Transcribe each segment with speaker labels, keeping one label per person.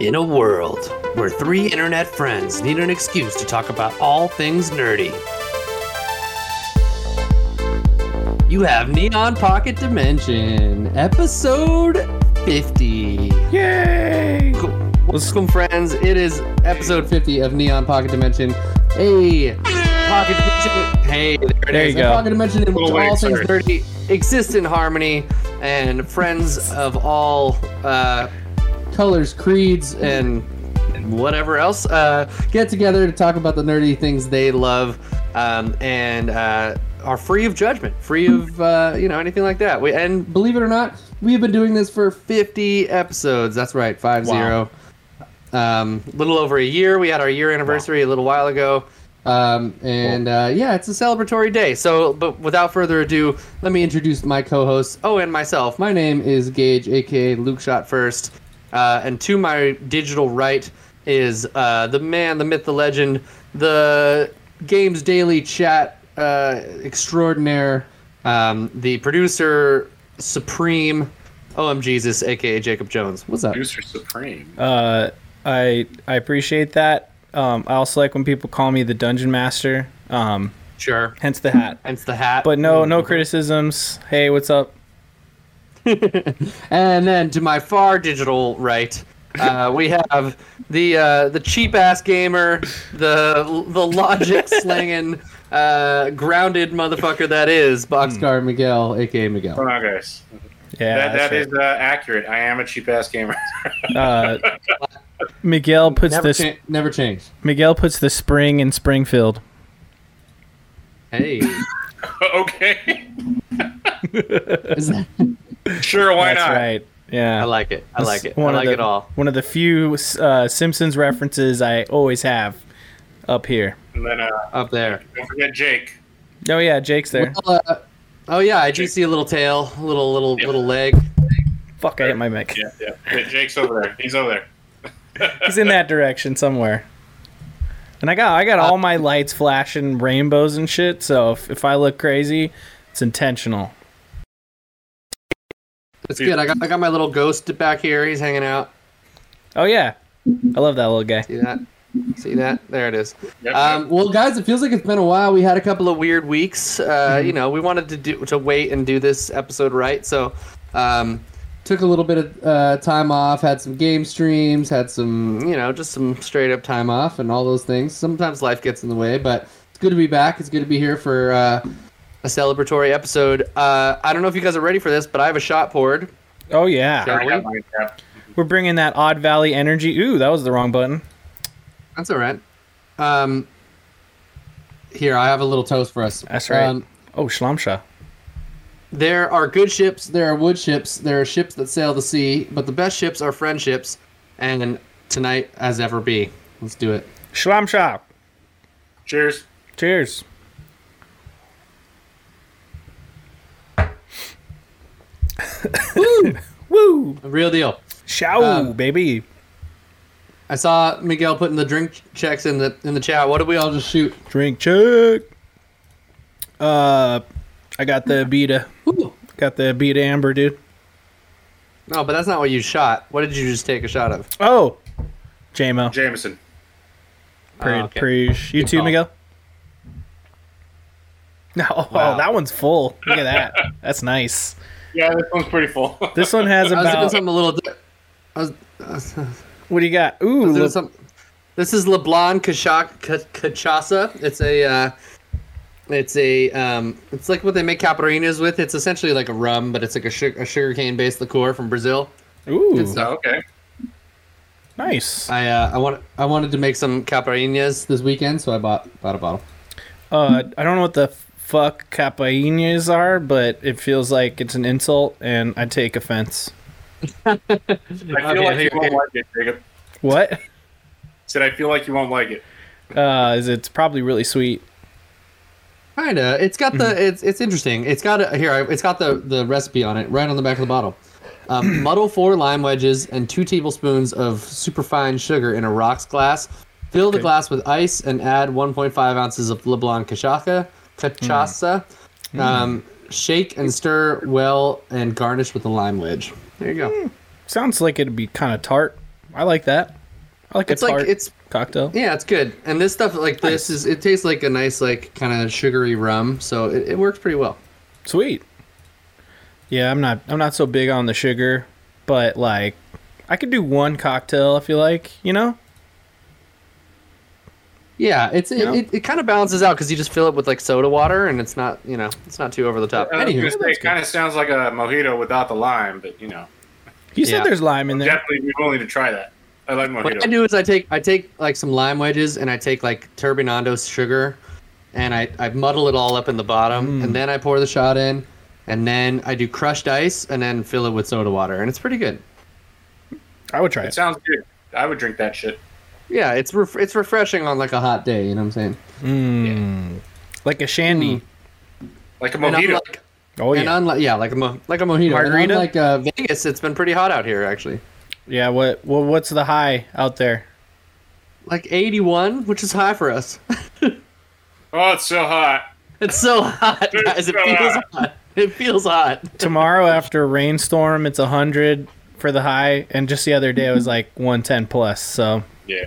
Speaker 1: In a world where three internet friends need an excuse to talk about all things nerdy, you have Neon Pocket Dimension, episode 50.
Speaker 2: Yay!
Speaker 1: Cool. Welcome, friends. It is episode 50 of Neon Pocket Dimension. Hey, Pocket Dimension. Hey, there it
Speaker 2: There
Speaker 1: is.
Speaker 2: you
Speaker 1: A
Speaker 2: go.
Speaker 1: Pocket Dimension in which
Speaker 3: Little way,
Speaker 1: all things
Speaker 3: sorry.
Speaker 1: nerdy exist in harmony, and friends of all uh, colors, creeds, and whatever else uh, get together to talk about the nerdy things they love um, and uh, are free of judgment, free of uh, you know anything like that. We, and believe it or not, we've been doing this for 50 episodes. That's right, five
Speaker 2: Wow.
Speaker 1: zero. Um, little over a year. We had our year anniversary a little while ago. Um, and uh, yeah, it's a celebratory day. So, but without further ado, let me introduce my co-hosts. Oh, and myself. My name is Gage, aka Luke Shot First, uh, and to my digital right is uh, the man, the myth, the legend, the Games Daily Chat uh, extraordinaire, um, the producer supreme, OM Jesus, aka Jacob Jones. What's up?
Speaker 3: Producer Supreme.
Speaker 2: Uh, I I appreciate that. Um, I also like when people call me the dungeon master. Um,
Speaker 1: Sure.
Speaker 2: hence the hat.
Speaker 1: Hence the hat.
Speaker 2: But no, no criticisms. Hey, what's up?
Speaker 1: And then to my far digital right, uh, we have the uh, the cheap ass gamer, the the logic slinging, uh, grounded motherfucker that is Boxcar
Speaker 2: Hmm.
Speaker 1: Miguel, aka Miguel.
Speaker 3: Come on, guys.
Speaker 2: Yeah,
Speaker 3: that that is
Speaker 2: that's
Speaker 3: uh, accurate. I am a cheap ass gamer.
Speaker 2: right. Uh, Miguel puts
Speaker 1: Never,
Speaker 2: this.
Speaker 1: cha- never change.
Speaker 2: Miguel puts the spring in Springfield.
Speaker 1: Hey,
Speaker 3: okay.
Speaker 1: is that-
Speaker 3: Sure, why
Speaker 2: that's
Speaker 3: not?
Speaker 2: right. Yeah,
Speaker 1: I like it. I like it. I
Speaker 2: One of
Speaker 1: like
Speaker 2: the-
Speaker 1: it all.
Speaker 2: One of the few uh, Simpsons references I always have up here.
Speaker 3: And then uh,
Speaker 1: Up there.
Speaker 3: don't forget Jake.
Speaker 2: Oh yeah, Jake's there.
Speaker 1: Well, uh, oh yeah, I do see a little tail, a little little
Speaker 3: Yeah.
Speaker 1: little leg.
Speaker 2: Fuck, I hit my mic.
Speaker 3: Yeah, yeah. Yeah, Jake's over there. He's over there.
Speaker 2: He's in that direction somewhere. And I got I
Speaker 1: Uh,
Speaker 2: got all my lights flashing rainbows and shit, so if, if I look crazy, it's intentional.
Speaker 1: It's good. I got I got my little ghost back here. He's hanging out.
Speaker 2: Oh yeah. I love that little guy.
Speaker 1: See that? See that? There it is.
Speaker 3: Yep,
Speaker 1: Um, well, guys, it feels like it's been a while. We had a couple of weird weeks. Uh, You know, we wanted to do to wait and do this episode right, so um, took a little bit of uh, time off. Had some game streams. Had some, you know, just some straight up time off and all those things. Sometimes life gets in the way, but it's good to be back. It's good to be here for uh, a celebratory episode. Uh, I don't know if you guys are ready for this, but I have a shot poured.
Speaker 2: Oh yeah.
Speaker 1: Sure.
Speaker 3: I got mine, yeah.
Speaker 2: We're bringing that Odd Valley energy. Ooh, that was the wrong button.
Speaker 1: That's all right. Um, here, I have a little toast for us.
Speaker 2: That's right.
Speaker 1: Um,
Speaker 2: oh, Shlamsha.
Speaker 1: There are good ships, there are wood ships, there are ships that sail the sea, but the best ships are friendships, and tonight as ever be. Let's do it.
Speaker 2: Shlamsha.
Speaker 3: Cheers.
Speaker 2: Cheers. Woo! Woo!
Speaker 1: Real deal.
Speaker 2: Shao,
Speaker 1: Um,
Speaker 2: baby.
Speaker 1: I saw Miguel putting the drink checks in the in the chat. What did we all just shoot?
Speaker 2: Drink check. Uh, I got the Abita.
Speaker 1: Ooh.
Speaker 2: Got the Abita Amber, dude.
Speaker 1: No, but that's not what you shot. What did you just take a shot of?
Speaker 2: Oh, JMO.
Speaker 3: Jameson.
Speaker 2: Pre-
Speaker 1: Oh, okay.
Speaker 2: Preach. You too,
Speaker 1: call.
Speaker 2: Miguel. No, oh,
Speaker 1: Wow.
Speaker 2: that one's full. Look at that. That's nice.
Speaker 3: Yeah, this one's pretty full.
Speaker 2: This one has
Speaker 1: I was doing
Speaker 2: about.
Speaker 1: something a little. Di- I was, I was
Speaker 2: What do you got? Ooh,
Speaker 1: doing
Speaker 2: look-
Speaker 1: something. This is Leblon Cacha- Ca- Cachaça. It's a. Uh, it's a. Um, it's like what they make caparinas with. It's essentially like a rum, but it's like a, su- a sugarcane based liqueur from Brazil.
Speaker 2: ooh,
Speaker 1: Good stuff.
Speaker 3: Oh, okay.
Speaker 2: nice.
Speaker 1: I uh, I want I wanted to make some caparinas this weekend, so I bought bought a bottle.
Speaker 2: Uh, I don't know what the fuck capainas are, but it feels like it's an insult, and I take offense.
Speaker 3: I feel
Speaker 1: Okay,
Speaker 3: like
Speaker 1: here,
Speaker 3: you won't
Speaker 1: here.
Speaker 3: like it, Jacob.
Speaker 2: What?
Speaker 3: Said I feel like you won't like it.
Speaker 2: Uh, is it's probably really sweet.
Speaker 1: Kinda. It's got the it's it's interesting. It's got a, here. I, it's got the the recipe on it right on the back of the bottle. Um, muddle four lime wedges and two tablespoons of superfine sugar in a rocks glass. Fill the
Speaker 2: Okay.
Speaker 1: glass with ice and add 1.5 ounces of Leblon cachaca, cachaça. Um, shake and stir well and garnish with a lime wedge. There you go.
Speaker 2: Sounds like it'd be kind of tart. I like that. I like
Speaker 1: It's
Speaker 2: a tart
Speaker 1: like it's
Speaker 2: cocktail.
Speaker 1: yeah, it's good. And this stuff like this is it tastes like a nice like kind of sugary rum, so it, it works pretty well.
Speaker 2: Sweet. Yeah, I'm not I'm not so big on the sugar, but like I could do one cocktail if you like, you know?
Speaker 1: Yeah, it's it,
Speaker 2: Yeah.
Speaker 1: it, it kind of balances out because you just fill it with like soda water, and it's not you know it's not too over the top.
Speaker 3: I was
Speaker 1: Anywho,
Speaker 3: gonna say,
Speaker 2: that's
Speaker 3: it kind of sounds like a mojito without the lime, but you know,
Speaker 2: You said
Speaker 1: Yeah.
Speaker 2: there's lime in there.
Speaker 3: definitely be willing to try that. I like
Speaker 1: what I
Speaker 3: mojito.
Speaker 1: do is I take I take like some lime wedges and I take like turbinado sugar, and I I muddle it all up in the bottom,
Speaker 2: Mm.
Speaker 1: and then I pour the shot in, and then I do crushed ice, and then fill it with soda water, and it's pretty good.
Speaker 2: I would try
Speaker 3: It
Speaker 2: it.
Speaker 3: sounds good. I would drink that shit.
Speaker 1: Yeah, it's ref- it's refreshing on like a hot day. You know what I'm saying?
Speaker 2: Mm. Like a shandy.
Speaker 3: Like a
Speaker 1: And
Speaker 3: mojito.
Speaker 1: unlike,
Speaker 2: Oh
Speaker 1: Mm. and
Speaker 2: yeah.
Speaker 1: unlike yeah, like a mo- like a mojito.
Speaker 2: Margarita?
Speaker 1: Like uh, Vegas, it's been pretty hot out here actually.
Speaker 2: Yeah, what well, what's the high out there?
Speaker 1: Like 81, which is high for us.
Speaker 3: oh, it's so hot.
Speaker 1: It's so hot,
Speaker 3: It's
Speaker 1: guys. It
Speaker 3: so
Speaker 1: feels
Speaker 3: hot.
Speaker 1: hot. It feels hot.
Speaker 2: Tomorrow after a rainstorm it's 100 for the high and just the other day it was like 110 plus. So,
Speaker 3: Yeah.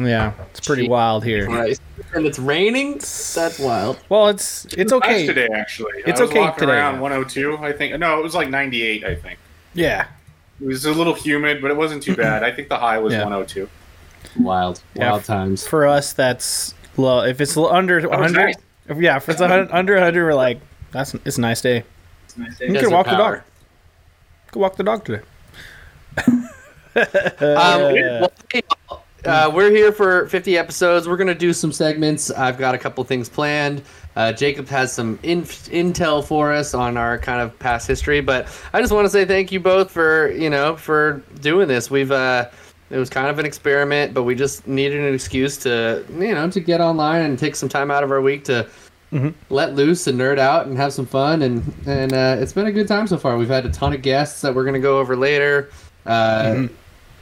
Speaker 2: yeah, it's pretty
Speaker 1: Jeez.
Speaker 2: wild here.
Speaker 1: Right. And it's raining. That's wild.
Speaker 2: Well, it's it's
Speaker 3: Nice
Speaker 2: okay.
Speaker 3: today, actually.
Speaker 2: It's
Speaker 3: I was
Speaker 2: okay
Speaker 3: walking
Speaker 2: today.
Speaker 3: around 102, I think. No, it was like 98, I think.
Speaker 2: Yeah.
Speaker 3: It was a little humid, but it wasn't too bad. I think the high was
Speaker 2: Yeah.
Speaker 3: 102.
Speaker 1: Wild.
Speaker 2: Yeah.
Speaker 1: Wild times.
Speaker 2: for us that's low if Oh, it's l- under 100 yeah if it's a hun- under 100 we're like that's it's a nice day you
Speaker 1: Desert
Speaker 2: can walk the
Speaker 1: power.
Speaker 2: dog you can walk the dog today
Speaker 1: Um,
Speaker 2: Yeah.
Speaker 1: well, hey, uh, we're here for 50 episodes. We're going to do some segments. I've got a couple things planned. Uh, Jacob has some inf- intel for us on our kind of past history, but I just want to say thank you both for you know for doing this. We've uh, it was kind of an experiment, but we just needed an excuse to you know to get online and take some time out of our week to let loose and nerd out and have some fun and and uh, it's been a good time so far. We've had a ton of guests that we're gonna go over later. Uh,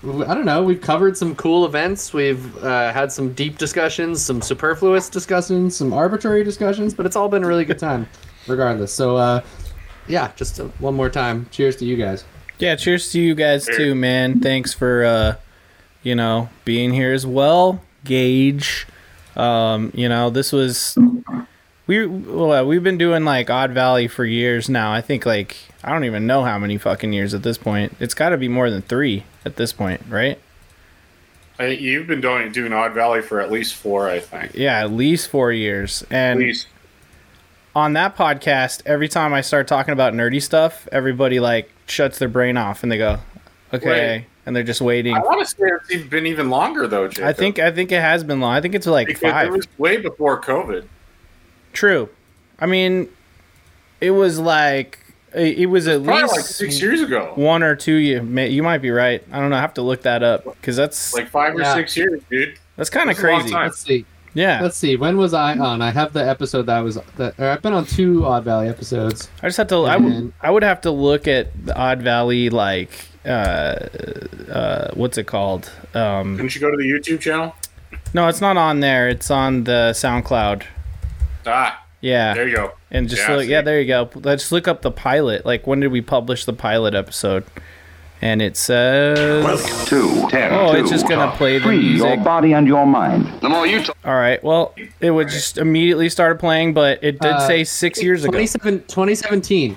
Speaker 1: w- I don't know. We've covered some cool events. We've uh, had some deep discussions, some superfluous discussions, some arbitrary discussions, but it's all been a really good time, regardless. So, uh, yeah, just uh, one more time. Cheers to you guys.
Speaker 2: yeah cheers to you guys too man thanks for uh you know being here as well gage um you know this was we well, uh, we've been doing like odd valley for years now i think like i don't even know how many fucking years at this point it's got to be more than three at this point right
Speaker 3: I, you've been doing, doing Odd Valley for at least four, I think.
Speaker 2: yeah at least four years
Speaker 3: At
Speaker 2: and
Speaker 3: least.
Speaker 2: on that podcast every time i start talking about nerdy stuff everybody like shuts their brain off and they go okay
Speaker 3: Right.
Speaker 2: and they're just waiting
Speaker 3: I want to say it's even been even longer, though, Jacob.
Speaker 2: i think i think it has been long i think it's like
Speaker 3: because
Speaker 2: five
Speaker 3: it was way before COVID.
Speaker 2: true i mean it was like it it was at
Speaker 3: Probably
Speaker 2: least
Speaker 3: like six years ago.
Speaker 2: one or two you may, you might be right i don't know i have to look that up because that's
Speaker 3: Like five or
Speaker 1: Yeah.
Speaker 3: six years, dude.
Speaker 2: that's kind of
Speaker 3: that's a long
Speaker 2: crazy
Speaker 3: time.
Speaker 1: Let's see.
Speaker 2: yeah
Speaker 1: Let's see. When was I on? I have the episode that I was that. Or I've been on two Odd Valley episodes.
Speaker 2: I just have to. I would.
Speaker 1: And-
Speaker 2: I would have to look at the Odd Valley, like, uh, uh, what's it called? Um,
Speaker 3: Didn't you go to the YouTube channel?
Speaker 2: no, it's not on there. It's on the SoundCloud.
Speaker 3: Ah,
Speaker 2: Yeah,
Speaker 3: there you go.
Speaker 2: and just
Speaker 3: Yeah, I
Speaker 2: look. Yeah,
Speaker 3: see.
Speaker 2: there you go. Let's look up the pilot. Like, when did we publish the pilot episode? And it says,
Speaker 4: two, ten.
Speaker 2: Oh, it's just gonna play the
Speaker 4: Free your
Speaker 2: music.
Speaker 4: body and your mind. The more you talk,
Speaker 2: all right. Well, it would just immediately start playing, but it did
Speaker 1: Uh,
Speaker 2: say six years ago.
Speaker 1: 27 2017.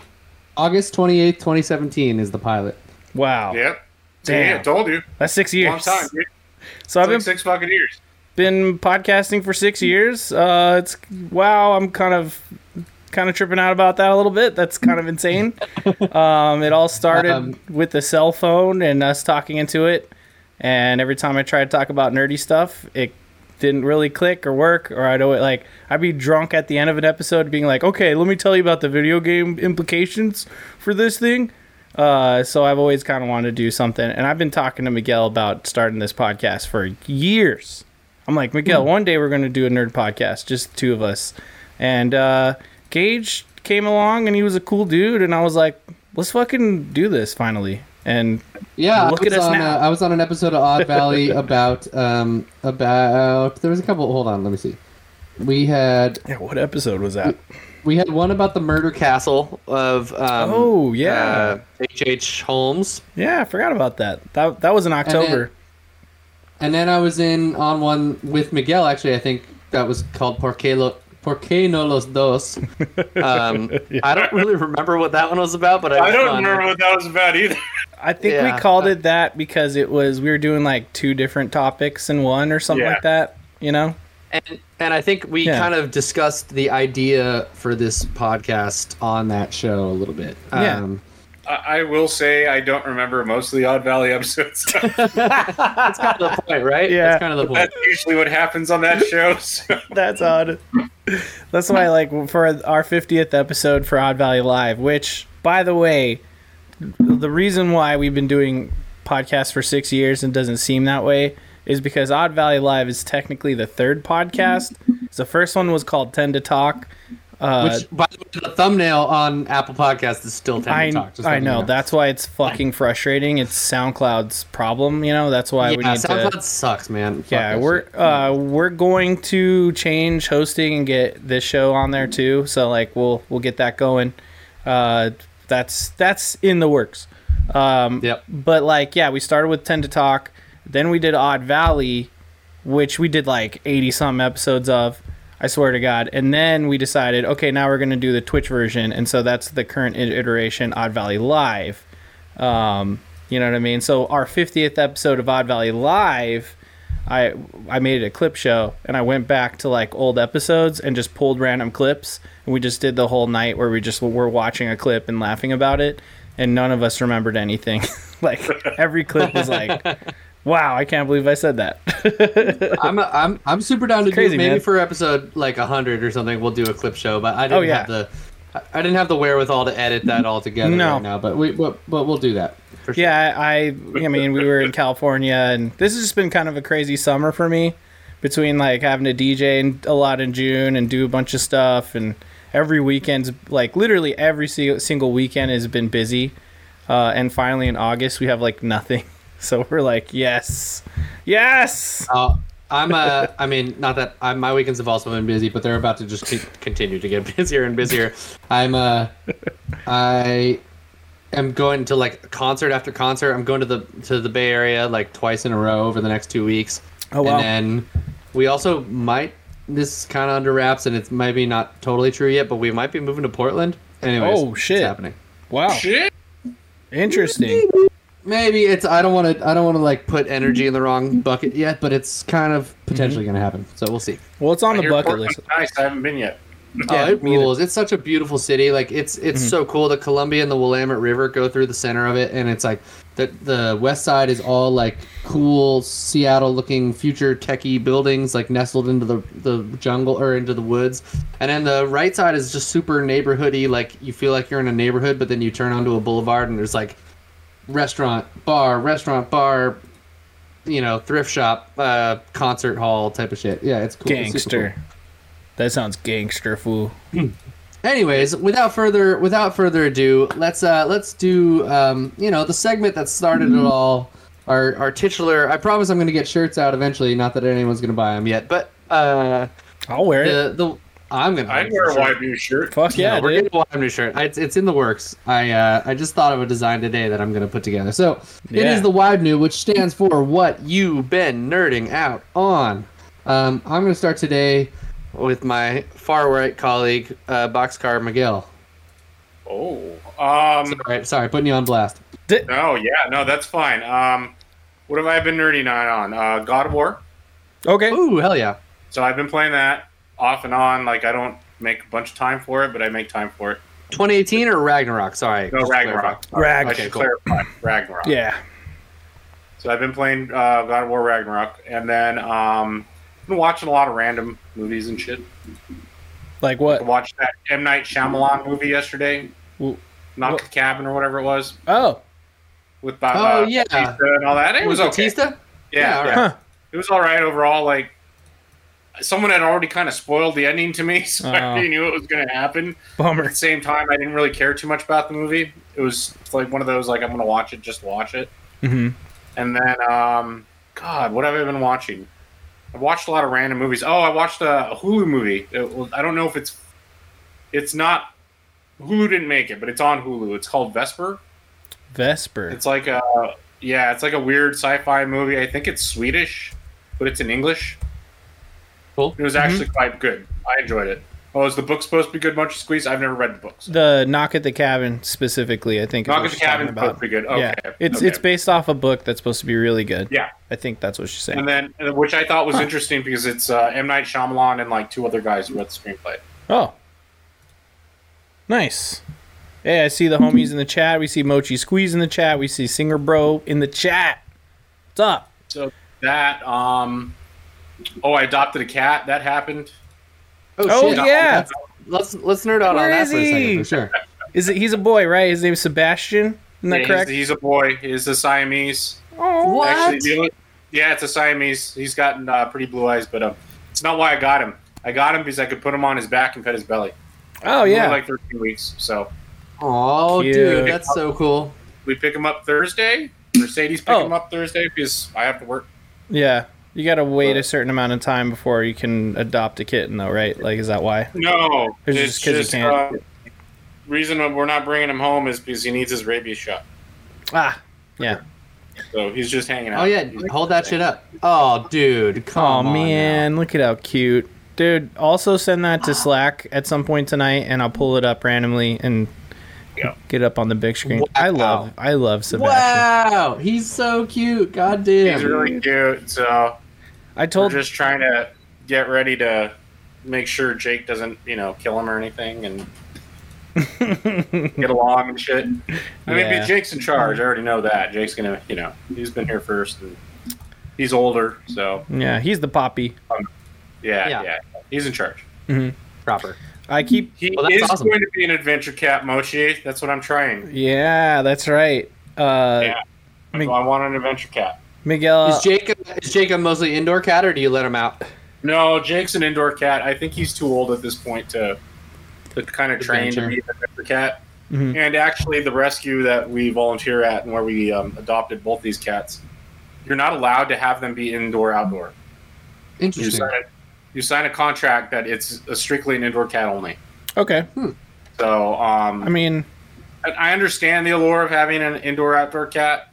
Speaker 1: August 28th, 2017 is the pilot.
Speaker 2: Wow,
Speaker 3: Yep.
Speaker 2: Damn.
Speaker 3: Damn. I told you.
Speaker 2: that's six
Speaker 3: Long
Speaker 2: years.
Speaker 3: time, dude.
Speaker 2: So I've
Speaker 3: It's
Speaker 2: been
Speaker 3: like six fucking years.
Speaker 2: been podcasting for six years. Uh, it's wow. I'm kind of kind of tripping out about that a little bit. That's kind of insane. Um, it all started
Speaker 1: Um,
Speaker 2: with the cell phone and us talking into it. And every time I try to talk about nerdy stuff, it didn't really click or work. Or I'd always, like I'd be drunk at the end of an episode, being like, "Okay, let me tell you about the video game implications for this thing." Uh, so I've always kind of wanted to do something, and I've been talking to Miguel about starting this podcast for years. I'm like, Miguel, one day we're going to do a nerd podcast, just the two of us. And uh, Gage came along and he was a cool dude. And I was like, let's fucking do this finally. And
Speaker 1: Yeah,
Speaker 2: Look
Speaker 1: I was
Speaker 2: at us
Speaker 1: on,
Speaker 2: now.
Speaker 1: uh, I was on an episode of Odd Valley about um about there was a couple. Hold on, let me see. We had
Speaker 2: yeah, what episode was that?
Speaker 1: we had one about the murder castle of um,
Speaker 2: Oh,
Speaker 1: uh,
Speaker 2: yeah.
Speaker 1: H.H. Holmes.
Speaker 2: Yeah, I forgot about that. That that was in October.
Speaker 1: And then I was in on one with Miguel. Actually, I think that was called Por qué, lo, Por qué no los dos. Um, I don't really remember what that one was about, but I,
Speaker 3: I
Speaker 1: was
Speaker 3: don't
Speaker 1: on
Speaker 3: remember
Speaker 1: it.
Speaker 3: what that was about either.
Speaker 2: I think
Speaker 1: yeah.
Speaker 2: we called it that because it was we were doing like two different topics in one or something
Speaker 3: Yeah.
Speaker 2: like that. You know?
Speaker 1: And, and I think we
Speaker 2: Yeah.
Speaker 1: kind of discussed the idea for this podcast on that show a little bit.
Speaker 2: Yeah.
Speaker 1: Um,
Speaker 3: I, I will say I don't remember most of the Odd Valley episodes.
Speaker 1: that's kind of the point, right?
Speaker 2: Yeah.
Speaker 1: That's kind of the point.
Speaker 3: That's usually what happens on that show. So.
Speaker 2: That's odd. That's why, like, for our 50th episode for Odd Valley Live, which, by the way, the reason why we've been doing podcasts for six years and doesn't seem that way is because Odd Valley Live is technically the third podcast. So the first one was called Tend to Talk. Uh,
Speaker 1: Which, by the way, the thumbnail on Apple Podcast is still 10
Speaker 2: I,
Speaker 1: to talk. just
Speaker 2: I
Speaker 1: letting you
Speaker 2: know. That's why it's fucking frustrating. It's SoundCloud's problem, you know? That's why
Speaker 1: Yeah,
Speaker 2: we need
Speaker 1: SoundCloud
Speaker 2: to.
Speaker 1: sucks, man. Fuck
Speaker 2: Yeah,
Speaker 1: that
Speaker 2: we're
Speaker 1: shit.
Speaker 2: uh, we're going to change hosting and get this show on there too. So like we'll we'll get that going. Uh, that's that's in the works. Um,
Speaker 1: Yep.
Speaker 2: But like yeah, we started with Ten to Talk, then we did Odd Valley, which we did like eighty some episodes of. I swear to God. And then we decided, okay, now we're going to do the Twitch version, and so that's the current iteration, Odd Valley Live. Um, you know what I mean? So our 50th episode of Odd Valley Live, I I made a clip show and I went back to like old episodes and just pulled random clips and we just did the whole night where we just were watching a clip and laughing about it and none of us remembered anything. like every clip was like, "Wow, I can't believe I said that."
Speaker 1: I'm, I'm, I'm super down to
Speaker 2: crazy,
Speaker 1: do maybe
Speaker 2: man.
Speaker 1: for episode like 100 or something. We'll do a clip show, but I didn't
Speaker 2: Oh, yeah.
Speaker 1: have the. I- I didn't have the wherewithal to edit that all together
Speaker 2: No.
Speaker 1: right now, but we but, but we'll do that. For sure.
Speaker 2: yeah, I I mean we were in California and this has just been kind of a crazy summer for me between like having to DJ and a lot in June and do a bunch of stuff and every weekend's like literally every si- single weekend has been busy uh, and finally in August we have like nothing so we're like yes yes
Speaker 1: Uh, I'm uh, I mean, not that i my weekends have also been busy, but they're about to just keep, continue to get busier and busier. I'm uh, I am going to like concert after concert. I'm going to the to the Bay Area like twice in a row over the next two weeks.
Speaker 2: Oh, wow.
Speaker 1: And then we also might this is kind of under wraps, and it's maybe not totally true yet, but we might be moving to Portland. Anyways,
Speaker 2: Oh, shit.
Speaker 1: it's happening.
Speaker 2: wow
Speaker 3: Shit.
Speaker 2: interesting
Speaker 1: Maybe it's I don't want to I don't want to like put energy in the wrong bucket yet, but it's kind of potentially
Speaker 2: Mm-hmm.
Speaker 1: going to happen. So we'll see.
Speaker 2: well it's on the
Speaker 3: Your
Speaker 2: bucket
Speaker 3: Portland's
Speaker 2: list
Speaker 3: Nice. I haven't been yet.
Speaker 1: Yeah,
Speaker 2: Yeah,
Speaker 1: Oh, it
Speaker 2: me either. Mm-hmm.
Speaker 1: rules. It's such a beautiful city. Like it's it's so cool. The Columbia and the Willamette River go through the center of it, and it's like the the west side is all like cool Seattle looking future techie buildings like nestled into the the jungle or into the woods, and then the right side is just super neighborhoody. Like you feel like you're in a neighborhood, but then you turn onto a boulevard and there's like restaurant, bar, restaurant, bar. You know, thrift shop, uh, concert hall type of shit. Yeah, it's cool. It's super cool.
Speaker 2: gangster that sounds gangster fool
Speaker 1: Anyways, without further without further ado, let's uh let's do um you know the segment that started it all. Our our titular. I promise I'm going to get shirts out eventually. Not that anyone's going to buy them yet, but uh
Speaker 2: I'll wear it
Speaker 1: the the I'm going to.
Speaker 3: I'd wear a YB shirt.
Speaker 2: fuck yeah
Speaker 1: Yeah, we're
Speaker 2: dude.
Speaker 1: getting a Wyoming new shirt. It's, it's in the works. I uh, I just thought of a design today that I'm going to put together. So it
Speaker 2: Yeah.
Speaker 1: is the Wybe New, which stands for what you been nerding out on. Um, I'm going to start today with my far right colleague, uh, Boxcar Miguel.
Speaker 3: Oh. Um.
Speaker 1: All right, sorry, putting you on blast.
Speaker 3: No. Yeah. No. That's fine. Um. What have I been nerding on? Uh, God of War.
Speaker 2: okay
Speaker 1: Ooh, hell yeah.
Speaker 3: So I've been playing that off and on. Like I don't make a bunch of time for it, but I make time for it.
Speaker 1: 2018 or Ragnarok? Sorry.
Speaker 3: No
Speaker 1: just to
Speaker 3: Ragnarok.
Speaker 2: Rag-
Speaker 3: I should
Speaker 1: Okay,
Speaker 3: clarify. Ragnarok.
Speaker 2: yeah
Speaker 3: So I've been playing uh, God of War Ragnarok, and then um, been watching a lot of random movies and shit.
Speaker 2: like what
Speaker 3: I watched that M Night Shyamalan movie yesterday,
Speaker 2: Wh-
Speaker 3: Knock
Speaker 2: what-
Speaker 3: at the Cabin or whatever it was,
Speaker 2: oh
Speaker 3: with Bob,
Speaker 1: Oh,
Speaker 3: uh,
Speaker 1: yeah.
Speaker 3: Batista and all that. It
Speaker 1: With
Speaker 3: was okay.
Speaker 1: Batista?
Speaker 3: Yeah,
Speaker 1: Yeah,
Speaker 3: yeah,
Speaker 1: all right.
Speaker 2: huh
Speaker 3: it was all right overall. Like someone had already kind of spoiled the ending to me, so I
Speaker 2: Oh.
Speaker 3: already knew it was going to happen. At
Speaker 2: bummer
Speaker 3: the same time, I didn't really care too much about the movie. It was like one of those like I'm going to watch it, just watch it.
Speaker 2: hmm
Speaker 3: And then, um, God, what have I been watching? I've watched a lot of random movies. Oh, I watched a Hulu movie. It was- I don't know if it's It's not Hulu didn't make it, but it's on Hulu. It's called Vesper.
Speaker 2: Vesper.
Speaker 3: It's like a yeah, it's like a weird sci-fi movie. I think it's Swedish, but it's in English.
Speaker 1: Cool.
Speaker 3: It was
Speaker 2: Mm-hmm.
Speaker 3: actually quite good. I enjoyed it. Oh, is the book supposed to be good? Munch Squeeze. I've never read the books.
Speaker 2: the knock at the cabin specifically, I think. is
Speaker 3: Knock
Speaker 2: what
Speaker 3: at the
Speaker 2: she's talking
Speaker 3: Cabin is
Speaker 2: about.
Speaker 3: supposed to be good. Okay.
Speaker 2: Yeah, it's
Speaker 3: Okay.
Speaker 2: it's based off a book that's supposed to be really good.
Speaker 3: Yeah.
Speaker 2: I think that's what she's saying.
Speaker 3: And then, and which I thought was interesting because it's uh, M Night Shyamalan and like two other guys who wrote the screenplay.
Speaker 2: Oh. Nice. Hey, I see the homies in the chat. We see Mochi Squeeze in the chat. We see Singer Bro in the chat. What's up?
Speaker 3: So that, um, oh, I adopted a cat. That happened.
Speaker 1: Oh,
Speaker 2: Oh,
Speaker 1: shit.
Speaker 2: yeah.
Speaker 1: Let's let's nerd out
Speaker 2: Where
Speaker 1: on that
Speaker 2: is
Speaker 1: for a
Speaker 2: he?
Speaker 1: second for sure.
Speaker 2: Is it he's a boy, right? His name's Sebastian. Isn't that
Speaker 3: Yeah, he's-
Speaker 2: correct?
Speaker 3: He's, a boy. He's a Siamese.
Speaker 2: oh,
Speaker 3: Actually, the only- yeah, it's a Siamese. He's gotten uh, pretty blue eyes, but um, it's not why I got him. I got him because I could put him on his back and pet his belly.
Speaker 2: oh
Speaker 3: Only,
Speaker 2: yeah.
Speaker 3: like 13 weeks. So
Speaker 1: Oh,
Speaker 2: Cute.
Speaker 1: dude, that's so cool.
Speaker 3: we pick him up Thursday. Mercedes pick
Speaker 2: Oh.
Speaker 3: him up Thursday because I have to work.
Speaker 2: Yeah. You gotta wait a certain amount of time before you can adopt a kitten, though, right? Like, is that why?
Speaker 3: No,
Speaker 2: It's just 'cause you can't.
Speaker 3: um, reason that we're not bringing him home is because he needs his rabies shot.
Speaker 2: Ah, yeah.
Speaker 3: So he's just hanging out.
Speaker 1: Oh yeah, hold that shit up. Oh, dude,
Speaker 2: Oh
Speaker 1: come on.
Speaker 2: man, look at how cute, dude. Also send that
Speaker 3: Ah.
Speaker 2: to Slack at some point tonight, and I'll pull it up randomly and
Speaker 3: Yeah.
Speaker 2: get up on the big screen. I
Speaker 1: Wow.
Speaker 2: love, I love
Speaker 1: now.
Speaker 2: Sebastian.
Speaker 1: Wow, he's so cute. God damn.
Speaker 3: He's really cute. So
Speaker 2: I
Speaker 3: we're
Speaker 2: told
Speaker 3: just trying to get ready to make sure Jake doesn't, you know, kill him or anything and get along and shit. I mean,
Speaker 2: Yeah.
Speaker 3: but Jake's in charge. I already know that. Jake's gonna, you know, he's been here first. And he's older, so
Speaker 2: yeah, he's the poppy.
Speaker 3: yeah,
Speaker 1: Yeah.
Speaker 3: yeah, he's in charge.
Speaker 1: proper.
Speaker 2: I keep,
Speaker 3: He
Speaker 1: Well, that's
Speaker 3: is
Speaker 1: awesome.
Speaker 3: going to be an adventure cat, Mochi. That's what I'm trying.
Speaker 2: yeah, that's right. Uh,
Speaker 3: Yeah.
Speaker 2: Mig-
Speaker 3: I want an adventure cat.
Speaker 2: Miguel,
Speaker 1: is Jacob is Jacob mostly indoor cat or do you let him out?
Speaker 3: No, Jake's an indoor cat. I think he's too old at this point to to kind of train to
Speaker 1: Adventure.
Speaker 3: be an adventure cat.
Speaker 2: Mhm.
Speaker 3: And actually, the rescue that we volunteer at and where we um, adopted both these cats, you're not allowed to have them be indoor outdoor. You
Speaker 1: Interesting.
Speaker 3: sign a, you sign a contract that it's a strictly an indoor cat only.
Speaker 2: okay.
Speaker 3: So um,
Speaker 2: I mean,
Speaker 3: I- I understand the allure of having an indoor outdoor cat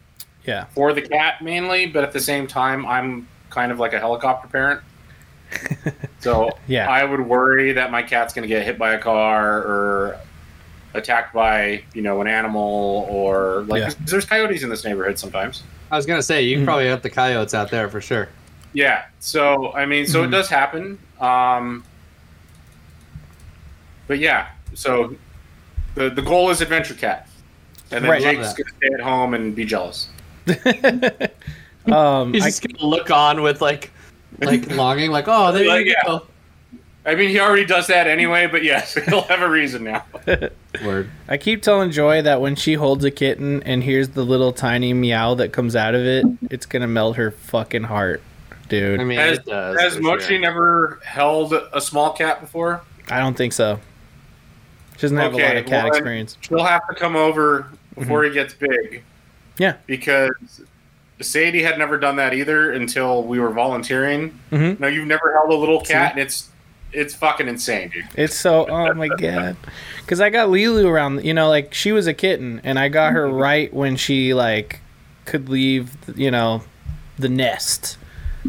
Speaker 2: yeah,
Speaker 3: for the cat mainly, but at the same time, I'm kind of like a helicopter parent. So
Speaker 2: yeah,
Speaker 3: I would worry that my cat's going to get hit by a car or attacked by, you know, an animal or like
Speaker 2: Yeah.
Speaker 3: there's coyotes in this neighborhood sometimes.
Speaker 1: I was gonna say you can
Speaker 2: Mhm.
Speaker 1: probably up the coyotes out there for sure.
Speaker 3: Yeah. So, I mean, so
Speaker 2: Mhm.
Speaker 3: it does happen. Um, but yeah, so the, the goal is adventure cat. And then
Speaker 2: Right. Love
Speaker 3: Jake's
Speaker 1: that.
Speaker 3: going to stay at home and be jealous.
Speaker 2: um,
Speaker 1: He's
Speaker 2: I,
Speaker 1: just gonna look on with like like longing, like, oh there
Speaker 3: Like,
Speaker 1: you
Speaker 3: yeah.
Speaker 1: go.
Speaker 3: I mean, he already does that anyway, but yes, he'll have a reason now.
Speaker 1: Word.
Speaker 2: I keep telling Joy that when she holds a kitten and hears the little tiny meow that comes out of it, it's gonna melt her fucking heart, dude.
Speaker 1: I mean
Speaker 3: Has-
Speaker 1: it does.
Speaker 3: Has
Speaker 1: for
Speaker 3: Mochi
Speaker 1: sure.
Speaker 3: never held a small cat before?
Speaker 2: I don't think so. She doesn't have a lot
Speaker 3: Okay,
Speaker 2: of cat
Speaker 3: well, then-
Speaker 2: experience.
Speaker 3: She'll have to come over before he gets big.
Speaker 2: Mm-hmm. Yeah.
Speaker 3: Because Sadie had never done that either until we were volunteering.
Speaker 2: Mhm.
Speaker 3: No, you've never held a little cat, and it's it's fucking insane, dude.
Speaker 2: It's so oh my god, because I got Lulu around. You know, like she was a kitten, and I got
Speaker 3: Mm-hmm.
Speaker 2: her right when she like could leave. You know, the nest,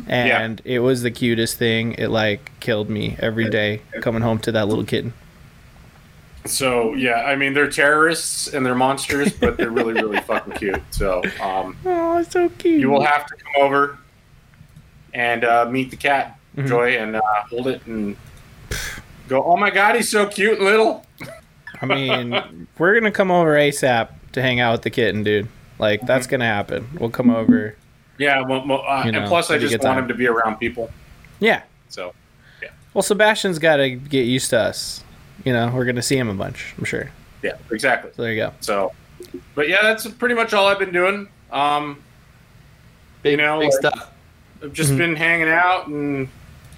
Speaker 2: and it was the cutest thing. It like killed me every day coming home to that little kitten.
Speaker 3: So yeah, I mean they're terrorists and they're monsters, but they're really really fucking cute. So um,
Speaker 2: Oh, it's so cute.
Speaker 3: you will have to come over and uh, meet the cat,
Speaker 2: Mhm.
Speaker 3: Joy, and uh, hold it and go. Oh my god, he's so cute and little.
Speaker 2: I mean, we're gonna come over ASAP to hang out with the kitten, dude. Like
Speaker 3: Mm-hmm.
Speaker 2: that's gonna happen. We'll come over.
Speaker 3: Yeah, well, well, uh,
Speaker 2: You know,
Speaker 3: and plus I
Speaker 2: it'd be a
Speaker 3: just
Speaker 2: good
Speaker 3: want
Speaker 2: time.
Speaker 3: him to be around people.
Speaker 2: Yeah.
Speaker 3: So
Speaker 2: Well, Sebastian's got to get used to us. You know, we're gonna see him a bunch. I'm sure.
Speaker 3: yeah, exactly.
Speaker 2: So there you go.
Speaker 3: So, but yeah, that's pretty much all I've been doing. Um,
Speaker 1: big,
Speaker 3: you know,
Speaker 1: big
Speaker 3: like-
Speaker 1: stuff. Mm-hmm.
Speaker 3: I've just
Speaker 2: Mhm.
Speaker 3: been hanging out and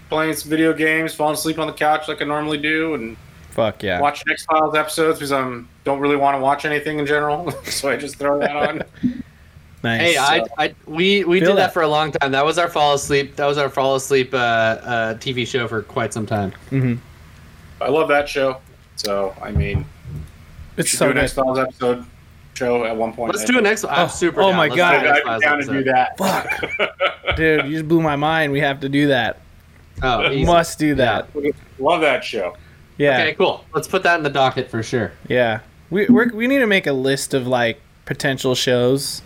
Speaker 3: playing some video games, falling asleep on the couch like I normally do, and
Speaker 2: Fuck yeah.
Speaker 3: watching X Files episodes because I don't really want to watch anything in general. so I just throw that on.
Speaker 2: Nice.
Speaker 1: Hey, I, I we we
Speaker 2: Feel
Speaker 1: did
Speaker 2: that.
Speaker 1: that for a long time. That was our fall asleep. That was our fall asleep uh, uh, TV show for quite some time.
Speaker 2: Mhm.
Speaker 3: I love that show. So I mean, we
Speaker 2: It's
Speaker 3: should
Speaker 2: so
Speaker 3: do an
Speaker 2: nice.
Speaker 3: X Files episode show at one point.
Speaker 1: Let's do an X. I'm
Speaker 2: Oh,
Speaker 1: super.
Speaker 2: oh
Speaker 1: down.
Speaker 2: my
Speaker 1: Let's
Speaker 2: God.
Speaker 1: do an
Speaker 3: I'd
Speaker 1: X
Speaker 3: be
Speaker 1: Files
Speaker 3: down to
Speaker 1: episode.
Speaker 3: do that.
Speaker 2: Fuck, dude, you just blew my mind. We have to do that.
Speaker 1: Oh, easy.
Speaker 2: Must do that.
Speaker 3: Love that show.
Speaker 2: Yeah,
Speaker 1: Okay, cool. Let's put that in the docket for sure.
Speaker 2: yeah. We we're, we need to make a list of like potential shows,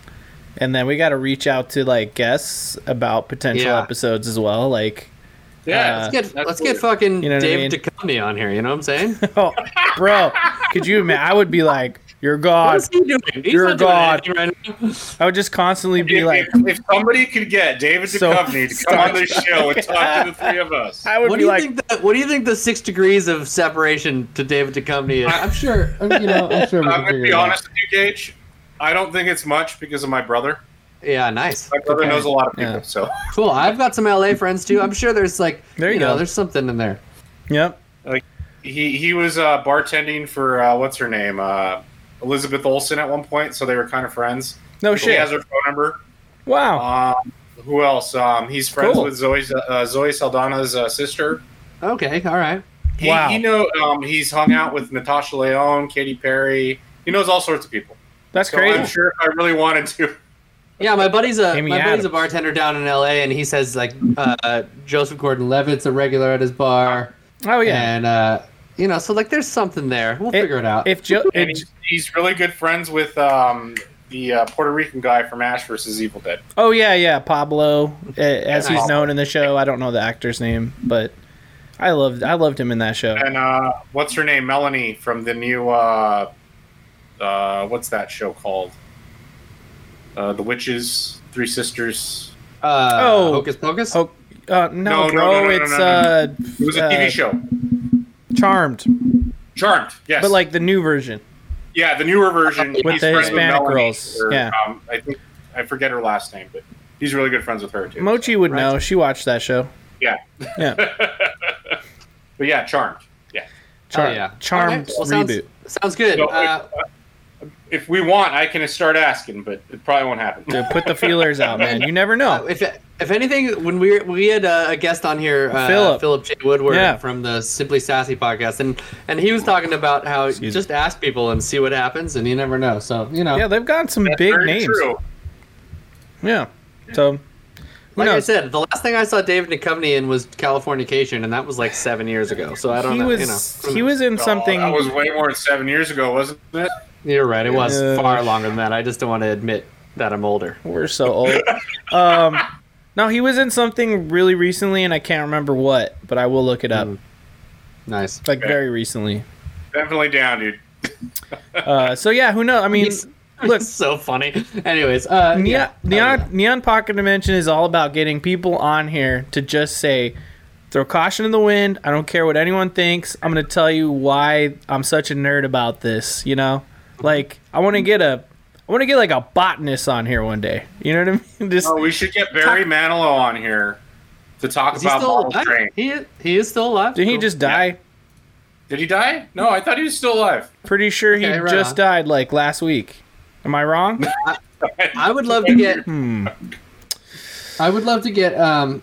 Speaker 2: and then we got to reach out to like guests about potential
Speaker 1: Yeah.
Speaker 2: episodes as well. Like,
Speaker 3: Yeah,
Speaker 2: Uh,
Speaker 1: Let's get let's
Speaker 3: absolutely.
Speaker 1: get fucking
Speaker 2: You know what I
Speaker 1: Dave
Speaker 2: mean?
Speaker 1: Duchovny on here. You know what I'm saying?
Speaker 2: oh, bro, could you? ima- I would be like, you're
Speaker 1: what
Speaker 2: God.
Speaker 1: is he doing? He's
Speaker 2: You're
Speaker 1: not
Speaker 2: God.
Speaker 1: doing anything right now.
Speaker 2: I would just constantly be
Speaker 3: If-
Speaker 2: like,
Speaker 3: if, if somebody could get David
Speaker 2: So-
Speaker 3: Duchovny to come
Speaker 2: Stop.
Speaker 3: on this show and talk to the three of us,
Speaker 2: I would
Speaker 1: What do
Speaker 2: be
Speaker 1: you
Speaker 2: like,
Speaker 1: think? The, what do you think the six degrees of separation to David Duchovny is? I'm sure. You know, I'm sure we
Speaker 3: I'm
Speaker 1: can
Speaker 3: going to
Speaker 1: figure
Speaker 3: be
Speaker 1: it out.
Speaker 3: honest with you, Gage. I don't think it's much because of my brother.
Speaker 1: Yeah, nice.
Speaker 3: My brother
Speaker 2: Okay.
Speaker 3: knows a lot of people,
Speaker 2: Yeah.
Speaker 3: so
Speaker 1: Cool. I've got some LA friends too. I'm sure there's like
Speaker 2: There you
Speaker 1: know,
Speaker 2: go.
Speaker 1: there's something in there.
Speaker 2: yep.
Speaker 3: he he was uh, bartending for uh, what's her name, uh, Elizabeth Olsen at one point, so they were kind of friends.
Speaker 2: No
Speaker 3: She has
Speaker 2: shit.
Speaker 3: her phone number.
Speaker 1: Uh,
Speaker 2: Wow.
Speaker 3: Um, who else? Um, he's friends
Speaker 2: Cool.
Speaker 3: with Zoe uh, Zoe Saldana's uh, sister.
Speaker 1: Okay, all right.
Speaker 3: He,
Speaker 2: Wow.
Speaker 3: he know um, he's hung out with Natasha Leone, Katy Perry. He knows all sorts of people.
Speaker 2: That's
Speaker 3: So
Speaker 2: crazy.
Speaker 3: I'm sure if I really wanted to.
Speaker 1: Yeah, my buddy's a
Speaker 2: Amy
Speaker 1: my buddy's
Speaker 2: Adams.
Speaker 1: a bartender down in LA, and he says like uh, Joseph Gordon-Levitt's a regular at his bar,
Speaker 2: Oh yeah.
Speaker 1: and uh, you know, so like there's something there. We'll
Speaker 2: It-
Speaker 1: figure it out.
Speaker 2: If Joe,
Speaker 3: And
Speaker 2: if-
Speaker 3: he's, he's really good friends with um, the uh, Puerto Rican guy from Ash versus Evil Dead.
Speaker 2: oh yeah, yeah, Pablo, eh, as he's
Speaker 3: Pablo.
Speaker 2: known in the show. I don't know the actor's name, but I loved, I loved him in that show.
Speaker 3: And uh, what's her name? Melanie from the new. Uh, uh, what's that show called? Uh, the Witches, Three Sisters.
Speaker 1: uh,
Speaker 2: oh.
Speaker 1: Hocus Pocus.
Speaker 2: Oh uh, no, bro,
Speaker 3: no, no, no, no,
Speaker 2: it's
Speaker 3: no, no.
Speaker 2: uh,
Speaker 3: It was a TV
Speaker 2: uh,
Speaker 3: show.
Speaker 2: Charmed,
Speaker 3: Charmed. Yes.
Speaker 2: but like the new version.
Speaker 3: Yeah, the newer version
Speaker 1: With
Speaker 3: he's
Speaker 2: the
Speaker 3: friends with
Speaker 2: Hispanic
Speaker 3: Melanie,
Speaker 2: girls,
Speaker 3: or,
Speaker 2: yeah.
Speaker 3: um, I think I forget her last name, but he's really good friends with her too.
Speaker 2: Mochi would
Speaker 1: Right.
Speaker 2: know. She watched that show.
Speaker 3: Yeah.
Speaker 2: Yeah,
Speaker 3: But yeah, Charmed. Yeah.
Speaker 2: Char-
Speaker 1: Oh, yeah.
Speaker 2: Charmed
Speaker 1: Okay, well, sounds,
Speaker 2: reboot.
Speaker 1: Sounds good.
Speaker 3: So,
Speaker 1: Uh,
Speaker 3: If we want, I can start asking, but it probably won't happen.
Speaker 2: Dude, put the feelers out, man. You never know.
Speaker 1: Uh, if if anything, when we we had uh, a guest on here, uh,
Speaker 2: Philip.
Speaker 1: Philip J. Woodward
Speaker 2: Yeah.
Speaker 1: from the Simply Sassy podcast, and and he was talking about how
Speaker 2: Excuse
Speaker 1: just ask people and see what happens, and you never know. So you know,
Speaker 2: Yeah, they've got some
Speaker 3: That's
Speaker 2: big
Speaker 3: very
Speaker 2: names.
Speaker 3: True.
Speaker 2: Yeah. So, who
Speaker 1: like I
Speaker 2: knows?
Speaker 1: said, the last thing I saw David Duchovny in was Californication, and that was like seven years ago. So I don't
Speaker 2: he
Speaker 1: know.
Speaker 2: was
Speaker 1: you know,
Speaker 2: he was in
Speaker 3: No,
Speaker 2: something.
Speaker 3: Oh, that was way more than seven years ago, wasn't it?
Speaker 1: You're right. It was
Speaker 2: Yeah.
Speaker 1: far longer than that. I just don't want to admit that I'm older.
Speaker 2: We're so old. um, no, he was in something really recently, and I can't remember what, but I will look it up.
Speaker 1: Mm. Nice.
Speaker 2: Like
Speaker 3: Okay.
Speaker 2: very recently.
Speaker 3: Definitely down, dude.
Speaker 2: Uh, so yeah, who knows? I mean,
Speaker 1: He's-
Speaker 2: look,
Speaker 1: so funny. Anyways, uh,
Speaker 2: Neon,
Speaker 1: yeah.
Speaker 2: Neon, Neon Pocket Dimension is all about getting people on here to just say, throw caution in the wind. I don't care what anyone thinks. I'm going to tell you why I'm such a nerd about this, you know? Like, I want to get a. I want to get like a botanist on here one day. You know what I mean? Just
Speaker 3: Oh, we should get Barry Manilow on here to talk
Speaker 1: Is he
Speaker 3: about
Speaker 1: still
Speaker 3: Marvel
Speaker 1: alive?
Speaker 3: Train.
Speaker 1: He he is still alive.
Speaker 2: did he
Speaker 1: Cool.
Speaker 2: just die?
Speaker 3: Did he die? No, I thought he was still alive.
Speaker 2: Pretty sure he
Speaker 1: Okay, right
Speaker 2: just
Speaker 1: on.
Speaker 2: died like last week. Am I wrong?
Speaker 1: I would love to get.
Speaker 2: hmm.
Speaker 1: I would love to get. Um,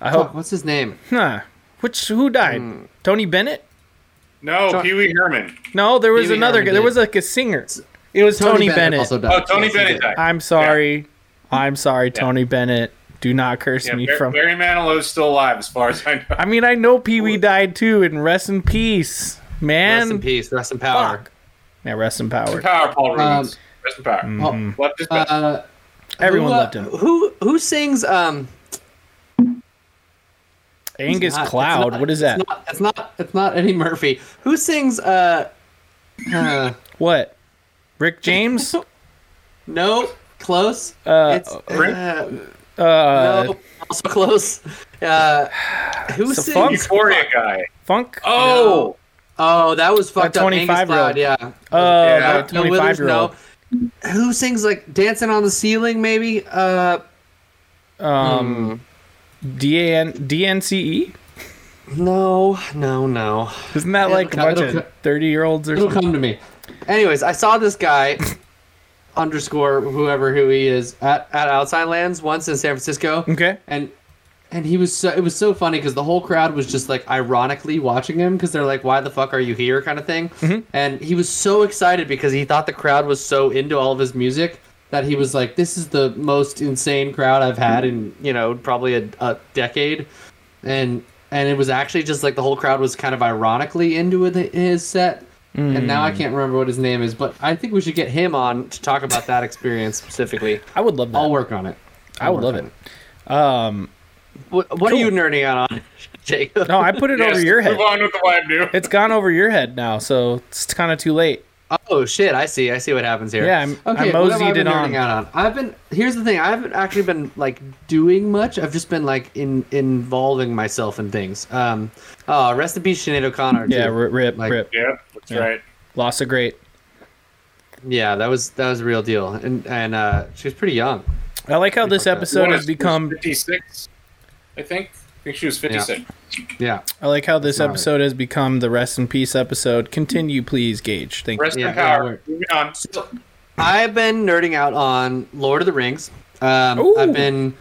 Speaker 2: I
Speaker 1: fuck,
Speaker 2: hope.
Speaker 1: what's his name?
Speaker 2: Huh. Which who died?
Speaker 1: Hmm.
Speaker 2: Tony Bennett?
Speaker 3: No,
Speaker 1: John-
Speaker 3: Pee Wee Herman.
Speaker 2: No, there was
Speaker 1: Pee Wee
Speaker 2: another.
Speaker 1: Herman
Speaker 2: There
Speaker 1: did.
Speaker 2: was like a singer. It was Tony, Bennett.
Speaker 1: also died.
Speaker 3: Oh, Tony
Speaker 1: Yes, he
Speaker 3: Bennett
Speaker 1: did.
Speaker 3: died.
Speaker 2: I'm sorry. I'm sorry, Tony Bennett. Do not curse
Speaker 3: Yeah,
Speaker 2: me
Speaker 3: Bar-
Speaker 2: from.
Speaker 3: Barry Manilow's still alive, as far as I know.
Speaker 2: I mean, I know Pee Wee died too, and rest in peace, man.
Speaker 1: Rest in peace. Rest in power.
Speaker 2: Fuck. Yeah, rest in power.
Speaker 3: Power, Paul Rubens.
Speaker 1: Um,
Speaker 3: Rest in power.
Speaker 2: mm.
Speaker 1: Oh,
Speaker 3: Left his best.
Speaker 1: uh,
Speaker 2: Everyone
Speaker 1: who, uh,
Speaker 2: loved him.
Speaker 1: Who who sings? Um,
Speaker 2: Angus
Speaker 1: it's not-
Speaker 2: Cloud.
Speaker 1: it's not-
Speaker 2: what is that?
Speaker 1: It's not, it's not. It's not Eddie Murphy. Who sings? Uh, uh
Speaker 2: what? Rick James?
Speaker 1: no, close.
Speaker 2: Uh,
Speaker 1: it's,
Speaker 3: Brent?
Speaker 1: uh,
Speaker 2: Uh,
Speaker 1: no, also close. Uh, who
Speaker 2: It's a
Speaker 1: sings?
Speaker 2: funk.
Speaker 3: Euphoria guy.
Speaker 2: Funk? Oh,
Speaker 3: Oh,
Speaker 1: Oh, that Uh, was fucked up. Angus
Speaker 2: 25 -year-old.
Speaker 1: Cloud, yeah.
Speaker 3: Yeah.
Speaker 2: the 25 year old.
Speaker 1: no. Who sings like "Dancing on the Ceiling"? Maybe. Uh,
Speaker 2: Um,
Speaker 3: Hmm.
Speaker 2: DN DNCE?
Speaker 1: no, no, no.
Speaker 2: E? Isn't that like a
Speaker 1: It'll-
Speaker 2: bunch
Speaker 1: it'll-
Speaker 2: of 30 year olds or
Speaker 1: It'll
Speaker 2: something?
Speaker 1: come to me. Anyways, I saw this guy underscore whoever who he is at, at Outside Lands once in San Francisco,
Speaker 2: Okay.
Speaker 1: and and he was so it was so funny because the whole crowd was just like ironically watching him because they're like why the fuck are you here kind of thing
Speaker 2: Mm-hmm.
Speaker 1: and he was so excited because he thought the crowd was so into all of his music that he was like this is the most insane crowd i've had
Speaker 2: Mm-hmm.
Speaker 1: in you know probably a, a decade and and it was actually just like the whole crowd was kind of ironically into it- his set and now i
Speaker 2: Mm.
Speaker 1: can't remember what his name is but i think we should get him on to talk about that experience specifically
Speaker 2: I would love that.
Speaker 1: i'll work on it
Speaker 2: I
Speaker 1: work
Speaker 2: would love
Speaker 1: on
Speaker 2: it. Um,
Speaker 1: what, what are
Speaker 2: Cool.
Speaker 1: you nerding out on jacob
Speaker 2: no, I put it over
Speaker 3: Yes,
Speaker 2: your head.
Speaker 3: Move on with the web, dude.
Speaker 2: It's gone over your head now, so it's kind of too late.
Speaker 1: Oh shit! I see. I see what happens here.
Speaker 2: Yeah, I'm- I
Speaker 1: what have I
Speaker 2: moseyed
Speaker 1: been
Speaker 2: it on.
Speaker 1: nerding out on. I've been. Here's the thing. I haven't actually been like doing much. I've just been like in involving myself in things. Um. Oh, rest in peace, Sinead O'Connor.
Speaker 2: Yeah,
Speaker 1: dude.
Speaker 2: rip, rip,
Speaker 1: Like-
Speaker 2: rip.
Speaker 3: Yeah, that's
Speaker 2: Yeah.
Speaker 3: right.
Speaker 2: Lost a great.
Speaker 1: yeah. That was that was a real deal, and and uh, she was pretty young.
Speaker 2: I like how this episode
Speaker 3: What
Speaker 2: has
Speaker 3: is-
Speaker 2: become.
Speaker 3: 56. I think. I think she was 56.
Speaker 1: Yeah.
Speaker 2: I like how this
Speaker 1: not right.
Speaker 2: episode has become the rest in peace episode. Continue, please, Gage. Thank you.
Speaker 3: Rest
Speaker 1: Yeah,
Speaker 3: in
Speaker 1: yeah,
Speaker 3: power.
Speaker 1: we're-
Speaker 3: Moving on.
Speaker 1: I've been nerding out on Lord of the Rings. Um, I've
Speaker 2: Ooh.
Speaker 1: been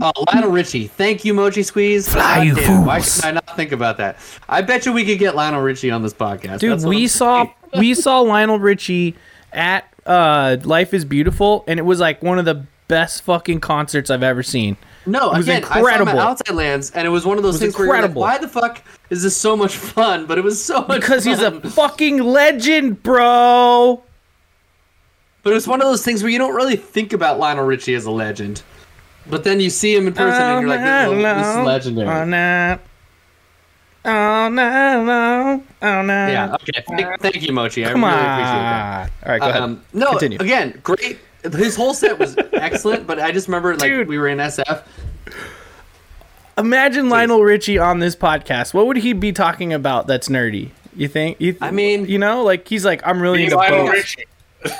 Speaker 1: oh Lionel Richie. Thank you, Mochi Squeeze. Fly
Speaker 2: you
Speaker 1: Why
Speaker 2: fools.
Speaker 1: could I not think about that? I bet you we could get Lionel Richie on this podcast,
Speaker 2: Dude,
Speaker 1: That's what
Speaker 2: we
Speaker 1: I'm-
Speaker 2: saw we saw Lionel Richie at uh, Life is Beautiful, and it was like one of the best fucking concerts I've ever seen.
Speaker 1: No,
Speaker 2: was
Speaker 1: again, I saw him
Speaker 2: incredible.
Speaker 1: at Outside Lands, and it was one of those
Speaker 2: was
Speaker 1: things where you're like,
Speaker 2: incredible.
Speaker 1: why the fuck is this so much fun? But it was so much
Speaker 2: Because he's a
Speaker 1: fun.
Speaker 2: fucking legend, bro.
Speaker 1: But it was one of those things where you don't really think about Lionel Richie as a legend, but then you see him in person, and you're like,
Speaker 2: Uh,
Speaker 1: this is, this is legendary.
Speaker 2: Oh no. Oh no, no. Oh no.
Speaker 1: yeah. Okay. Thank, thank you, Mochi.
Speaker 2: Come
Speaker 1: I really
Speaker 2: on.
Speaker 1: appreciate that.
Speaker 2: All right, go ahead.
Speaker 1: Um, no,
Speaker 2: Continue.
Speaker 1: again, great. His whole set was excellent, but I just remember like
Speaker 2: Dude.
Speaker 1: we were in SF.
Speaker 2: Imagine Lionel Richie on this podcast. What would he be talking about that's nerdy? You think? You
Speaker 1: I mean-
Speaker 2: you know, like he's like, I'm really into
Speaker 3: Lionel
Speaker 2: boats.
Speaker 3: Richie.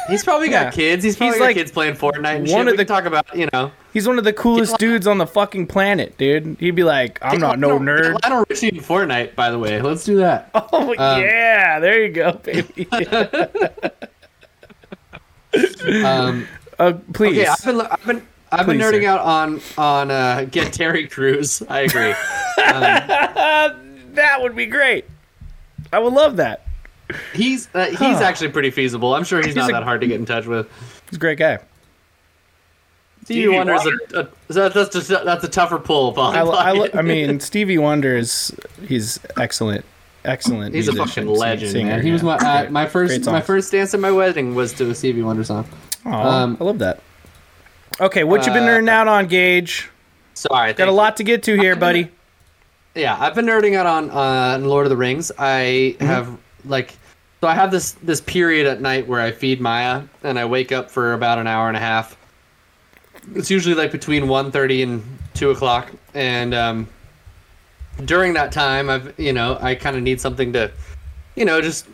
Speaker 1: He's probably
Speaker 2: Yeah.
Speaker 1: got kids. He's probably
Speaker 2: He's
Speaker 1: got
Speaker 2: like
Speaker 1: kids playing Fortnite. And
Speaker 2: one
Speaker 1: shit.
Speaker 2: of
Speaker 1: we
Speaker 2: the-
Speaker 1: can talk about you know.
Speaker 2: He's one of the coolest dudes on the fucking planet, dude. He'd be like, I'm not no
Speaker 1: Lionel-
Speaker 2: nerd.
Speaker 1: Lionel Richie and Fortnite, by the way. Let's do that.
Speaker 2: Oh yeah, there you go, baby.
Speaker 1: Um,
Speaker 2: uh, please.
Speaker 1: okay, I've been I've been I've been
Speaker 2: Please,
Speaker 1: nerding
Speaker 2: sir.
Speaker 1: out on on uh, get Terry Crews. I agree.
Speaker 2: that would be great. I would love that.
Speaker 1: he's uh, he's actually pretty feasible. I'm sure he's, not
Speaker 2: a-
Speaker 1: that hard to get in touch with.
Speaker 2: He's a great guy.
Speaker 1: Stevie Wonder is a, a so that's just, that's a tougher pull. Paul.
Speaker 2: I, I, lo- I mean, Stevie Wonder is he's excellent, excellent.
Speaker 1: He's a
Speaker 2: musician,
Speaker 1: fucking
Speaker 2: sing-
Speaker 1: legend,
Speaker 2: singer,
Speaker 1: man. He was
Speaker 2: yeah.
Speaker 1: my uh, my
Speaker 2: Great
Speaker 1: first
Speaker 2: songs.
Speaker 1: my first dance at my wedding was to a Stevie Wonder song.
Speaker 2: Aw,
Speaker 1: um,
Speaker 2: I love that. Okay, what you been
Speaker 1: uh,
Speaker 2: nerding out on, Gage?
Speaker 1: Sorry,
Speaker 2: Got a lot to get to here, buddy.
Speaker 1: Yeah, I've been nerding out on on Lord of the Rings. I
Speaker 2: Mm-hmm.
Speaker 1: have like so I have this this period at night where I feed Maya and I wake up for about an hour and a half. It's usually like between 1.30 and two o'clock, and um, during that time, I've you know I kind of need something to, you know, just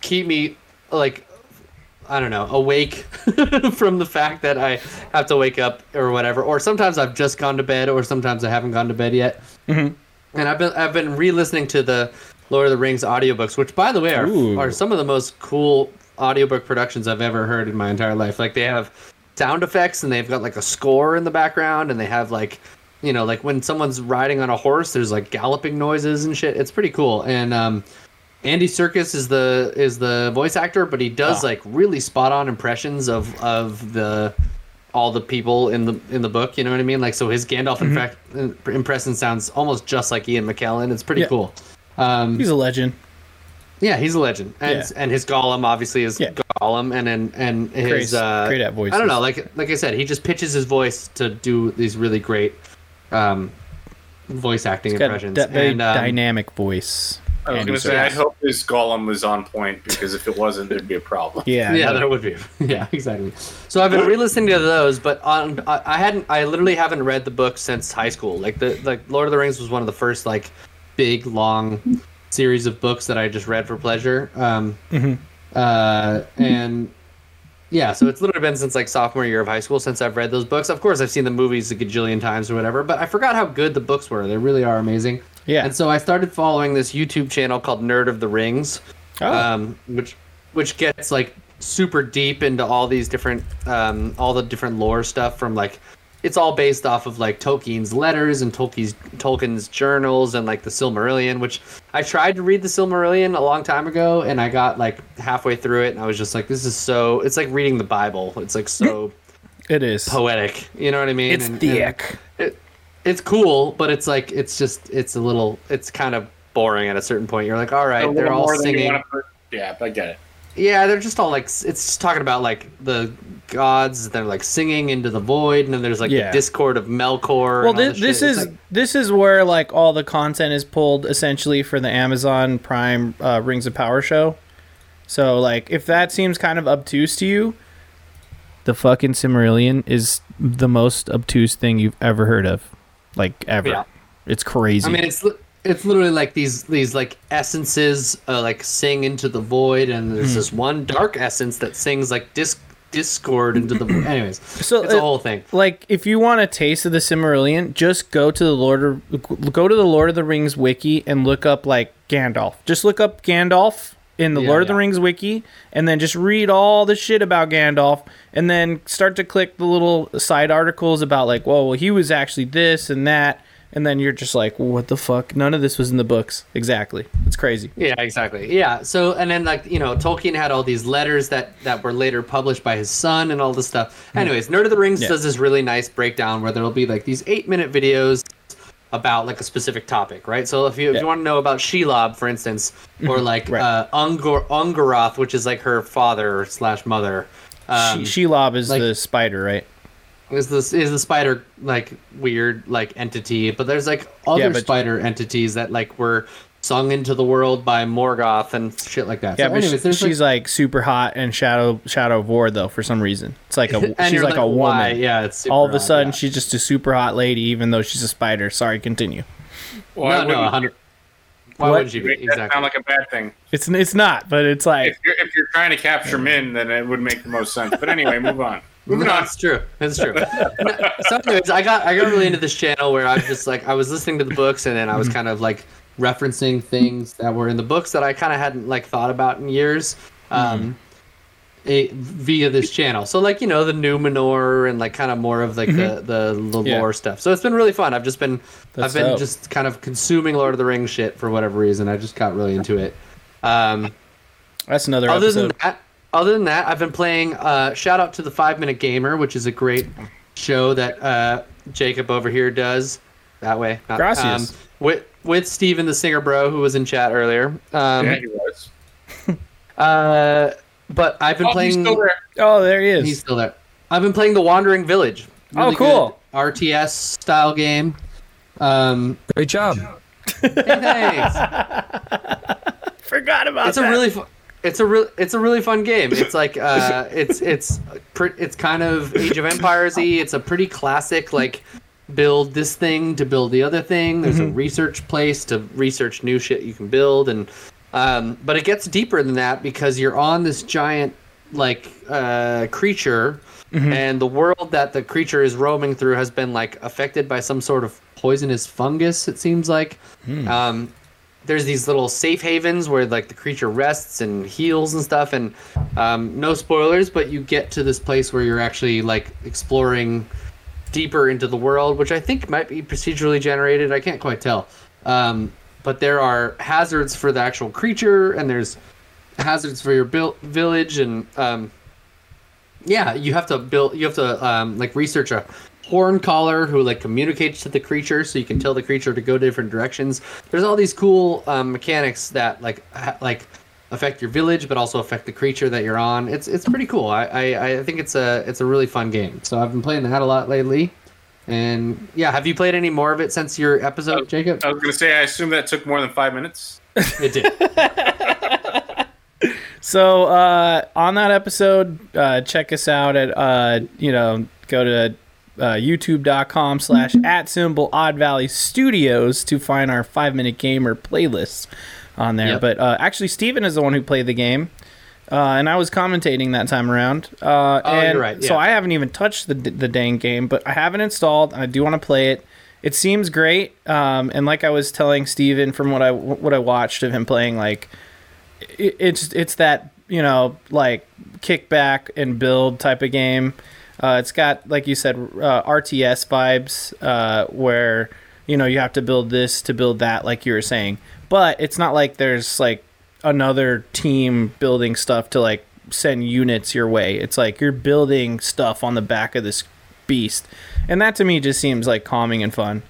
Speaker 1: keep me like I don't know, awake from the fact that I have to wake up or whatever. Or sometimes I've just gone to bed, or sometimes I haven't gone to bed yet. Mm-hmm. And I've been I've been re-listening to the Lord of the Rings audiobooks, which by the way are
Speaker 2: Ooh.
Speaker 1: are some of the most cool audiobook productions I've ever heard in my entire life. Like they have sound effects and they've got like a score in the background and they have like you know like when someone's riding on a horse there's like galloping noises and shit it's pretty cool and um Andy Circus is the is the voice actor, but he
Speaker 2: Ah.
Speaker 1: does like really spot on impressions of of the all the people in the in the book. You know what I mean? Like so, his Gandalf in fact im- impression sounds almost just like Ian McKellen. It's pretty
Speaker 2: Mm-hmm. Yeah.
Speaker 1: cool. Um,
Speaker 2: He's a legend.
Speaker 1: yeah, he's a legend, and
Speaker 2: Yeah.
Speaker 1: and his Gollum obviously is
Speaker 2: Yeah.
Speaker 1: Gollum, and and and his
Speaker 2: Great-
Speaker 1: uh,
Speaker 2: great at
Speaker 1: I
Speaker 2: voices.
Speaker 1: don't know, like like I said, he just pitches his voice to do these really great um, voice acting
Speaker 2: Got a
Speaker 1: impressions.
Speaker 2: d- very
Speaker 1: and, um,
Speaker 2: dynamic voice.
Speaker 1: Oh,
Speaker 3: I was
Speaker 2: Andy
Speaker 3: going to say, I
Speaker 2: Serkis.
Speaker 3: hope his golem was on point because if it wasn't, there'd be a problem.
Speaker 2: yeah,
Speaker 1: yeah,
Speaker 2: no.
Speaker 1: there would be. Yeah, exactly. So I've been re-listening to those, but on I, I hadn't. I literally haven't read the book since high school. Like the like Lord of the Rings was one of the first like big long series of books that I just read for pleasure. Um, uh, and yeah, so it's literally been since like sophomore year of high school since I've read those books. Of course, I've seen the movies a gajillion times or whatever, but I forgot how good the books were. They really are amazing.
Speaker 2: Yeah.
Speaker 1: And so I started following this YouTube channel called Nerd of the Rings
Speaker 2: Oh.
Speaker 1: um, which which gets like super deep into all these different um, all the different lore stuff from like it's all based off of like Tolkien's letters and Tolkien's Tolkien's journals and like the Silmarillion, which I tried to read the Silmarillion a long time ago, and I got like halfway through it, and I was just like, this is so. It's like reading the Bible. It's like so
Speaker 2: It is.
Speaker 1: poetic. You know what I mean?
Speaker 2: It's
Speaker 1: And- and-
Speaker 2: thick.
Speaker 1: it, it's cool, but it's like it's just it's a little it's kind of boring at a certain point. You're like, all
Speaker 3: A
Speaker 1: right,
Speaker 3: little
Speaker 1: they're all
Speaker 3: more than you
Speaker 1: singing.
Speaker 3: wanna put- Yeah, I get it.
Speaker 1: Yeah, they're just all like s- it's just talking about like the gods. They're like singing into the void, and then there's like
Speaker 2: Yeah.
Speaker 1: the discord of Melkor. and
Speaker 2: Well,
Speaker 1: all
Speaker 2: this, this
Speaker 1: shit. It's
Speaker 2: is
Speaker 1: like-
Speaker 2: this is where like all the content is pulled essentially for the Amazon Prime uh, Rings of Power show. So like, if that seems kind of obtuse to you, the fucking Cimmerillion is the most obtuse thing you've ever heard of, like ever.
Speaker 1: Yeah.
Speaker 2: It's crazy.
Speaker 1: I mean, it's li- it's literally like these these like essences uh, like sing into the void, and
Speaker 2: Hmm.
Speaker 1: there's this one dark essence that sings like disc discord into the. Anyways,
Speaker 2: So,
Speaker 1: it's a
Speaker 2: uh,
Speaker 1: whole thing.
Speaker 2: like if you want a taste of the Cimmerillion, just go to the Lord of, go to the Lord of the Rings wiki and look up like Gandalf. Just look up Gandalf in the
Speaker 1: Yeah,
Speaker 2: Lord of the
Speaker 1: yeah.
Speaker 2: Rings wiki and then just read all the shit about Gandalf and then start to click the little side articles about like, whoa, well, he was actually this and that and then you're just like, what the fuck? None of this was in the books. Exactly. It's crazy.
Speaker 1: Yeah, exactly. Yeah. So, and then like you know, Tolkien had all these letters that that were later published by his son and all this stuff. Anyways, Nerd of the Rings
Speaker 2: Hmm. Yeah.
Speaker 1: does this really nice breakdown where there'll be like these eight minute videos about like a specific topic, right? So if you if
Speaker 2: Yeah. Mm-hmm.
Speaker 1: you want to know about Shelob, for instance, or like
Speaker 2: Right.
Speaker 1: uh, Ungor Ungaroth, which is like her father slash mother. Um,
Speaker 2: she- Shelob is
Speaker 1: like-
Speaker 2: the spider, right?
Speaker 1: is this is the spider like weird like entity but there's like other
Speaker 2: but-
Speaker 1: spider entities that like were sung into the world by morgoth and shit like that
Speaker 2: Yeah,
Speaker 1: so
Speaker 2: but
Speaker 1: anyways,
Speaker 2: she,
Speaker 1: there's,
Speaker 2: she's like, super hot and Shadow Shadow of War though for some reason. It's like a
Speaker 1: and
Speaker 2: she's
Speaker 1: you're
Speaker 2: like, a woman.
Speaker 1: why? yeah it's super
Speaker 2: all of a
Speaker 1: odd,
Speaker 2: sudden
Speaker 1: yeah.
Speaker 2: she's just a super hot lady even though she's a spider sorry continue
Speaker 3: Well, I
Speaker 1: no no
Speaker 3: wouldn't
Speaker 1: 100 why
Speaker 2: What?
Speaker 1: would you be
Speaker 3: make that
Speaker 1: exactly
Speaker 3: sound like a bad thing.
Speaker 2: it's it's not but it's like
Speaker 3: If you're, if you're trying to capture men, then it would make the most sense. But anyway, move on. Moving
Speaker 1: No,
Speaker 3: on.
Speaker 1: it's true. It's true. No, so anyways, I got I got really into this channel where I was just like I was listening to the books and then I was
Speaker 2: Mm-hmm.
Speaker 1: kind of like referencing things that were in the books that I kind of hadn't like thought about in years. Um,
Speaker 2: Mm-hmm.
Speaker 1: eh, via this channel, so like you know the Numenor and like kind of more of like the, the the
Speaker 2: Mm-hmm. Yeah.
Speaker 1: lore stuff. So it's been really fun. I've just been
Speaker 2: That's
Speaker 1: I've been
Speaker 2: dope.
Speaker 1: just kind of consuming Lord of the Rings shit for whatever reason. I just got really into it. Um,
Speaker 2: that's another
Speaker 1: other
Speaker 2: episode
Speaker 1: than that other than that i've been playing uh, shout out to the five minute gamer which is a great show that uh, jacob over here does that way not,
Speaker 2: Gracias.
Speaker 1: with with steven the singer bro who was in chat earlier um,
Speaker 3: yeah, he was.
Speaker 1: uh, but i've been
Speaker 3: Oh,
Speaker 1: playing
Speaker 3: he's still there.
Speaker 2: oh there he is
Speaker 1: he's still there i've been playing the wandering village
Speaker 2: Oh, cool.
Speaker 1: good rts style game um,
Speaker 5: Great job.
Speaker 1: hey, thanks
Speaker 2: forgot about
Speaker 1: it's a really fu- it's a real it's a really fun game it's like uh it's it's pre- it's kind of age of empires y it's a pretty classic like build this thing to build the other thing there's a research place to research new shit you can build and um but it gets deeper than that because you're on this giant like uh creature and the world that the creature is roaming through has been like affected by some sort of poisonous fungus it seems like um there's these little safe havens where like the creature rests and heals and stuff and um, no spoilers but you get to this place where you're actually like exploring deeper into the world which i think might be procedurally generated i can't quite tell um, but there are hazards for the actual creature and there's hazards for your built village and um, yeah you have to build you have to um, like research a horn caller who like communicates to the creature so you can tell the creature to go different directions there's all these cool um, mechanics that like ha- like affect your village but also affect the creature that you're on it's it's pretty cool I, I i think it's a it's a really fun game so i've been playing that a lot lately and yeah have you played any more of it since your episode jacob
Speaker 3: I was going to say, I assume that took more than five minutes.
Speaker 1: it did
Speaker 2: so uh on that episode uh check us out at uh you know go to uh, youtube.com slash
Speaker 1: Mm-hmm.
Speaker 2: at symbol odd valley studios to find our five minute gamer playlist on there
Speaker 1: Yep.
Speaker 2: but uh actually steven is the one who played the game uh, and I was commentating that time around. Uh,
Speaker 1: Oh, you're
Speaker 2: and
Speaker 1: right,
Speaker 2: So
Speaker 1: yeah.
Speaker 2: I haven't even touched the the dang game, but I have it installed. And I do want to play it. It seems great. Um, and like I was telling Steven from what I what I watched of him playing, like it, it's it's that you know like kick back and build type of game. Uh, it's got, like you said, uh, RTS vibes uh, where, you know, you have to build this to build that, like you were saying. But it's not like there's like another team building stuff to like send units your way. It's like you're building stuff on the back of this beast. And that to me just seems like calming and fun.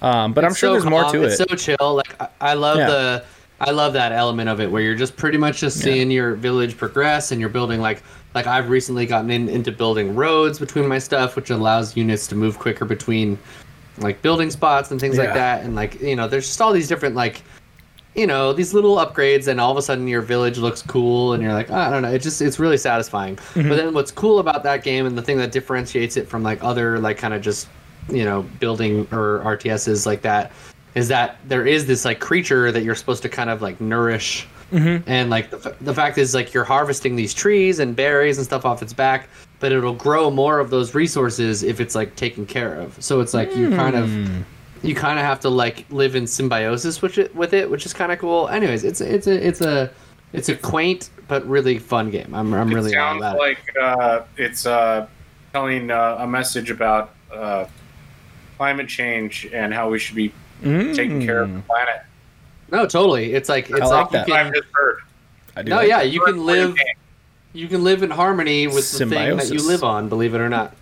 Speaker 2: Um, but I'm
Speaker 1: It's
Speaker 2: sure
Speaker 1: so
Speaker 2: there's more
Speaker 1: calm,
Speaker 2: to
Speaker 1: it's
Speaker 2: it.
Speaker 1: So chill. Like I, I love
Speaker 2: Yeah.
Speaker 1: the I love that element of it where you're just pretty much just seeing your village progress and you're building like like I've recently gotten in, into building roads between my stuff, which allows units to move quicker between like building spots and things
Speaker 2: Yeah.
Speaker 1: like that. And like you know, there's just all these different like you know these little upgrades and all of a sudden your village looks cool and you're like "Ah, i don't know it just it's really satisfying but then what's cool about that game and the thing that differentiates it from like other like kind of just you know building or rtss like that is that there is this like creature that you're supposed to kind of like nourish and like the, f- the fact is like you're harvesting these trees and berries and stuff off its back but it'll grow more of those resources if it's like taken care of so it's like you kind of you kind of have to like live in symbiosis with it, with it which is kind of cool. Anyways, it's it's a it's a it's a quaint but really fun game. I'm I'm
Speaker 3: It
Speaker 1: really all
Speaker 3: sounds
Speaker 1: about it.
Speaker 3: like uh, it's uh, telling uh, a message about uh, climate change and how we should be taking care
Speaker 2: Mm,
Speaker 3: of the
Speaker 2: Hmm.
Speaker 3: planet.
Speaker 1: No, totally. It's like it's
Speaker 2: like
Speaker 1: like,
Speaker 2: that.
Speaker 1: you
Speaker 3: I've
Speaker 1: can,
Speaker 3: just heard.
Speaker 2: I do
Speaker 1: no,
Speaker 2: like
Speaker 1: yeah,
Speaker 2: that.
Speaker 1: you can live you can live in harmony with the thing that
Speaker 2: Symbiosis.
Speaker 1: you live on. Believe it or not.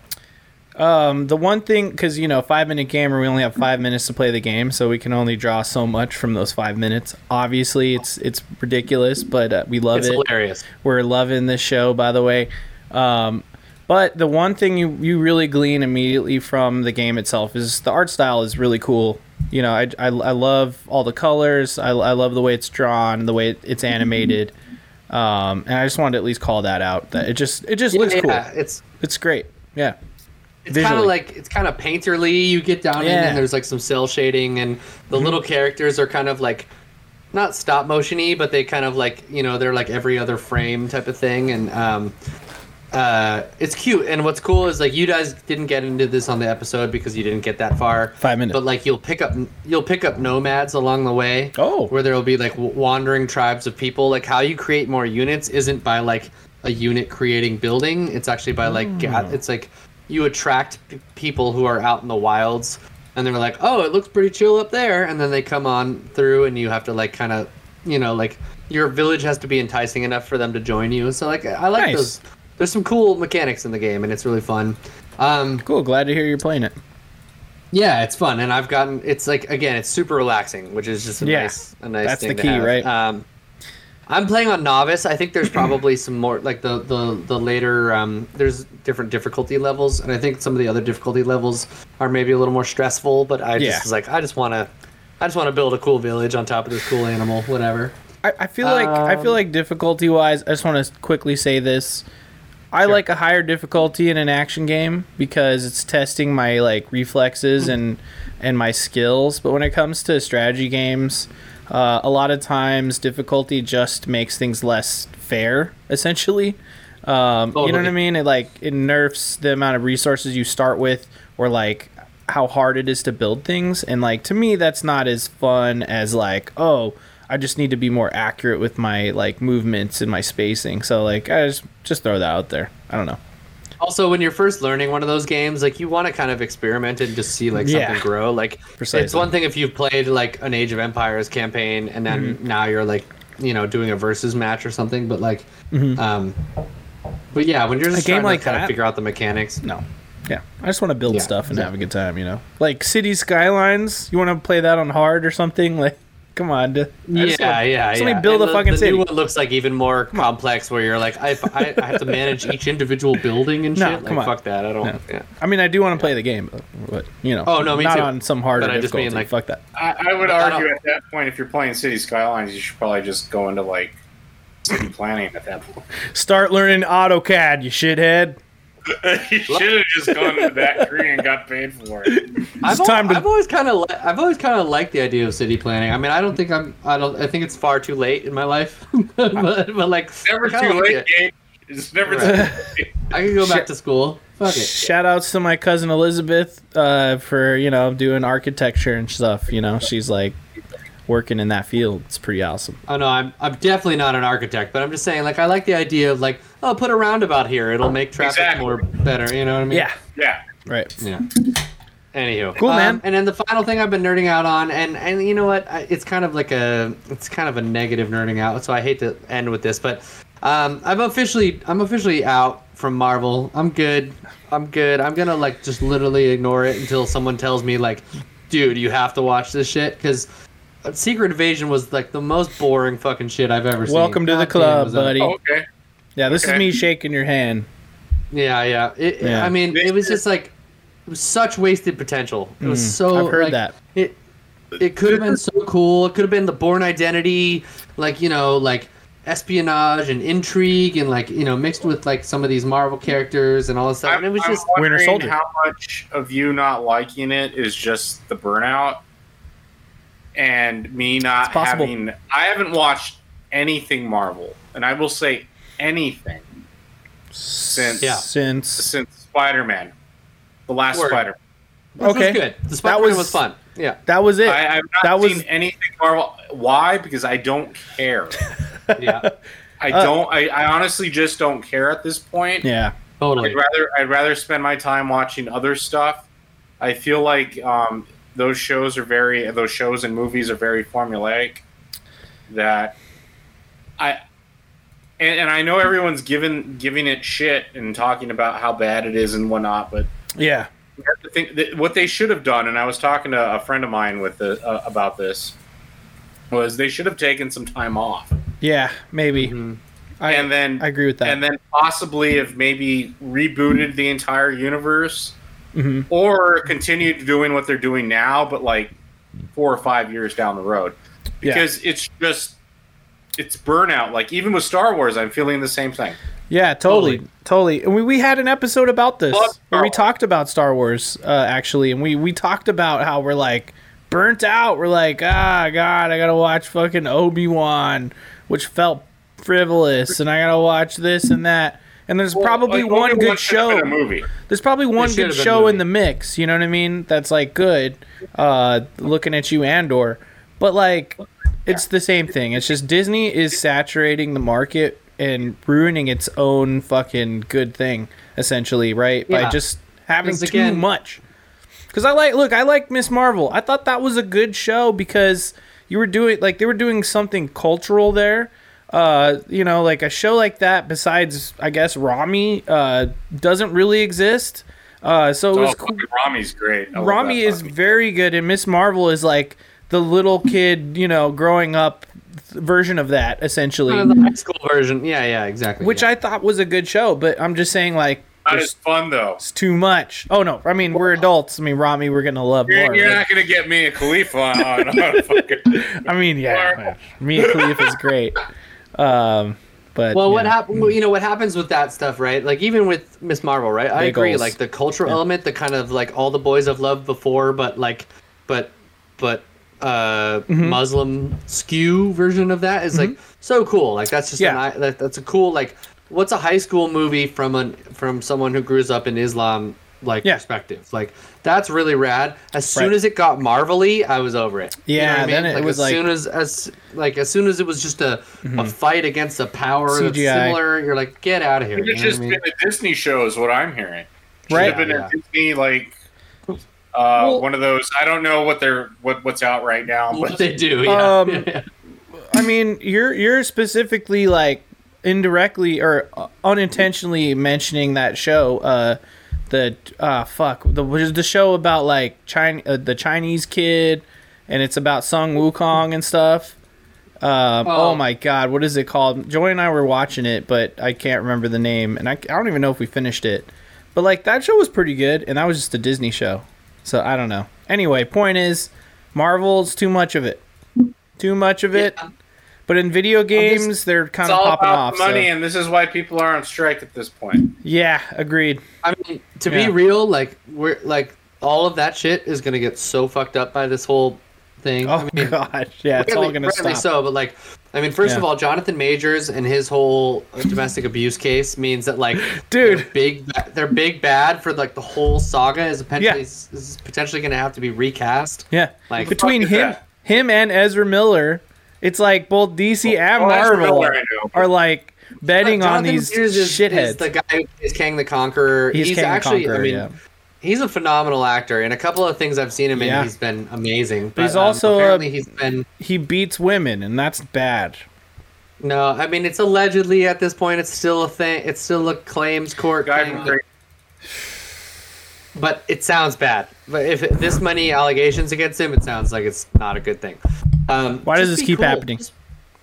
Speaker 2: Um, the one thing, because you know, five minute gamer, we only have five minutes to play the game, so we can only draw so much from those five minutes. Obviously, it's it's ridiculous, but uh, we love
Speaker 1: It's
Speaker 2: it.
Speaker 1: hilarious.
Speaker 2: We're loving this show, by the way. Um, but the one thing you, you really glean immediately from the game itself is the art style is really cool. You know, I, I, I love all the colors. I, I love the way it's drawn, the way it, it's animated. Um, and I just wanted to at least call that out. That it just it just looks
Speaker 1: yeah,
Speaker 2: cool.
Speaker 1: it's
Speaker 2: It's great. Yeah.
Speaker 1: it's kind of
Speaker 2: Visually.
Speaker 1: like it's kind of painterly. You get down in
Speaker 2: Yeah. Mm-hmm.
Speaker 1: and there's like some cell shading, and the little characters are kind of like not stop motiony, but they kind of like you know they're like every other frame type of thing, and um, uh, it's cute. And what's cool is like you guys didn't get into this on the episode because you didn't get that far.
Speaker 2: Five minutes.
Speaker 1: But like you'll pick up you'll pick up nomads along the way.
Speaker 2: Oh.
Speaker 1: where there will be like w- wandering tribes of people. Like how you create more units isn't by like a unit creating building. It's actually by like ga-
Speaker 2: Hmm.
Speaker 1: it's like you attract p- people who are out in the wilds and they're like, "Oh, it looks pretty chill up there." And then they come on through and you have to like kind of, you know, like your village has to be enticing enough for them to join you. So like I like
Speaker 2: Nice.
Speaker 1: those there's some cool mechanics in the game and it's really fun. Um
Speaker 2: Cool. Glad to hear you're playing it.
Speaker 1: yeah, it's fun, and I've gotten. It's like again, it's super relaxing, which is just a
Speaker 2: Yeah,
Speaker 1: nice, a nice.
Speaker 2: that's
Speaker 1: thing
Speaker 2: the
Speaker 1: to
Speaker 2: key,
Speaker 1: have.
Speaker 2: right?
Speaker 1: Um, I'm playing on novice. I think there's probably some more like the the the later. Um, there's different difficulty levels, and I think some of the other difficulty levels are maybe a little more stressful. But I just
Speaker 2: Yeah.
Speaker 1: was like, I just want to, I just want to build a cool village on top of this cool animal, whatever.
Speaker 2: I, I feel like I feel
Speaker 1: Um,
Speaker 2: like difficulty wise, I just want to quickly say this. I like a higher difficulty in an action game because it's testing my like reflexes and and my skills. But when it comes to strategy games, uh, a lot of times difficulty just makes things less fair, essentially. Um, You know what I
Speaker 1: Totally.
Speaker 2: mean? It like it nerfs the amount of resources you start with, or like how hard it is to build things. And like to me, that's not as fun as like oh, I just need to be more accurate with my like movements and my spacing. So like I just just throw that out there. I don't know.
Speaker 1: Also, when you're first learning one of those games, like you want to kind of experiment and just see like
Speaker 2: Yeah.
Speaker 1: something grow. Like it's
Speaker 2: Precisely.
Speaker 1: one thing if you've played like an Age of Empires campaign and then
Speaker 2: Mm-hmm.
Speaker 1: now you're like you know doing a versus match or something, but like, um, but yeah, when you're just
Speaker 2: Mm-hmm. A game
Speaker 1: trying
Speaker 2: like
Speaker 1: to kind
Speaker 2: that-
Speaker 1: of figure out the mechanics.
Speaker 2: No. Yeah, I just want to build
Speaker 1: Yeah,
Speaker 2: stuff and
Speaker 1: yeah.
Speaker 2: have a good time. You know, like City Skylines. You want to play that on hard or something? Like, come on. dude. I
Speaker 1: Yeah,
Speaker 2: just wanna-
Speaker 1: yeah,
Speaker 2: just
Speaker 1: yeah.
Speaker 2: let me build
Speaker 1: And
Speaker 2: a
Speaker 1: the,
Speaker 2: fucking
Speaker 1: the
Speaker 2: city.
Speaker 1: new one looks like even more complex, where you're like, I, I, I have to manage each individual building and
Speaker 2: No,
Speaker 1: shit. like,
Speaker 2: come on.
Speaker 1: fuck that. I don't.
Speaker 2: No.
Speaker 1: Yeah.
Speaker 2: I mean, I do want to play the game, but, but you know,
Speaker 1: Oh, no, me
Speaker 2: not
Speaker 1: too.
Speaker 2: on some harder
Speaker 1: But I just
Speaker 2: difficulty.
Speaker 1: mean, like-
Speaker 2: Fuck that.
Speaker 3: I, I would
Speaker 1: I don't-
Speaker 3: argue at that point, if you're playing City Skylines, you should probably just go into like city planning at that point.
Speaker 2: Start learning AutoCAD, you shithead.
Speaker 3: you should have just gone to that career and got paid for it.
Speaker 1: I've,
Speaker 2: It's time
Speaker 1: al-
Speaker 2: to-
Speaker 1: I've always kind of li- I've always kind of liked the idea of city planning. I mean, I don't think I'm I don't I think it's far too late in my life, but, but like
Speaker 3: Never
Speaker 1: I kinda
Speaker 3: too
Speaker 1: like
Speaker 3: late,
Speaker 1: it.
Speaker 3: game. It's never too late.
Speaker 1: I could go
Speaker 2: Shit.
Speaker 1: back to school. Fuck it.
Speaker 2: Shout outs to my cousin Elizabeth uh, for you know doing architecture and stuff. You know, she's like, working in that field. It's pretty awesome.
Speaker 1: Oh no, I'm I'm definitely not an architect, but I'm just saying like I like the idea of like oh put a roundabout here, it'll make traffic
Speaker 3: Exactly.
Speaker 1: more better. You know what I mean?
Speaker 2: Yeah.
Speaker 3: Yeah.
Speaker 2: Right.
Speaker 1: Yeah. Anywho, Um,
Speaker 2: Cool, man.
Speaker 1: And then the final thing I've been nerding out on, and and you know what, I- it's kind of like a it's kind of a negative nerding out. So I hate to end with this, but um, I'm officially I'm officially out from Marvel. I'm good. I'm good. I'm gonna like just literally ignore it until someone tells me like, dude, you have to watch this shit because. Secret Invasion was like the most boring fucking shit I've ever seen.
Speaker 2: Welcome to the
Speaker 1: God damn,
Speaker 2: club,
Speaker 1: was that-
Speaker 2: buddy.
Speaker 3: Oh, okay.
Speaker 2: Yeah, this
Speaker 3: Okay.
Speaker 2: is me shaking your hand.
Speaker 1: Yeah, yeah. It, it-
Speaker 2: Yeah.
Speaker 1: I mean, it was just like it was such wasted potential. It was so.
Speaker 2: Mm. Hmm. I've heard
Speaker 1: like,
Speaker 2: that.
Speaker 1: It it could have been so cool. It could have been the Born Identity, like you know, like espionage and intrigue and like you know mixed with like some of these Marvel characters and all this stuff.
Speaker 3: I'm,
Speaker 1: And it was
Speaker 3: I'm
Speaker 1: just
Speaker 2: Winter
Speaker 3: wondering
Speaker 2: Soldier.
Speaker 3: how much of you not liking it is just the burnout and me not
Speaker 2: It's possible.
Speaker 3: having. I haven't watched anything Marvel, and I will say anything since
Speaker 1: Yeah.
Speaker 2: Since
Speaker 3: since Spider Man, the last
Speaker 1: Word.
Speaker 3: Spider.
Speaker 1: which was
Speaker 2: okay.
Speaker 1: good. The Spider-Man
Speaker 2: was-
Speaker 1: was fun. Yeah,
Speaker 2: that was it.
Speaker 3: I, I've not
Speaker 2: that
Speaker 3: seen
Speaker 2: was
Speaker 3: anything Marvel. Why? Because I don't care.
Speaker 1: yeah,
Speaker 3: I
Speaker 2: Uh,
Speaker 3: don't. I, I honestly just don't care at this point.
Speaker 2: yeah.
Speaker 1: totally.
Speaker 3: I'd rather I'd rather spend my time watching other stuff. I feel like um, those shows are very those shows and movies are very formulaic. That I and, and I know everyone's giving giving it shit and talking about how bad it is and whatnot, but
Speaker 2: Yeah.
Speaker 3: you have to think that what they should have done. And I was talking to a friend of mine with the, uh, about this was they should have taken some time off
Speaker 2: Yeah, maybe.
Speaker 1: Mm-hmm.
Speaker 2: I,
Speaker 3: and then
Speaker 2: I agree with that.
Speaker 3: and then possibly have maybe rebooted the entire universe
Speaker 2: Mhm.
Speaker 3: or continued doing what they're doing now but like four or five years down the road
Speaker 2: Yeah.
Speaker 3: because it's just it's burnout like even with star wars i'm feeling the same thing
Speaker 2: Yeah, totally, totally. And we, we had an episode about this
Speaker 3: Love Star
Speaker 2: where we
Speaker 3: Wars.
Speaker 2: talked about Star Wars uh, actually, and we we talked about how we're like burnt out. We're like, ah, God, I gotta watch fucking Obi Wan, which felt frivolous, and I gotta watch this and that. And there's probably
Speaker 3: Like,
Speaker 2: one
Speaker 3: Obi-Wan
Speaker 2: good
Speaker 3: should have
Speaker 2: show.
Speaker 3: been a movie
Speaker 2: There's probably one
Speaker 1: should
Speaker 2: good
Speaker 1: have been
Speaker 2: show
Speaker 1: movie.
Speaker 2: in the mix. You know what I mean? That's like good. Uh, looking at you, Andor, but like, it's the same thing. It's just Disney is saturating the market and ruining its own fucking good thing, essentially, right? By
Speaker 1: Yeah.
Speaker 2: just having
Speaker 1: Because
Speaker 2: too
Speaker 1: again-
Speaker 2: much. Because I like, look, I like Miss Marvel. I thought that was a good show because you were doing like they were doing something cultural there. Uh, you know, like a show like that, besides I guess Rami, uh, doesn't really exist. Uh, so it
Speaker 3: oh
Speaker 2: was
Speaker 3: fucking rami's great I love
Speaker 2: Rami
Speaker 3: that
Speaker 2: is
Speaker 3: Rami.
Speaker 2: very good, and Miss Marvel is like the little kid, you know, growing up th- version of that essentially,
Speaker 1: Kind of the high school version. Yeah, yeah, exactly.
Speaker 2: which
Speaker 1: yeah.
Speaker 2: I thought was a good show. But I'm just saying, like,
Speaker 3: not
Speaker 2: there's-
Speaker 3: as fun though
Speaker 2: it's too much. Oh no, I mean we're adults. I mean Rami, we're gonna love
Speaker 3: you're,
Speaker 2: more.
Speaker 3: you're
Speaker 2: right?
Speaker 3: not gonna get me a Khalifa on, on a fucking-
Speaker 2: I mean, yeah,
Speaker 3: Marvel.
Speaker 2: me and Khalif is great. Um, but
Speaker 1: Well, what
Speaker 2: yeah.
Speaker 1: hap- well, You know what happens with that stuff, right? Like even with Miss Marvel, right? I
Speaker 2: Big
Speaker 1: agree.
Speaker 2: goals.
Speaker 1: Like the cultural
Speaker 2: Yeah.
Speaker 1: element, the kind of like all the boys I've loved before, but like, but but uh
Speaker 2: Mm-hmm.
Speaker 1: Muslim skew version of that is, like so cool. Like that's just
Speaker 2: Yeah.
Speaker 1: an I that, that's a cool like what's a high school movie from an from someone who grows up in Islam like
Speaker 2: Yeah.
Speaker 1: perspective. Like that's really rad. As soon
Speaker 2: Right.
Speaker 1: as it got Marvelly, I was over it.
Speaker 2: Yeah,
Speaker 1: what
Speaker 2: then it was
Speaker 1: as
Speaker 2: like-
Speaker 1: soon as as like as soon as it was just a,
Speaker 2: Mm-hmm.
Speaker 1: a fight against a power that's
Speaker 2: CGI.
Speaker 1: similar, you're like, get out of here. You
Speaker 3: It's
Speaker 1: know what
Speaker 3: just
Speaker 1: I mean?
Speaker 3: been a Disney show, is what I'm hearing. Should
Speaker 2: Right.
Speaker 3: have been
Speaker 1: Yeah.
Speaker 3: a Disney like uh,
Speaker 2: Well-
Speaker 3: one of those. I don't know what they're what what's out right now,
Speaker 1: What
Speaker 3: but
Speaker 1: they do, yeah.
Speaker 2: Um, I mean, you're you're specifically like indirectly or uh, unintentionally mentioning that show. Uh, the uh, fuck the which is the show about like China, uh, the Chinese kid, and it's about Sung Wukong and stuff. Um, oh.
Speaker 1: Oh.
Speaker 2: my god, what is it called? Joy and I were watching it, but I can't remember the name, and I, I don't even know if we finished it. But like that show was pretty good, and that was just a Disney show, so I don't know. Anyway, point is, Marvel's too much of it, too much of it.
Speaker 1: Yeah.
Speaker 2: But in video games, they're kind of
Speaker 3: it's all
Speaker 2: popping
Speaker 3: about
Speaker 2: off.
Speaker 3: the money,
Speaker 2: so.
Speaker 3: and this is why people are on strike at this point.
Speaker 2: Yeah, agreed.
Speaker 1: I mean, to
Speaker 2: Yeah.
Speaker 1: be real, like we're like all of that shit is gonna get so fucked up by this whole thing.
Speaker 2: Oh
Speaker 1: I mean,
Speaker 2: god, yeah, it's all
Speaker 1: rightly-
Speaker 2: gonna
Speaker 1: rightly
Speaker 2: stop.
Speaker 1: so, but like, I mean, first
Speaker 2: Yeah.
Speaker 1: of all, Jonathan Majors and his whole uh, domestic abuse case means that like,
Speaker 2: Dude.
Speaker 1: they're big, ba- they're big bad for like the whole saga is potentially
Speaker 2: Yeah.
Speaker 1: is potentially gonna have to be recast.
Speaker 2: Yeah,
Speaker 1: Like,
Speaker 2: between
Speaker 3: fuck is
Speaker 2: him,
Speaker 3: that?
Speaker 2: him and Ezra Miller, it's like both DC and
Speaker 3: Oh, Ezra
Speaker 2: Marvel
Speaker 3: Miller, I know.
Speaker 2: are like betting on
Speaker 1: Jonathan
Speaker 2: these
Speaker 1: Majors is-
Speaker 2: shitheads.
Speaker 1: Is the guy who plays Kang the Conqueror.
Speaker 2: He's
Speaker 1: He's,
Speaker 2: Kang the
Speaker 1: actually,
Speaker 2: Conqueror,
Speaker 1: I mean,
Speaker 2: yeah.
Speaker 1: he's a phenomenal actor. And a couple of things I've seen him in,
Speaker 2: Yeah.
Speaker 1: he's been amazing. But,
Speaker 2: he's
Speaker 1: um,
Speaker 2: also a-
Speaker 1: apparently he's been
Speaker 2: he beats women, and that's bad.
Speaker 1: no. I mean, it's allegedly at this point. It's still a thing. It's still a claims court
Speaker 3: Guy
Speaker 1: thing.
Speaker 3: from Great-
Speaker 1: But it sounds bad. But if it- this many allegations against him, it sounds like it's not a good thing. Um,
Speaker 2: Why does
Speaker 1: just
Speaker 2: this
Speaker 1: be
Speaker 2: keep happening?
Speaker 1: Just,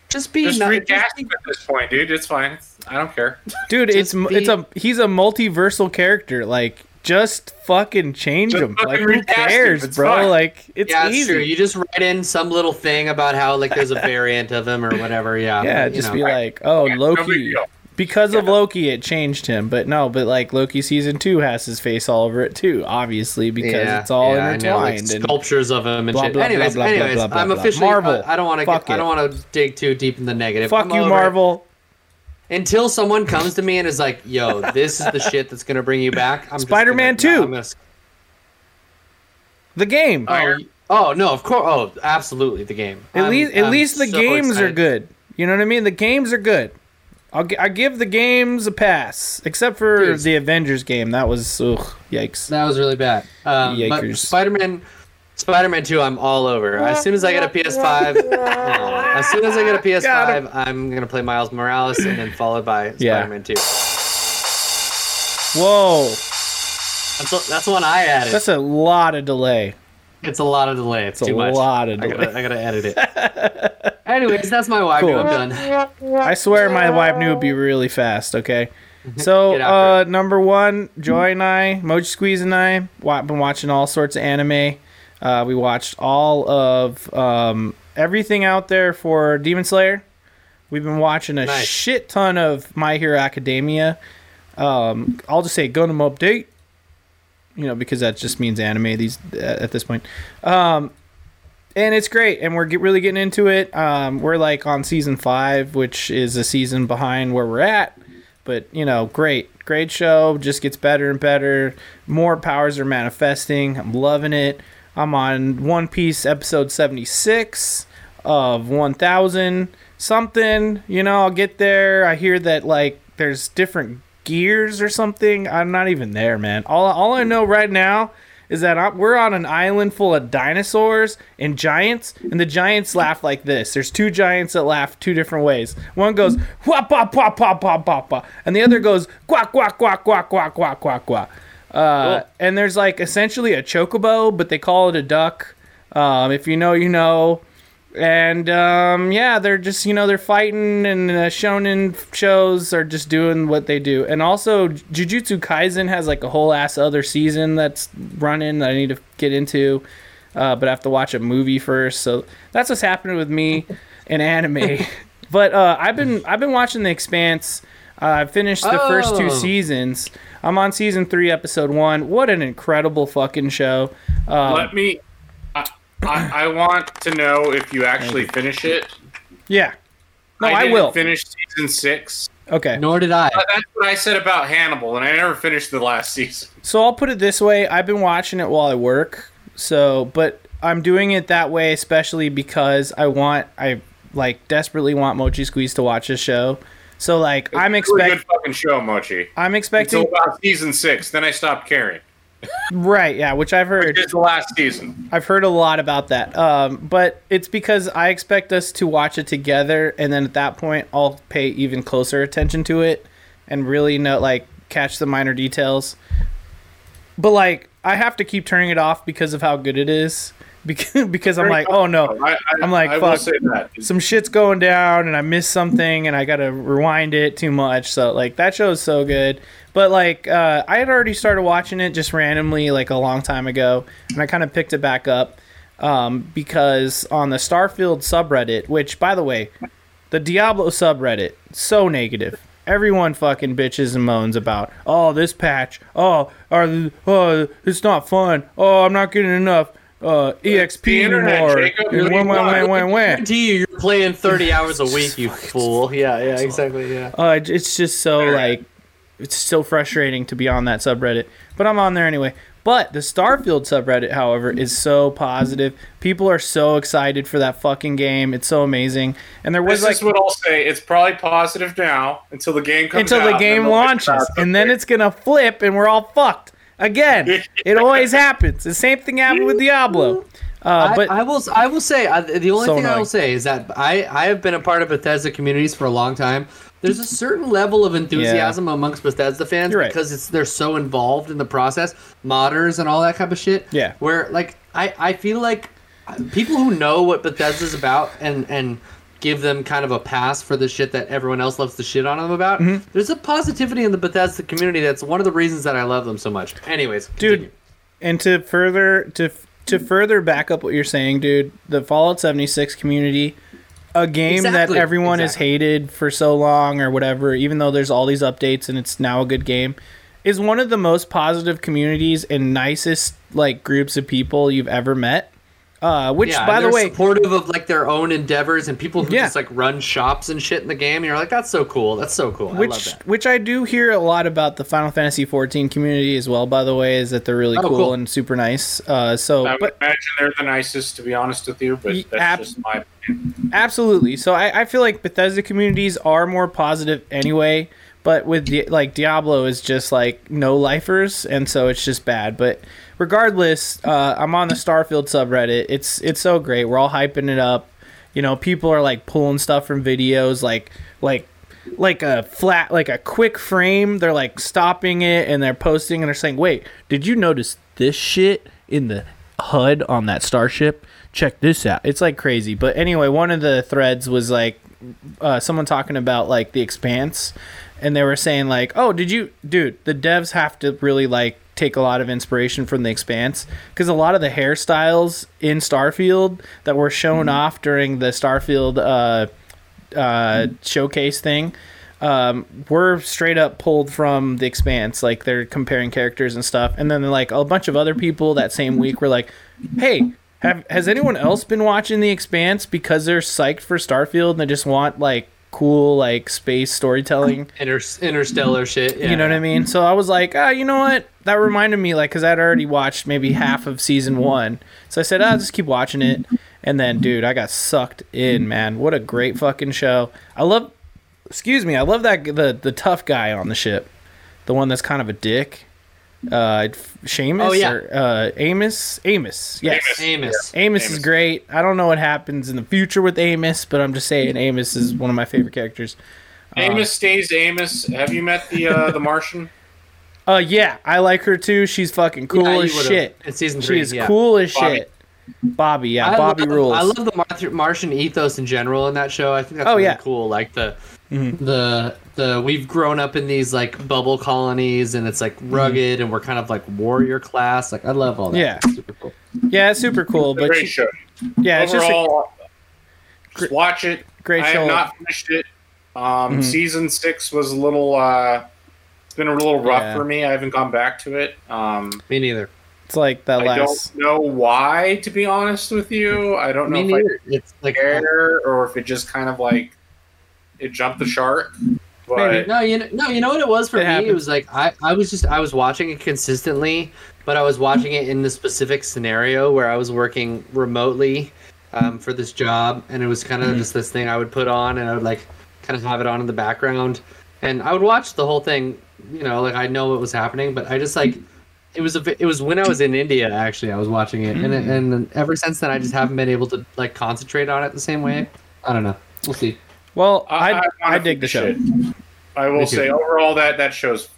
Speaker 1: just be
Speaker 3: Just
Speaker 1: not-
Speaker 3: recast him at this point, dude. It's fine. It's- I don't care.
Speaker 2: Dude,
Speaker 1: Just
Speaker 2: it's m
Speaker 1: be-
Speaker 2: it's a he's a multiversal character. Like just fucking change
Speaker 3: Just
Speaker 2: him.
Speaker 3: fucking
Speaker 2: like who
Speaker 3: recast him.
Speaker 2: cares,
Speaker 3: It's
Speaker 2: bro?
Speaker 3: fine.
Speaker 2: Like it's
Speaker 1: yeah,
Speaker 2: easy.
Speaker 1: it's true. You just write in some little thing about how like there's a variant of him or whatever. Yeah,
Speaker 2: yeah,
Speaker 1: you
Speaker 2: just
Speaker 1: know.
Speaker 2: be like, oh
Speaker 3: Yeah, no big
Speaker 2: Loki.
Speaker 3: deal.
Speaker 2: because of Loki, it changed him. But no, but like Loki season two has his face all over it too, obviously because
Speaker 1: Yeah,
Speaker 2: it's all
Speaker 1: yeah, I know, like,
Speaker 2: intertwined. and
Speaker 1: sculptures of him and
Speaker 2: blah,
Speaker 1: shit.
Speaker 2: blah, blah,
Speaker 1: anyways,
Speaker 2: blah, blah,
Speaker 1: anyways,
Speaker 2: blah, blah,
Speaker 1: I'm
Speaker 2: blah.
Speaker 1: officially
Speaker 2: Marvel,
Speaker 1: I, I don't want
Speaker 2: fuck
Speaker 1: to. I don't
Speaker 2: it.
Speaker 1: want to dig too deep in the negative.
Speaker 2: fuck
Speaker 1: I'm
Speaker 2: you,
Speaker 1: over it.
Speaker 2: Marvel.
Speaker 1: Until someone comes to me and is like, "Yo, this is the shit that's gonna bring you back." I'm just
Speaker 2: Spider-Man
Speaker 1: gonna-
Speaker 2: two.
Speaker 1: I'm gonna-
Speaker 2: The game.
Speaker 1: Oh,
Speaker 3: Fire.
Speaker 1: oh no, of course. Oh, absolutely, the game.
Speaker 2: At
Speaker 1: I'm-
Speaker 2: least, at
Speaker 1: I'm
Speaker 2: least the
Speaker 1: so
Speaker 2: games are
Speaker 1: excited.
Speaker 2: good. You know what I mean? The games are good. I'll gi- I give the games a pass, except for
Speaker 1: Dude.
Speaker 2: the Avengers game. That was ugh, yikes.
Speaker 1: That was really bad. Um, but
Speaker 2: Yikers.
Speaker 1: Spider Man, Spider Man Two, I'm all over. As soon as I get a PS5, Aw. uh, as soon as I get a PS5, I'm gonna play Miles Morales, and then followed by
Speaker 2: Yeah.
Speaker 1: Spider Man Two.
Speaker 2: Whoa,
Speaker 1: That's a, that's one I added.
Speaker 2: that's a lot of delay.
Speaker 1: it's a lot of delay. It's,
Speaker 2: It's a
Speaker 1: too much.
Speaker 2: lot of
Speaker 1: I
Speaker 2: delay.
Speaker 1: gotta, I gotta edit it. Anyways, that's my why.
Speaker 2: Cool.
Speaker 1: I'm done.
Speaker 2: I swear my wife knew it'd be really fast, okay?
Speaker 1: Mhm.
Speaker 2: So,
Speaker 1: Get after
Speaker 2: uh, number one, Joy and I, Moji Squeeze and I, wa- been watching all sorts of anime. Uh, we watched all of um, everything out there for Demon Slayer. We've been watching a
Speaker 1: Nice.
Speaker 2: shit ton of My Hero Academia. Um, I'll just say Gundam Update, you know, because that just means anime these uh, at this point Um, and it's great and we're get, really getting into it um, we're like on season five which is a season behind where we're at but you know great great show just gets better and better more powers are manifesting i'm loving it i'm on one piece episode 76 of 1000 something you know i'll get there i hear that like there's different gears or something i'm not even there man all, all i know right now is that I- we're on an island full of dinosaurs and giants, and the giants laugh like this. There's two giants that laugh two different ways. One goes whop whop whop whop whop whop, whop," and the other goes quack quack quack quack quack quack quack quack. Uh, And there's like essentially a chocobo, but they call it a duck. Um, if you know, you know. And um, yeah, they're just you know they're fighting, and uh, shonen shows are just doing what they do. And also, Jujutsu Kaisen has like a whole ass other season that's running that I need to get into, uh, but I have to watch a movie first. So that's what's happening with me in anime. but uh, I've been I've been watching The Expanse. Uh, I finished the first two
Speaker 1: Oh.
Speaker 2: seasons. I'm on season three, episode one. What an incredible fucking show! Um,
Speaker 3: Let me. I, I, I want to know if you actually finish it.
Speaker 2: yeah. No, I,
Speaker 3: didn't
Speaker 2: will.
Speaker 3: finish season six.
Speaker 2: okay.
Speaker 1: Nor did I.
Speaker 3: But that's what I said about Hannibal, and I never finished the last season.
Speaker 2: So I'll put it this way: I've been watching it while I work. So, but I'm doing it that way, especially because I want, I like desperately want Mochi Squeeze to watch this show. So, like, I'm
Speaker 3: Really
Speaker 2: expect,
Speaker 3: good fucking show, Mochi.
Speaker 2: I'm
Speaker 3: Until
Speaker 2: expecting,
Speaker 3: about season six, then I stopped caring.
Speaker 2: right? Yeah, which I've heard.
Speaker 3: It's the last season.
Speaker 2: I've heard a lot about that. Um, but it's because I expect us to watch it together, and then at that point, I'll pay even closer attention to it and really know, like, catch the minor details. But like, I have to keep turning it off because of how good it is. Because, because I'm like, oh no,
Speaker 3: I, I,
Speaker 2: I'm like,
Speaker 3: I will
Speaker 2: fuck.
Speaker 3: say that.
Speaker 2: some shit's going down and I missed something and I gotta rewind it too much. So like that show is so good. But like uh, I had already started watching it just randomly like a long time ago, and I kind of picked it back up um, because on the Starfield subreddit, which by the way, the Diablo subreddit so negative. Everyone fucking bitches and moans about oh this patch, oh are th- oh it's not fun, oh I'm not getting enough uh, exp
Speaker 3: the internet,
Speaker 2: anymore.
Speaker 3: Jacob.
Speaker 2: And
Speaker 3: What do
Speaker 2: wah,
Speaker 3: you
Speaker 2: wah,
Speaker 3: want?
Speaker 2: wah, wah, wah.
Speaker 1: guarantee you, you're playing 30 hours a week, you fool. Yeah, yeah, exactly. Yeah.
Speaker 2: Uh, it- it's just so like it's so frustrating to be on that subreddit, but I'm on there anyway. But the Starfield subreddit, however, is so positive. People are so excited for that fucking game. It's so amazing. And there was
Speaker 3: This
Speaker 2: like
Speaker 3: is what I'll say. It's probably positive now until the game comes
Speaker 2: until
Speaker 3: out,
Speaker 2: the
Speaker 3: and
Speaker 2: game
Speaker 3: then they'll figure
Speaker 2: launches,
Speaker 3: out
Speaker 2: and then
Speaker 3: something.
Speaker 2: it's gonna flip, and we're all fucked again. it always happens. The same thing happened with Diablo. Uh,
Speaker 1: I,
Speaker 2: but
Speaker 1: I will. s- I will say I, the only
Speaker 2: So
Speaker 1: thing I
Speaker 2: annoying.
Speaker 1: will say is that I I have been a part of Bethesda communities for a long time. There's a certain level of enthusiasm amongst Bethesda fans
Speaker 2: You're right.
Speaker 1: because it's they're so involved in the process, modders and all that kind of shit.
Speaker 2: Yeah.
Speaker 1: Where like I I feel like people who know what Bethesda's about and and give them kind of a pass for the shit that everyone else loves to shit on them about.
Speaker 2: Mm-hmm.
Speaker 1: There's a positivity in the Bethesda community that's one of the reasons that I love them so much. Anyways,
Speaker 2: dude and to further to to further back up what you're saying dude the fallout 76 community a game
Speaker 1: Exactly,
Speaker 2: that everyone has
Speaker 1: exactly.
Speaker 2: hated for so long or whatever even though there's all these updates and it's now a good game is one of the most positive communities and nicest like groups of people you've ever met uh, which
Speaker 1: Yeah,
Speaker 2: by the
Speaker 1: they're
Speaker 2: way
Speaker 1: supportive of like their own endeavors and people who
Speaker 2: Yeah.
Speaker 1: just like run shops and shit in the game. And you're like, that's so cool. That's so cool. I love
Speaker 2: which
Speaker 1: that.
Speaker 2: which I do hear a lot about the Final Fantasy 14 community as well. By the way, is that they're really
Speaker 1: Oh,
Speaker 2: cool,
Speaker 1: cool.
Speaker 2: and super nice. Uh, so,
Speaker 3: I would
Speaker 2: but
Speaker 3: imagine they're the nicest, to be honest with you, but
Speaker 2: Ye-
Speaker 3: that's
Speaker 2: ab- uh,
Speaker 3: just my.
Speaker 2: Absolutely. So I, I feel like Bethesda communities are more positive anyway, but with Di- like Diablo is just like no lifers, and so it's just bad. But regardless, uh, I'm on the Starfield subreddit. It's it's so great. We're all hyping it up. You know, people are like pulling stuff from videos, like like like a flat like a quick frame. They're like stopping it and they're posting and they're saying, "Wait, did you notice this shit in the HUD on that starship. Check this out. It's like crazy. But anyway, one of the threads was like uh, someone talking about like the expanse and they were saying like, "Oh, did you dude, the devs have to really like take a lot of inspiration from the expanse because a lot of the hairstyles in Starfield that were shown off during the Starfield uh uh, showcase thing um, were straight up pulled from the expanse like they're comparing characters and stuff and then like a bunch of other people that same week were like hey have, has anyone else been watching the expanse because they're psyched for starfield and they just want like cool like space storytelling
Speaker 1: Inter- interstellar shit.
Speaker 2: Mm-hmm. you know what I mean? So I was like, ah, you know what? That reminded me, like, because I'd already watched maybe half of season one. So I said, ah, just keep watching it. And then, dude, I got sucked in, man. What a great fucking show. I love, excuse me, I love that g- the the tough guy on the ship, the one that's kind of a dick. Uh, Seamus
Speaker 1: Oh, yeah.
Speaker 2: or uh, Amos? Amos, yes.
Speaker 3: Amos.
Speaker 1: Amos.
Speaker 2: Amos, is
Speaker 3: Amos.
Speaker 2: great. I don't know what happens in the future with Amos, but I'm just saying Amos is one of my favorite characters.
Speaker 3: Amos stays Amos. Have you met the uh, the Martian?
Speaker 2: Uh, yeah, I like her too. She's fucking cool
Speaker 1: Yeah, you
Speaker 2: as
Speaker 1: would've-
Speaker 2: shit.
Speaker 1: in season
Speaker 2: She
Speaker 1: three,
Speaker 2: is
Speaker 1: yeah.
Speaker 2: cool as
Speaker 3: Bobby.
Speaker 2: shit. Bobby, yeah,
Speaker 1: I
Speaker 2: Bobby
Speaker 1: love,
Speaker 2: rules.
Speaker 1: I love the Marth- Martian ethos in general in that show. I think that's
Speaker 2: Oh,
Speaker 1: really
Speaker 2: yeah. Mm-hmm.
Speaker 1: cool. Like the the the we've grown up in these like bubble colonies and it's like
Speaker 2: Mm-hmm.
Speaker 1: rugged and we're kind of like warrior class. Like I love all that.
Speaker 2: Yeah.
Speaker 1: It's super cool.
Speaker 2: yeah, it's super cool, but
Speaker 3: Great
Speaker 2: she-
Speaker 3: show.
Speaker 2: yeah, it's just a
Speaker 3: Overall, just, watch it.
Speaker 2: great
Speaker 3: I
Speaker 2: show.
Speaker 3: have not finished it. Um,
Speaker 2: Mm-hmm.
Speaker 3: Season six was a little. Uh, it's been a little rough
Speaker 2: Yeah.
Speaker 3: for me. I haven't gone back to it. Um,
Speaker 1: Me neither.
Speaker 2: it's like that
Speaker 3: I
Speaker 2: last.
Speaker 3: don't know why, to be honest with you. I don't
Speaker 1: Me
Speaker 3: know if I
Speaker 1: neither. It's like
Speaker 3: care or if it just kind of like it jumped the shark. But
Speaker 2: Maybe.
Speaker 1: No, you know, no, you know what it was for me.
Speaker 2: It
Speaker 1: It
Speaker 2: happens.
Speaker 1: was like I, I was just I was watching it consistently, but I was watching it in the specific scenario where I was working remotely um, for this job, and it was kind of just this thing I would put on, and I would like kind of have it on in the background, and I would watch the whole thing. You know, like I know what was happening, but I just like it was a, vi- it was when I was in India actually. I was watching it, and and and ever since then I just haven't been able to like concentrate on it the same way. I don't know. We'll see.
Speaker 2: Well, I I,
Speaker 3: wanna
Speaker 2: dig the show.
Speaker 3: finish it. I
Speaker 1: Me
Speaker 3: will
Speaker 1: too.
Speaker 3: say overall that that shows.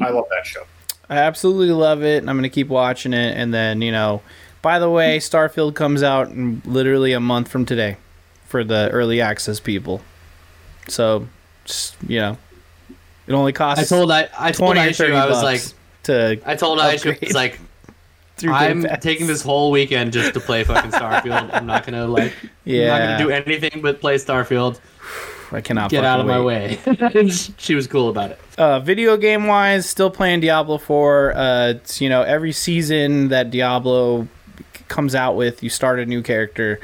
Speaker 3: I love that show.
Speaker 2: I absolutely love it, and I'm gonna keep watching it. And then you know, by the way, Starfield comes out in literally a month from today for the early access people. So, just, you know, it only costs
Speaker 1: I told I I told
Speaker 2: twenty or
Speaker 1: Aishu
Speaker 2: thirty
Speaker 1: I was
Speaker 2: bucks
Speaker 1: like.
Speaker 2: to.
Speaker 1: I told Aisha,
Speaker 2: Upgrade.
Speaker 1: it's like,
Speaker 2: through Game
Speaker 1: I'm
Speaker 2: Pass.
Speaker 1: taking this whole weekend just to play fucking Starfield. I'm not gonna like,
Speaker 2: Yeah,
Speaker 1: I'm not gonna do anything but play Starfield.
Speaker 2: I cannot
Speaker 1: Get
Speaker 2: fucking
Speaker 1: out of my
Speaker 2: wait.
Speaker 1: way. and sh- she was cool about it.
Speaker 2: uh, video game wise, still playing Diablo 4. Uh, it's, you know, every season that Diablo c- comes out with, you start a new character.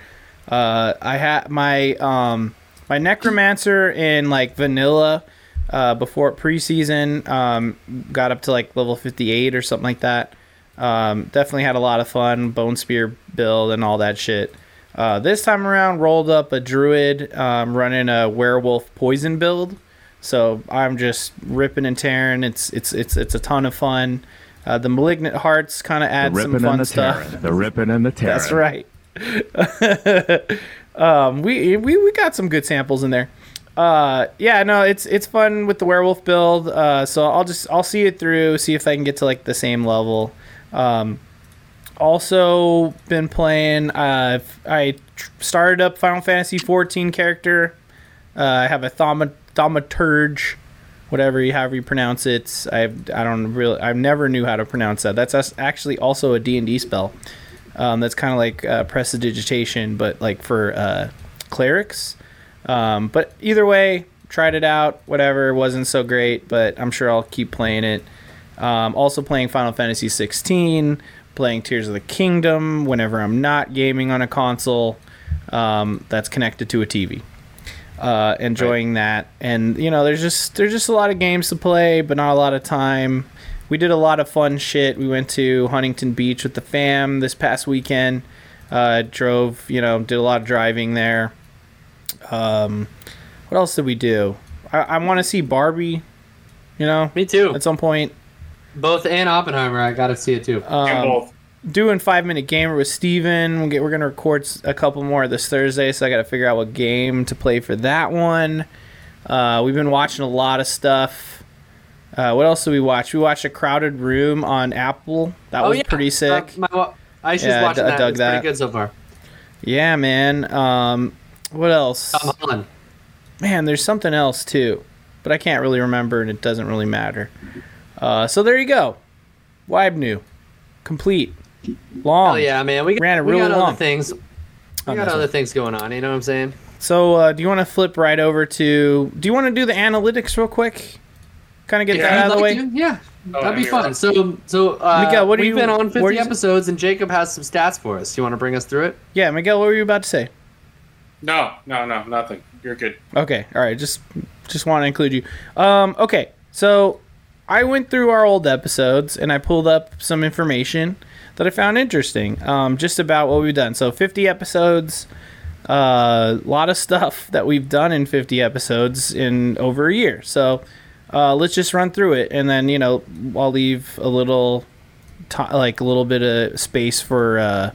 Speaker 2: Uh, I had my um, my necromancer in like vanilla uh, before preseason um, got up to like level 58 or something like that. Um, definitely had a lot of fun. Bone spear build and all that shit. Uh, this time around, rolled up a druid um, running a werewolf poison build. So I'm just ripping and tearing. It's it's it's it's a ton of fun. Uh, the malignant hearts kind of add some
Speaker 5: ripping and
Speaker 2: fun
Speaker 5: the
Speaker 2: stuff.
Speaker 5: tearing. The ripping and the tearing.
Speaker 2: That's right. um, we, we we got some good samples in there. Uh, yeah, no, it's it's fun with the werewolf build. Uh, so I'll just I'll see it through, see if I can get to like the same level. Um, also been playing. Uh, I tr- started up Final Fantasy 14 character. Uh, I have a thaumat- thaumaturge, whatever you however you pronounce it. I I don't really I never knew how to pronounce that. That's us- actually also a D and D spell. Um, that's kind of like uh, prestidigitation, but like for uh, clerics. Um, but either way, tried it out. Whatever, wasn't so great, but I'm sure I'll keep playing it. Um, also playing Final Fantasy 16, playing Tears of the Kingdom whenever I'm not gaming on a console um, that's connected to a TV. Uh, enjoying that, and you know, there's just there's just a lot of games to play, but not a lot of time. We did a lot of fun shit. We went to Huntington Beach with the fam this past weekend. Uh, drove, you know, did a lot of driving there. Um, what else did we do? I, I want to see Barbie. You know,
Speaker 1: Me too.
Speaker 2: at some point.
Speaker 1: Both and Oppenheimer, I gotta see it too.
Speaker 2: Oh,
Speaker 3: Do
Speaker 2: Um,
Speaker 3: both.
Speaker 2: doing five minute gamer with Steven. We'll get, we're gonna record s- a couple more this Thursday, so I got to figure out what game to play for that one. Uh, we've been watching a lot of stuff. Uh, what else did we watch? We watched a crowded room on Apple. That was pretty sick.
Speaker 1: Uh, my, wa- Aisha's
Speaker 2: Yeah, I
Speaker 1: watching
Speaker 2: d- I
Speaker 1: that.
Speaker 2: dug
Speaker 1: it's
Speaker 2: that.
Speaker 1: pretty good so far.
Speaker 2: yeah, man. Um, what else?
Speaker 1: Tom Holland.
Speaker 2: man, there's something else too, but I can't really remember, and it doesn't really matter. Uh, so there you go. Wibe new, complete, long.
Speaker 1: Hell Oh, yeah, man. We got,
Speaker 2: Ran it
Speaker 1: we
Speaker 2: really
Speaker 1: got
Speaker 2: long. Oh,
Speaker 1: other things. We
Speaker 2: On
Speaker 1: got
Speaker 2: this
Speaker 1: other
Speaker 2: one.
Speaker 1: things going on. You know what I'm saying?
Speaker 2: So, uh, do you want to flip right over to? Do you want to do the analytics real quick? Kind of get
Speaker 3: Yeah,
Speaker 2: that
Speaker 1: I'd
Speaker 2: out of the way.
Speaker 1: like to, Yeah, that'd
Speaker 3: that'd
Speaker 1: be
Speaker 3: be
Speaker 1: fun.
Speaker 3: right.
Speaker 1: So, so uh,
Speaker 2: Miguel, what do
Speaker 1: we've
Speaker 2: you-
Speaker 1: been on
Speaker 2: where
Speaker 1: 50
Speaker 2: do you-
Speaker 1: episodes, and Jacob has some stats for us. You want to bring us through it?
Speaker 2: Yeah, Miguel, what were you about to say?
Speaker 3: No, no, no, nothing. You're good.
Speaker 2: Okay, all right. Just just want to include you. Um, okay, so I went through our old episodes and I pulled up some information that I found interesting, um, just about what we've done. So 50 episodes, a lot of stuff that we've done in 50 episodes in over a year. So uh, let's just run through it, and then you know I'll leave a little, ti like a little bit of space for. Uh,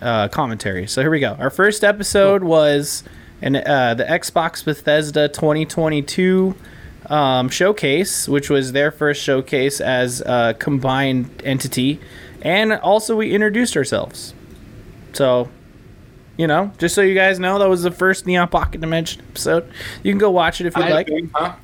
Speaker 2: uh, commentary. So here we go. Our first episode was an uh, the Xbox Bethesda 2022 um, showcase, which was their first showcase as a combined entity, and also we introduced ourselves. So. You know, just so you guys know, that was the first Neon Pocket Dimension episode. You can go watch it if you'd
Speaker 1: I-
Speaker 2: like.
Speaker 3: Huh?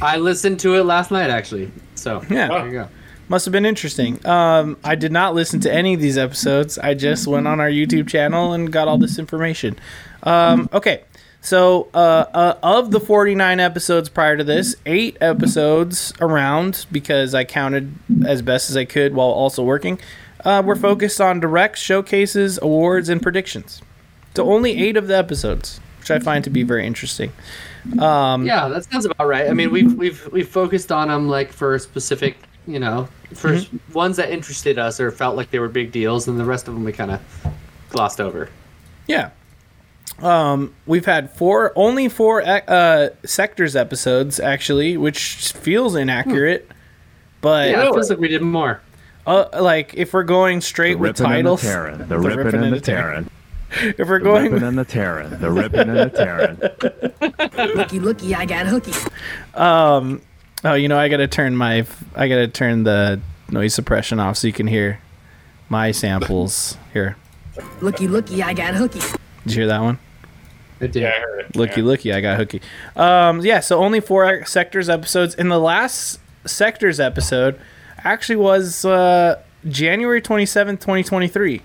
Speaker 1: I listened to it last night, actually. So,
Speaker 2: Yeah.
Speaker 1: there you go.
Speaker 2: Must have been interesting. Um, I did not listen to any of these episodes. I just went on our YouTube channel and got all this information. Um, okay, so uh, uh, of the 49 episodes prior to this, eight episodes around, because I counted as best as I could while also working, uh, were focused on directs, showcases, awards, and predictions. So only eight of the episodes, which I find to be very interesting. Um,
Speaker 1: Yeah, that sounds about right. I mean, we've we've we've focused on them like for specific, you know, for s-
Speaker 2: Mm-hmm.
Speaker 1: ones that interested us or felt like they were big deals, and the rest of them we kind of glossed over.
Speaker 2: Yeah. Um, we've had four, only four uh, sectors episodes actually, which feels inaccurate. But
Speaker 1: Yeah, it feels like we did more.
Speaker 2: uh, like if we're going straight
Speaker 5: The
Speaker 2: with
Speaker 5: ripping and the
Speaker 2: titles,
Speaker 5: tearing. The ripping and the tearing.
Speaker 2: if we're
Speaker 5: The ripping
Speaker 2: going,
Speaker 5: and the tearing. The ripping and the tearing.
Speaker 6: Looky, looky, I got hooky.
Speaker 2: oh, you know, I gotta turn my, I gotta turn the noise suppression off so you can hear my samples here.
Speaker 6: Looky, looky, I got hooky.
Speaker 2: Did you hear that one?
Speaker 1: It did.
Speaker 3: Yeah, I heard it.
Speaker 2: Looky,
Speaker 3: yeah.
Speaker 2: looky, I got hooky. Um, yeah, so only four sectors episodes. And the last sectors episode actually was uh, January 27th, 2023.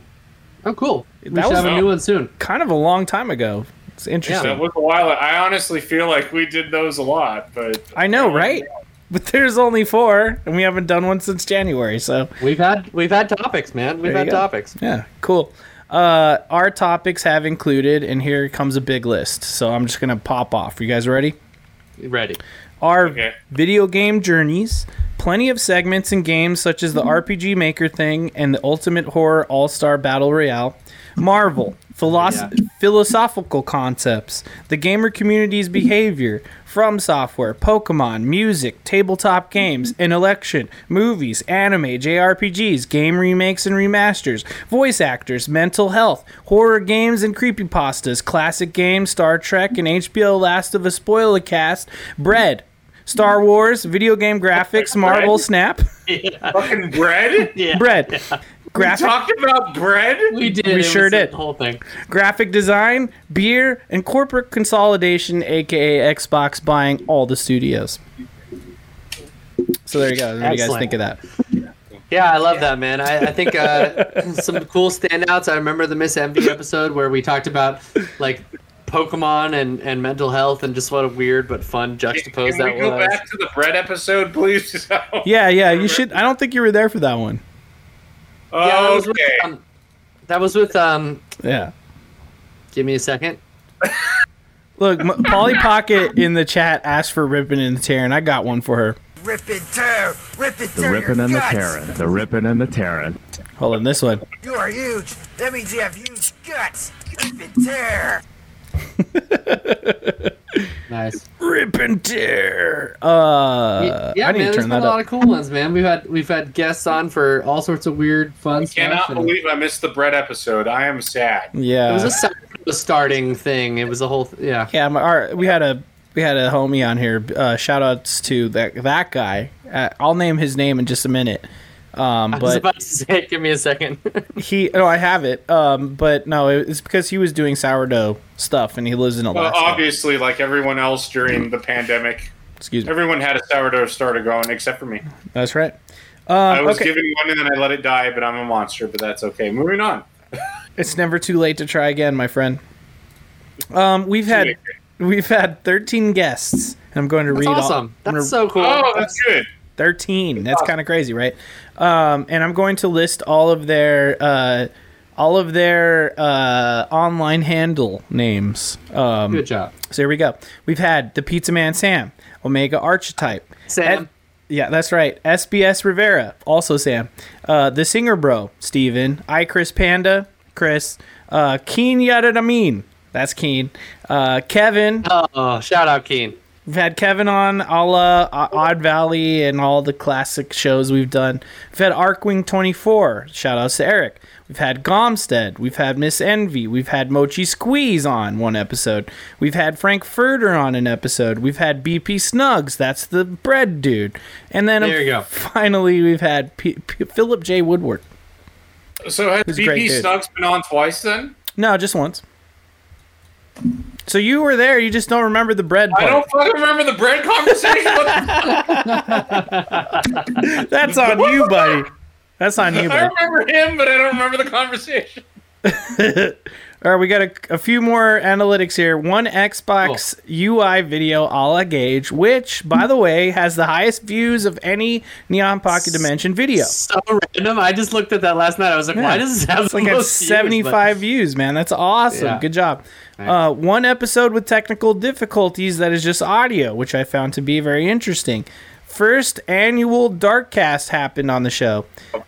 Speaker 1: Oh, cool. We
Speaker 2: That
Speaker 1: should
Speaker 2: was-
Speaker 1: have a new one soon.
Speaker 2: Kind of a long time ago. It's interesting.
Speaker 3: That was a while. I honestly feel like we did those a lot, but
Speaker 2: I know, right? But there's only four, and we haven't done one since January. So,
Speaker 1: We've had we've had topics, man. We've
Speaker 2: There you
Speaker 1: had
Speaker 2: go.
Speaker 1: topics.
Speaker 2: yeah, cool. Uh, our topics have included, and here comes a big list. So I'm just going to pop off. You guys ready?
Speaker 1: Ready?
Speaker 2: our
Speaker 3: Okay.
Speaker 2: video game journeys, Plenty of segments and games such as the RPG Maker thing and the Ultimate Horror All Star Battle Royale, Marvel, philos- philosophical concepts, the gamer community's behavior, From Software, Pokemon, music, tabletop games, an election, movies, anime, JRPGs, game remakes and remasters, voice actors, mental health, horror games and creepypastas, classic games, Star Trek and HBO Last of Us spoiler cast, bread. Star Wars, video game graphics, Marvel, Snap,
Speaker 3: Fucking bread? You
Speaker 2: bread, graphic,
Speaker 3: talked about bread?
Speaker 1: We did.
Speaker 2: We
Speaker 1: it was
Speaker 2: sure
Speaker 1: the
Speaker 2: did.
Speaker 1: whole thing.
Speaker 2: graphic design, beer, and corporate consolidation, aka Xbox buying all the studios. So there you go. What do you guys
Speaker 1: Excellent.
Speaker 2: think of that?
Speaker 1: Yeah, I love that, man. I, I think uh, some cool standouts. I remember the Miss Envy episode where we talked about like Pokemon and, and mental health and just what a weird but fun juxtapose
Speaker 3: Can
Speaker 1: that
Speaker 3: we go
Speaker 1: was.
Speaker 3: back to the bread episode, please?
Speaker 2: Yeah, yeah. You should. I don't think you were there for that one.
Speaker 1: Yeah, that
Speaker 3: Oh,
Speaker 1: was with,
Speaker 3: okay.
Speaker 1: um, that was with um.
Speaker 2: Yeah.
Speaker 1: Give me a second.
Speaker 2: Look, M- Polly Pocket in the chat asked for ripping and tearing. I got one for her.
Speaker 7: Rip and tear, rip and
Speaker 5: The
Speaker 7: tear
Speaker 5: ripping
Speaker 7: your
Speaker 5: and the
Speaker 7: guts.
Speaker 5: tearing. The ripping and the tearing.
Speaker 2: Hold on, this one.
Speaker 7: You are huge. That means you have huge guts. Rip and tear.
Speaker 1: Nice.
Speaker 2: Rip and tear. Uh,
Speaker 1: yeah,
Speaker 2: I
Speaker 1: man.
Speaker 2: need to
Speaker 1: There's
Speaker 2: turn
Speaker 1: been
Speaker 2: that
Speaker 1: a lot
Speaker 2: up.
Speaker 1: of cool ones, man. We've had we've had guests on for all sorts of weird, fun stuff.
Speaker 3: Cannot
Speaker 1: and-
Speaker 3: believe I missed the bread episode. I am sad.
Speaker 1: it was
Speaker 2: yeah.
Speaker 1: a side- a starting thing. It was a whole th- yeah.
Speaker 2: Yeah, my, our, we had a we had a homie on here. Uh, shout outs to that that guy. Uh, I'll name his name in just a minute. Um,
Speaker 1: I was
Speaker 2: but
Speaker 1: Uh, about to say, give me a second.
Speaker 2: he, no, I have it. Um, but no, it- it's because he was doing sourdough stuff, and he lives in
Speaker 3: Well,
Speaker 2: Alaska.
Speaker 3: obviously, like everyone else during the pandemic,
Speaker 2: Excuse me.
Speaker 3: everyone had a sourdough starter going except for me.
Speaker 2: That's right.
Speaker 3: I was
Speaker 2: Uh, okay.
Speaker 3: giving one and then I let it die, but I'm a monster, but that's okay. Moving on.
Speaker 2: It's never too late to try again, my friend. Um, we've had we've had 13 guests, and I'm going to
Speaker 1: That's
Speaker 2: read. all-
Speaker 1: awesome.
Speaker 2: I'm
Speaker 1: That's
Speaker 2: gonna-
Speaker 1: so cool.
Speaker 3: Oh, that's good.
Speaker 2: 13 that's kind of crazy right um, and i'm going to list all of their uh, all of their uh, online handle names um,
Speaker 1: Good job,
Speaker 2: so here we go we've had the pizza man sam omega archetype
Speaker 1: Sam.
Speaker 2: Ed- yeah, that's right. SBS Rivera, also Sam. Uh, the Singer Bro, Steven. I Chris Panda, Chris. Uh, Keen Yadadamin, that's Keen. Uh, Kevin,
Speaker 1: oh, shout out Keen.
Speaker 2: We've had Kevin on, a la O- Odd Valley, and all the classic shows we've done. We've had Arkwing 24. Shout outs to Eric. We've had Gomstead. We've had Miss Envy. We've had Mochi Squeeze on one episode. We've had Frank Furter on an episode. We've had BP Snugs. That's the bread dude. And then
Speaker 1: There you go.
Speaker 2: finally, we've had P- P- Philip J. Woodward.
Speaker 3: So has
Speaker 2: He's a great
Speaker 3: BP
Speaker 2: dude.
Speaker 3: Snugs been on twice then?
Speaker 2: No, just once. So you were there. You just don't remember the bread part.
Speaker 3: I don't fucking remember the bread conversation. What the-
Speaker 2: That's on you, buddy. That's on you, buddy.
Speaker 3: I remember him, but I don't remember the conversation.
Speaker 2: All right, we got a, a few more analytics here. One Xbox UI video a la Gage, which, by the way, has the highest views of any Neon Pocket Dimension video.
Speaker 1: So random. I just looked at that last night. I was like, why
Speaker 2: Yeah.
Speaker 1: does this have
Speaker 2: It's like at 75 views, man. That's awesome.
Speaker 1: Yeah.
Speaker 2: Good job. Uh, one episode with technical difficulties that is just audio, which I found to be very interesting. First annual Darkcast happened on the show.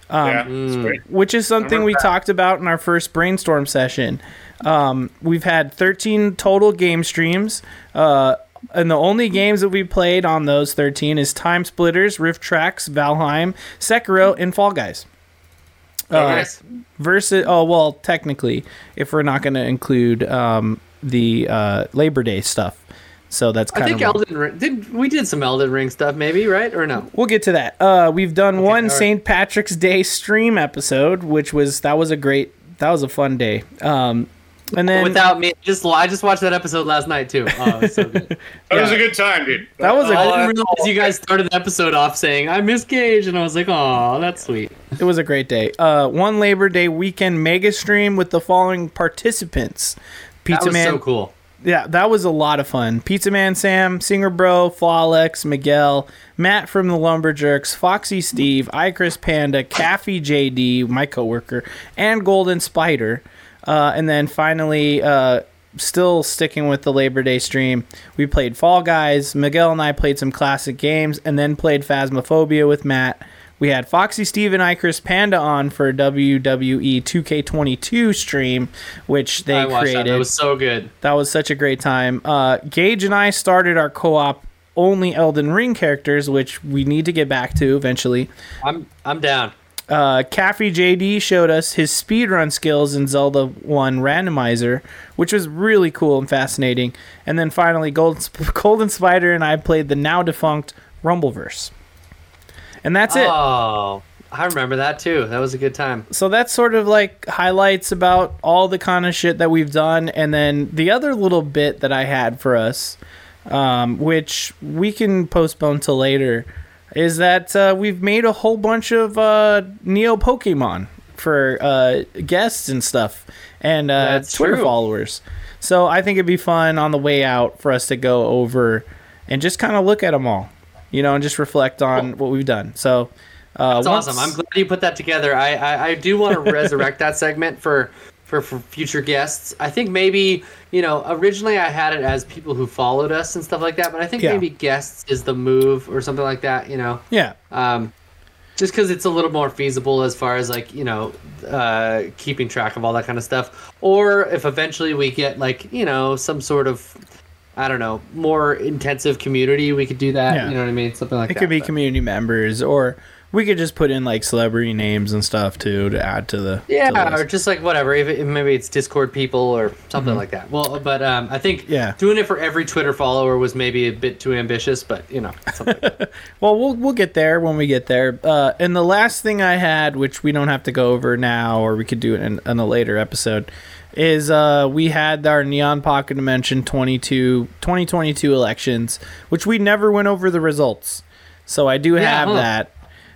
Speaker 2: Um,
Speaker 3: yeah,
Speaker 2: mm,
Speaker 3: it's great.
Speaker 2: which is something we talked about in our first brainstorm session. Um, we've had 13 total game streams, uh, and the only games that we played on those 13 is Time Splitters, Rift Tracks, Valheim, Sekiro, and Fall Guys.
Speaker 1: Nice.
Speaker 2: Versus, oh well, technically, if we're not going to include um, the uh, Labor Day stuff, so that's
Speaker 1: I
Speaker 2: kind
Speaker 1: think
Speaker 2: of
Speaker 1: Elden Ring. Did we did some Elden Ring stuff, maybe right or no?
Speaker 2: We'll get to that. Uh, we've done one
Speaker 1: right.
Speaker 2: St. Patrick's Day stream episode, which was that was a great, that was a fun day. Um, and then
Speaker 1: Without me, just I just watched that episode last night too. Oh, it was so good.
Speaker 3: That was a good time, dude.
Speaker 2: that was
Speaker 1: I
Speaker 2: a
Speaker 1: didn't realize you guys started the episode off saying I miss Gage, and I was like, oh, that's sweet.
Speaker 2: it was a great day. Uh, one Labor Day weekend mega stream with the following participants:
Speaker 1: That
Speaker 2: Pizza
Speaker 1: was
Speaker 2: Man,
Speaker 1: so cool.
Speaker 2: yeah, that was a lot of fun. Pizza Man Sam, Singer Bro, Flawlex, Miguel, Matt from the Lumberjerks, Foxy Steve, Icarus Panda, Caffey JD, my coworker, and Golden Spider. Uh, and then finally, uh, still sticking with the Labor Day stream, we played Fall Guys. Miguel and I played some classic games and then played Phasmophobia with Matt. We had Foxy Steve and Icarus Panda on for a E WWE 2K22 stream, which they
Speaker 1: I watched
Speaker 2: created.
Speaker 1: that. That was so good.
Speaker 2: That was such a great time. Uh, Gage and I started our co-op only Elden Ring characters, which we need to get back to eventually.
Speaker 1: I'm I'm down.
Speaker 2: Uh, Caffey JD showed us his speedrun skills in Zelda 1 Randomizer, which was really cool and fascinating. And then finally, Golden, Sp- Golden Spider and I played the now defunct Rumbleverse. And that's it.
Speaker 1: Oh, I remember that too. That was a good time.
Speaker 2: so that's sort of like highlights about all the kind of shit that we've done and then the other little bit that i had for us um, which we can postpone to later is that uh, we've made a whole bunch of uh, neo pokemon for uh, guests and stuff and uh,
Speaker 1: That's
Speaker 2: twitter
Speaker 1: true.
Speaker 2: followers so i think it'd be fun on the way out for us to go over and just kind of look at them all you know and just reflect on what we've done so uh,
Speaker 1: That's
Speaker 2: once-
Speaker 1: awesome. I'm glad you put that together. I I, I do want to resurrect that segment for, for for future guests. I think maybe you know originally I had it as people who followed us and stuff like that, but I think
Speaker 2: Yeah.
Speaker 1: maybe guests is the move or something like that. You know,
Speaker 2: yeah
Speaker 1: um, just because it's a little more feasible as far as like you know uh, keeping track of all that kind of stuff or if eventually we get like you know some sort of i don't know more intensive community we could do that
Speaker 2: Yeah.
Speaker 1: you know what i mean something like
Speaker 2: It
Speaker 1: that
Speaker 2: could be
Speaker 1: but-
Speaker 2: community members, or we could just put in like celebrity names and stuff too to add to the. to the
Speaker 1: yeah or
Speaker 2: list.
Speaker 1: just like whatever if it, maybe it's discord people or something like that well but um, i think
Speaker 2: Mm-hmm. Yeah.
Speaker 1: doing it for every twitter follower was maybe a bit too ambitious but you know something like that.
Speaker 2: well, we'll we'll get there when we get there. Uh, and the last thing I had, which we don't have to go over now, or we could do it in, in a later episode, is uh, we had our Neon Pocket Dimension 22, 2022 elections, which we never went over the results. So I do have
Speaker 1: huh.
Speaker 2: that.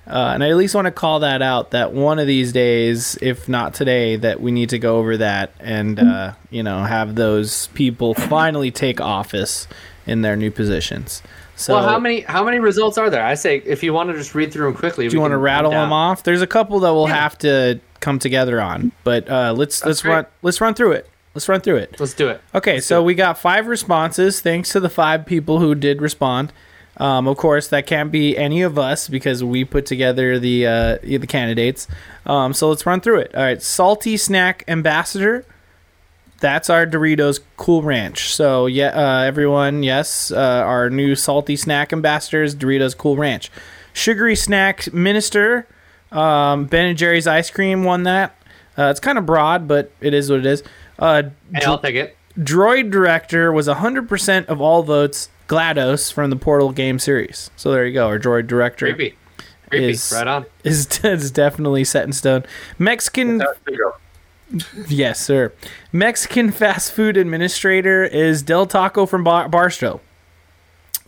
Speaker 2: Uh, and I at least want to call that out that one of these days, if not today, that we need to go over that and, uh, you know, have those people finally take office in their new positions. So,
Speaker 1: well how many how many results are there i say if you want to just read through them quickly
Speaker 2: do you want to rattle them off? There's a couple that we'll
Speaker 1: Yeah.
Speaker 2: have to come together on, but uh, let's let's
Speaker 1: great.
Speaker 2: run let's run through it. Let's run through it.
Speaker 1: let's do it
Speaker 2: Okay, so we got five responses. Thanks to the five people who did respond. Um, of course, that can't be any of us because we put together the uh, the candidates. Um, so let's run through it. All right, salty snack ambassador. That's our Doritos Cool Ranch. So yeah, uh, everyone, yes, uh, our new salty snack ambassador is Doritos Cool Ranch. Sugary snack minister. Um, ben and Jerry's ice cream won that. Uh, it's kind of broad, but it is what it is. Uh,
Speaker 1: hey, i'll take it
Speaker 2: Droid Director was 100% of all votes GLaDOS from the Portal game series. So there you go. Our Droid Director
Speaker 1: Creepy. Creepy.
Speaker 2: Is-
Speaker 1: right on.
Speaker 2: is, is definitely set in stone. Mexican,
Speaker 3: That's the go.
Speaker 2: yes, sir. Mexican Fast Food Administrator is Del Taco from Bar- Barstow.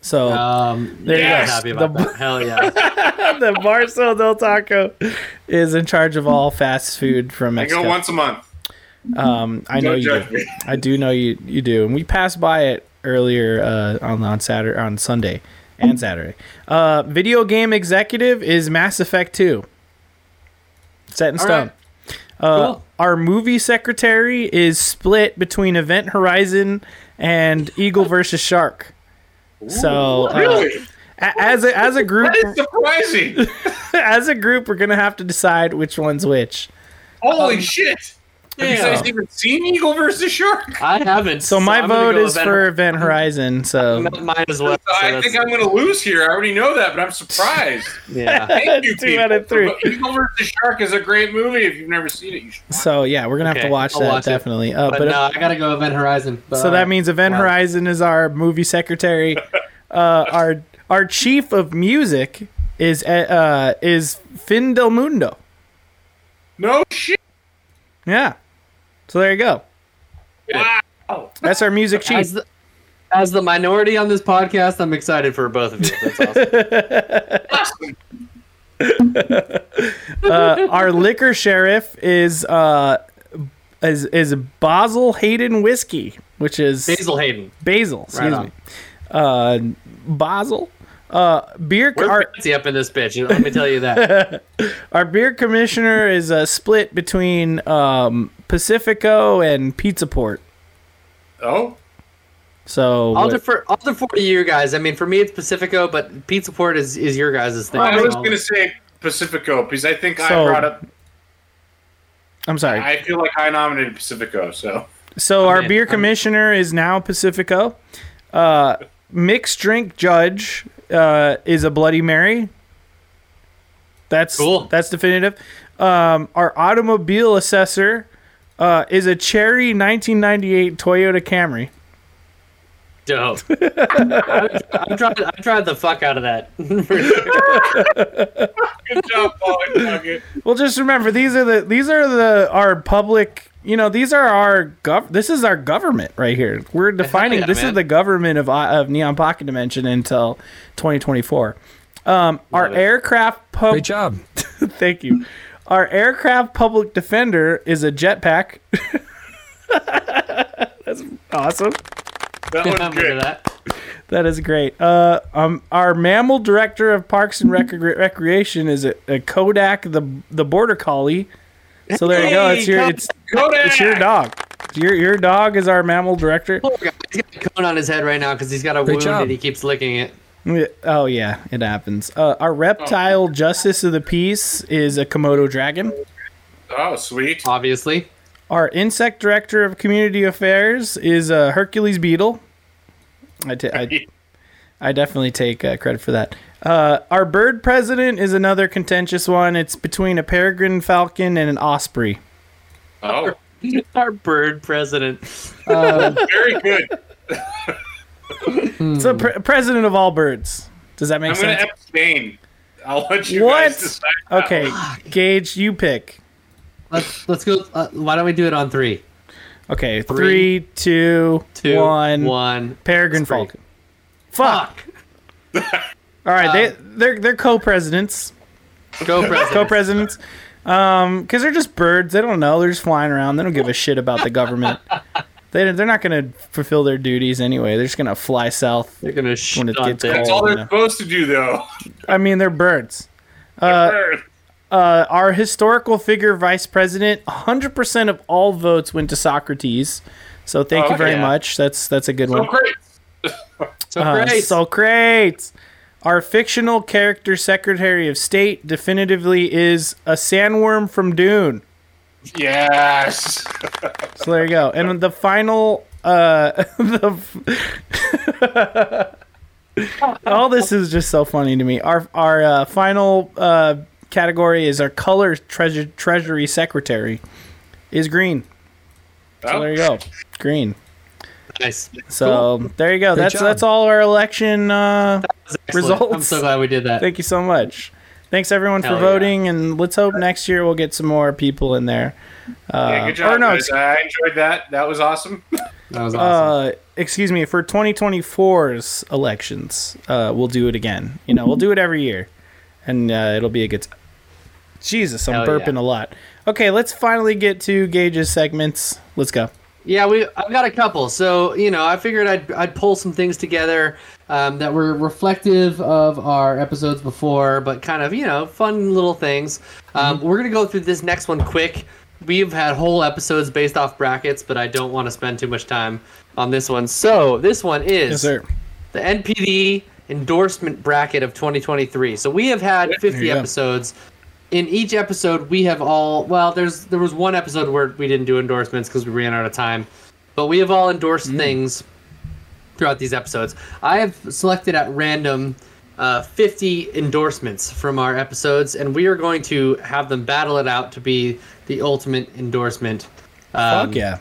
Speaker 2: So
Speaker 1: Um,
Speaker 2: there you
Speaker 1: I'm
Speaker 2: go.
Speaker 1: happy about
Speaker 2: The-
Speaker 1: that. Hell yeah.
Speaker 2: the Barstow Del Taco is in charge of all fast food from
Speaker 3: I
Speaker 2: Mexico.
Speaker 3: go once a month.
Speaker 2: Um, I know
Speaker 3: Don't
Speaker 2: you.
Speaker 3: judge
Speaker 2: do.
Speaker 3: me.
Speaker 2: I do know you. You do, and we passed by it earlier uh, on on Saturday, on Sunday, and Saturday. Uh, video game executive is Mass Effect Two. Set in
Speaker 1: All
Speaker 2: stone.
Speaker 1: right.
Speaker 2: Uh,
Speaker 1: Cool.
Speaker 2: Our movie secretary is split between Event Horizon and Eagle versus Shark. So uh,
Speaker 3: Really?
Speaker 2: a- as a, as a group
Speaker 3: That is surprising.
Speaker 2: as a group we're gonna have to decide which one's which.
Speaker 3: Holy shit. Have you
Speaker 1: Yeah.
Speaker 3: guys even seen Eagle versus Shark?
Speaker 1: I haven't.
Speaker 2: So my
Speaker 1: I'm gonna
Speaker 2: vote
Speaker 1: go
Speaker 2: is
Speaker 1: Event-
Speaker 2: for Event Horizon. So
Speaker 1: Mine as well. so
Speaker 3: I
Speaker 1: that's-
Speaker 3: think I'm going to lose here. I already know that, but I'm surprised.
Speaker 1: yeah.
Speaker 3: Thank you,
Speaker 2: Two
Speaker 3: people.
Speaker 2: out of three.
Speaker 3: But Eagle versus Shark is a great movie. If you've never seen it, you should.
Speaker 2: So yeah, we're gonna have
Speaker 1: Okay,
Speaker 2: to watch
Speaker 1: I'll
Speaker 2: that
Speaker 1: watch it.
Speaker 2: definitely. Uh,
Speaker 1: But,
Speaker 2: but
Speaker 1: no, I gotta go Event Horizon. But,
Speaker 2: so that means Event
Speaker 1: wow.
Speaker 2: Horizon is our movie secretary. uh, our our chief of music is uh, uh, is Finn Del Mundo.
Speaker 3: No shit.
Speaker 2: Yeah. So there you go.
Speaker 3: Wow.
Speaker 2: That's our music
Speaker 1: as
Speaker 2: chief.
Speaker 1: the, as the minority on this podcast, I'm excited for both of you. That's awesome.
Speaker 2: Uh, our liquor sheriff is uh, is is Basil Hayden whiskey, which is
Speaker 1: Basil Hayden.
Speaker 2: Basil. Excuse
Speaker 1: on.
Speaker 2: me. Uh, Basil. Uh, beer.
Speaker 1: We're
Speaker 2: our-
Speaker 1: fancy up in this bitch. Let me tell you that.
Speaker 2: Our beer commissioner uh, is a split between um, Pacifico and Pizza Port.
Speaker 3: Oh,
Speaker 2: So
Speaker 1: I'll
Speaker 2: what-
Speaker 1: defer. I'll defer to you guys. I mean, for me, it's Pacifico, but Pizza Port is is your guys' thing.
Speaker 3: I was
Speaker 1: So-
Speaker 3: gonna say Pacifico because I think I
Speaker 2: So-
Speaker 3: brought up.
Speaker 2: I'm sorry.
Speaker 3: I feel like I nominated Pacifico, so
Speaker 2: So our
Speaker 1: man,
Speaker 2: beer
Speaker 1: I'm-
Speaker 2: commissioner is now Pacifico. Uh, mixed drink judge uh, is a Bloody Mary. That's
Speaker 1: Cool.
Speaker 2: That's definitive. Um, our automobile assessor uh, is a cherry 1998 Toyota Camry.
Speaker 1: dope. I, I tried. I tried the fuck out of that.
Speaker 3: good job, Paul. and Doug.
Speaker 2: Well, just remember these are the these are the our public. You know, these are our gov. This is our government right here. We're defining
Speaker 1: yeah,
Speaker 2: this
Speaker 1: man.
Speaker 2: is the government of uh, of Neon Pocket Dimension until 2024. Um, our
Speaker 1: it.
Speaker 2: aircraft pub.
Speaker 8: Great job.
Speaker 2: Thank you. Our aircraft public defender is a jetpack. That's awesome.
Speaker 3: That
Speaker 1: I'm
Speaker 3: was
Speaker 1: into
Speaker 3: good.
Speaker 1: that.
Speaker 2: That is great. Uh, um, our mammal director of Parks and Rec- Recreation is a, a Kodak the the border collie. So there you go. It's your it's
Speaker 3: Kodak!
Speaker 2: it's your dog. Your your dog is our mammal director.
Speaker 1: Poor guy. He's got a cone on his head right now because he's got a wound
Speaker 8: job.
Speaker 1: and he keeps licking it.
Speaker 2: Yeah, Oh yeah, it happens. Uh, our reptile justice of the peace is a Komodo dragon.
Speaker 3: Oh, sweet.
Speaker 1: Obviously,
Speaker 2: Our insect director of community affairs is a Hercules beetle. I ta- I- I definitely take uh, credit for that. Uh, our bird president is another contentious one. It's between a peregrine falcon and an osprey.
Speaker 3: Oh,
Speaker 1: our bird president.
Speaker 3: very good.
Speaker 2: It's a
Speaker 1: Hmm.
Speaker 2: pre- president of all birds. Does that make
Speaker 3: I'm gonna
Speaker 2: sense?
Speaker 3: abstain. I'll let you
Speaker 2: What?
Speaker 3: guys decide. that
Speaker 2: Okay,
Speaker 3: one.
Speaker 2: Gage, you pick.
Speaker 1: Let's let's go. Uh, why don't we do it on three,
Speaker 2: Okay,
Speaker 1: Three,
Speaker 2: three, two, one.
Speaker 1: two, one, one?
Speaker 2: Peregrine
Speaker 1: Osprey.
Speaker 2: falcon. Fuck. All right,
Speaker 1: Uh,
Speaker 2: they they're they're co-presidents.
Speaker 1: Go president.
Speaker 2: co-presidents because they're just birds they don't know they're just flying around they don't give a shit about the government they, they're not going to fulfill their duties anyway they're just going to fly south
Speaker 1: They're gonna shit
Speaker 2: When it
Speaker 1: on
Speaker 2: gets
Speaker 1: things.
Speaker 3: That's
Speaker 2: Oh,
Speaker 3: all they're
Speaker 2: no.
Speaker 3: supposed to do, though.
Speaker 2: i mean they're birds uh, our historical figure vice president 100% of all votes went to socrates so thank
Speaker 3: Oh,
Speaker 2: you very
Speaker 1: yeah.
Speaker 2: much that's that's a good
Speaker 3: so
Speaker 2: one
Speaker 3: great.
Speaker 1: So
Speaker 2: Uh,
Speaker 1: great.
Speaker 2: Socrates. Our fictional character secretary of state definitively is a sandworm from Dune.
Speaker 3: Yes.
Speaker 2: So there you go. And the final, uh, the all this is just so funny to me. Our our uh, final uh, category is our color treasure treasury secretary is green.
Speaker 3: Oh,
Speaker 2: So there you go, green.
Speaker 1: nice.
Speaker 2: So there you go. that's
Speaker 8: job.
Speaker 2: that's all our election. Uh,
Speaker 1: Excellent. I'm
Speaker 2: results.
Speaker 1: so glad we did that.
Speaker 2: thank you so much. Thanks everyone
Speaker 1: Hell
Speaker 2: for
Speaker 1: yeah.
Speaker 2: voting, and let's hope next year we'll get some more people in there.
Speaker 3: yeah, good job.
Speaker 2: uh, or no,
Speaker 3: guys. I enjoyed that. That was awesome.
Speaker 1: that was awesome.
Speaker 2: uh, excuse me, for 2024's elections, uh, we'll do it again. You know, we'll do it every year, and uh, it'll be a good. Time. Jesus, I'm
Speaker 1: Hell
Speaker 2: burping
Speaker 1: yeah.
Speaker 2: a lot. Okay, let's finally get to Gage's segments. Let's go.
Speaker 1: Yeah, we I've got a couple. So you know, I figured I'd I'd pull some things together um, that were reflective of our episodes before, but kind of you know fun little things. Um,
Speaker 2: Mm-hmm.
Speaker 1: We're gonna go through this next one quick. We've had whole episodes based off brackets, but I don't want to spend too much time on this one. So this one is
Speaker 2: Yes, sir.
Speaker 1: the NPD endorsement bracket of 2023. So we have had 50
Speaker 2: you go.
Speaker 1: episodes. In each episode, we have all well. There's there was one episode where we didn't do endorsements because we ran out of time, but we have all endorsed
Speaker 2: Mm.
Speaker 1: things throughout these episodes. I have selected at random uh, 50 endorsements from our episodes, and we are going to have them battle it out to be the ultimate endorsement. Um,
Speaker 2: Fuck yeah.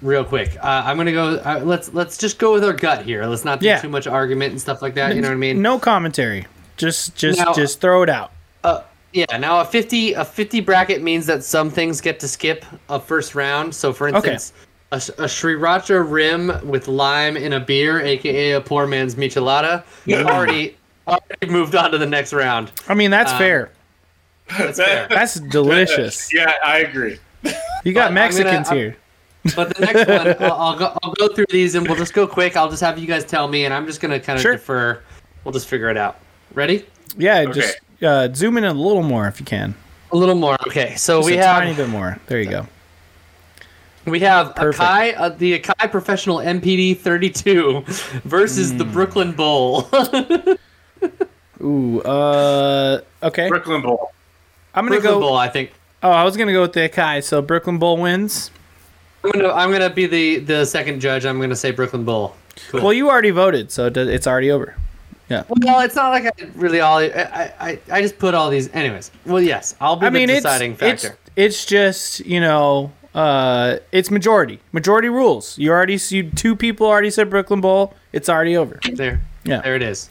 Speaker 1: real quick. Uh, I'm gonna go. Uh, let's let's just go with our gut here. Let's not do
Speaker 2: Yeah.
Speaker 1: too much argument and stuff like that. You know what I mean?
Speaker 2: No commentary. Just, just,
Speaker 1: Now-
Speaker 2: just throw it out.
Speaker 1: Uh, yeah. Now a 50 a 50 bracket means that some things get to skip a first round. So for instance. A, a sriracha rim with lime in a beer, aka a poor man's michelada, already already moved on to the next round.
Speaker 2: I mean, that's
Speaker 1: um,
Speaker 2: fair.
Speaker 1: That's fair.
Speaker 2: That's delicious.
Speaker 3: Yeah, I agree.
Speaker 2: You got
Speaker 1: I'm gonna-
Speaker 2: Mexicans
Speaker 1: I'm-
Speaker 2: here.
Speaker 1: But the next one, I'll, I'll, go, I'll go through these and we'll just go quick. I'll just have you guys tell me, and I'm just gonna kind of
Speaker 2: Sure.
Speaker 1: defer. We'll just figure it out. Ready?
Speaker 2: Yeah, just uh, zoom in a little more if you can.
Speaker 1: A little more. Okay, so
Speaker 2: Just
Speaker 1: we
Speaker 2: a
Speaker 1: have
Speaker 2: tiny bit more. There you go.
Speaker 1: We have
Speaker 2: Perfect.
Speaker 1: Akai, uh, the Akai Professional MPD 32 versus
Speaker 2: Hmm.
Speaker 1: the Brooklyn Bowl.
Speaker 2: Ooh, uh, okay.
Speaker 3: Brooklyn Bowl.
Speaker 2: I'm gonna
Speaker 1: Brooklyn
Speaker 2: go.
Speaker 1: Bowl, I think.
Speaker 2: Oh, I was gonna go with the Akai. So Brooklyn Bowl wins.
Speaker 1: I'm gonna, I'm gonna be the, the second judge. I'm gonna say Brooklyn Bowl. Cool.
Speaker 2: Well, you already voted, so it does- it's already over.
Speaker 1: Well, it's not like I really all. I, I, I just put all these. Anyways, well, yes, I'll be
Speaker 2: I mean,
Speaker 1: the
Speaker 2: it's
Speaker 1: deciding
Speaker 2: it's
Speaker 1: factor.
Speaker 2: it's just you know, uh, it's majority. Majority rules. You already see two people already said Brooklyn Bowl. It's already over.
Speaker 1: There,
Speaker 2: Yeah.
Speaker 1: there it is.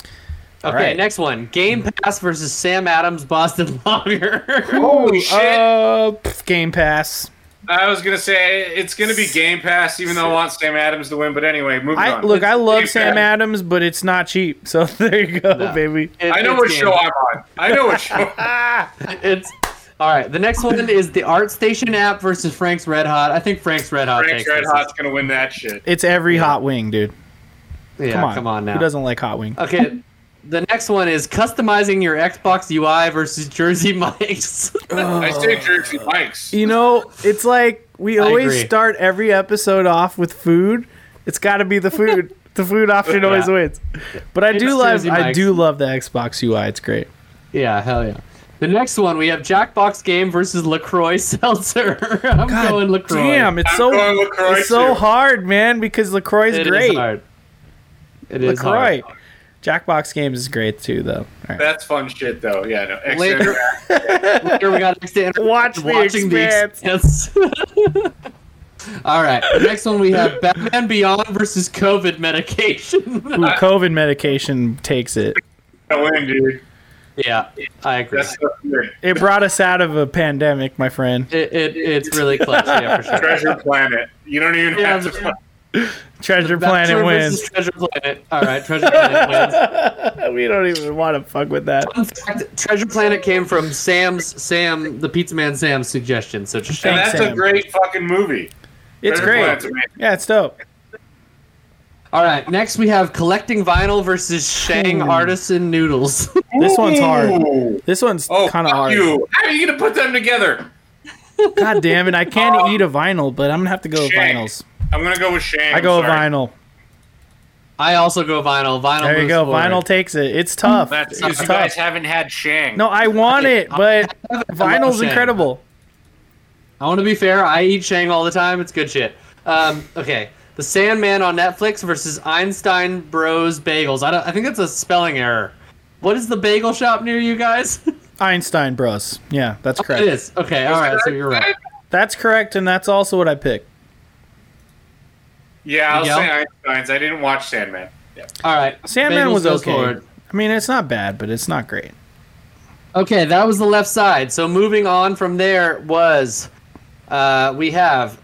Speaker 1: Okay,
Speaker 2: right. Hmm.
Speaker 1: next one: Game Pass versus Sam Adams Boston Lager.
Speaker 3: Holy shit!
Speaker 2: Uh, pff, Game Pass.
Speaker 3: I was gonna say it's gonna be Game Pass, even though I want Sam Adams to win. But anyway, moving
Speaker 2: I
Speaker 3: on.
Speaker 2: look. I love
Speaker 3: Game
Speaker 2: Sam
Speaker 3: Pass.
Speaker 2: Adams, but it's not cheap. So there you go,
Speaker 1: No.
Speaker 2: baby.
Speaker 1: It-
Speaker 3: I know
Speaker 1: it's
Speaker 3: what
Speaker 1: Game
Speaker 3: show I'm on. I know what show.
Speaker 1: It's all right. The next one is the Art Station app versus Frank's Red Hot. I think Frank's Red Hot.
Speaker 3: Frank's
Speaker 1: takes
Speaker 3: Red
Speaker 1: this.
Speaker 3: Hot's gonna win that shit.
Speaker 2: It's every hot wing, dude.
Speaker 1: Yeah,
Speaker 2: Come on, Who
Speaker 1: now.
Speaker 2: doesn't like hot wing?
Speaker 1: Okay, the next one is customizing your Xbox UI versus Jersey Mike's.
Speaker 3: I
Speaker 2: Oh.
Speaker 3: say Jersey Mike's.
Speaker 2: You know, it's like we
Speaker 1: I
Speaker 2: always
Speaker 1: agree.
Speaker 2: start every episode off with food. It's got to be the food. the food option always
Speaker 1: Yeah.
Speaker 2: wins. But I
Speaker 1: It's
Speaker 2: do love
Speaker 1: Jersey
Speaker 2: I
Speaker 1: Mike's.
Speaker 2: do love the Xbox UI. It's great.
Speaker 1: yeah, hell yeah. The next one we have Jackbox Game versus Lacroix Seltzer. I'm going Lacroix.
Speaker 2: Damn, it's
Speaker 3: I'm
Speaker 2: so
Speaker 3: going LaCroix
Speaker 2: it's so
Speaker 3: too.
Speaker 2: hard, man, because LaCroix is
Speaker 1: It is
Speaker 2: great.
Speaker 1: hard. It is
Speaker 2: LaCroix.
Speaker 1: hard.
Speaker 2: Jackbox Games is great too though. All right.
Speaker 3: That's fun shit though. Yeah, no. X-
Speaker 1: Later. Here we got next to enter-
Speaker 2: Watch The
Speaker 1: Expanse. All right, next one we have Batman Beyond versus COVID medication.
Speaker 3: Uh,
Speaker 2: Ooh, COVID medication takes it.
Speaker 3: win, dude.
Speaker 1: yeah, I agree.
Speaker 3: That's so good.
Speaker 2: It brought us out of a pandemic, my friend.
Speaker 1: It, it, it's really clutch, yeah, for sure.
Speaker 3: Treasure Planet. You don't even
Speaker 1: Yeah,
Speaker 3: have to.
Speaker 1: but-
Speaker 2: Treasure
Speaker 1: Bachelor
Speaker 2: Planet
Speaker 1: versus
Speaker 2: wins.
Speaker 1: Treasure Planet. All right, Treasure Planet wins.
Speaker 2: we don't even want to fuck with that.
Speaker 1: In fact, Treasure Planet came from Sam's Sam, the Pizza Man Sam's suggestion. So just
Speaker 3: And
Speaker 2: Thanks,
Speaker 3: that's a
Speaker 2: Sam.
Speaker 3: great fucking movie.
Speaker 2: It's
Speaker 3: Treasure
Speaker 2: great.
Speaker 3: Planet's amazing.
Speaker 2: Yeah, it's dope.
Speaker 1: all right. Next we have collecting vinyl versus Shang artisan noodles.
Speaker 2: This one's hard.
Speaker 3: Ooh.
Speaker 2: This one's
Speaker 3: Oh,
Speaker 2: kind of
Speaker 3: fuck
Speaker 2: hard.
Speaker 3: you. How are you gonna put them together?
Speaker 2: God damn it! I can't eat a vinyl, but I'm gonna have to go with
Speaker 3: Shang.
Speaker 2: vinyls.
Speaker 3: I'm gonna go with Shane.
Speaker 2: I go with vinyl.
Speaker 1: I also go vinyl. Vinyl.
Speaker 2: There you
Speaker 1: moves
Speaker 2: go.
Speaker 1: forward.
Speaker 2: Vinyl takes it. It's tough.
Speaker 3: That's
Speaker 2: it's
Speaker 3: you guys
Speaker 2: tough.
Speaker 3: haven't had Shang.
Speaker 2: No, I want it, but vinyl's
Speaker 1: Shang.
Speaker 2: incredible.
Speaker 1: I want to be fair. I eat Shang all the time. It's good shit. Um, okay. The Sandman on Netflix versus Einstein Bros Bagels. I, don't, I think that's a spelling error. What is the bagel shop near you guys?
Speaker 2: Einstein Bros. Yeah, that's
Speaker 1: it
Speaker 2: correct.
Speaker 1: is. Okay. All right. So you're right.
Speaker 2: That's correct, and that's also what I picked.
Speaker 3: Yeah, I'll
Speaker 1: Miguel?
Speaker 3: say Einstein's. I didn't watch Sandman.
Speaker 1: All right.
Speaker 2: Sandman
Speaker 1: Bagels
Speaker 2: was
Speaker 1: goes
Speaker 2: okay.
Speaker 1: forward.
Speaker 2: I mean, it's not bad, but it's not great.
Speaker 1: Okay, that was the left side. So moving on from there was uh, we have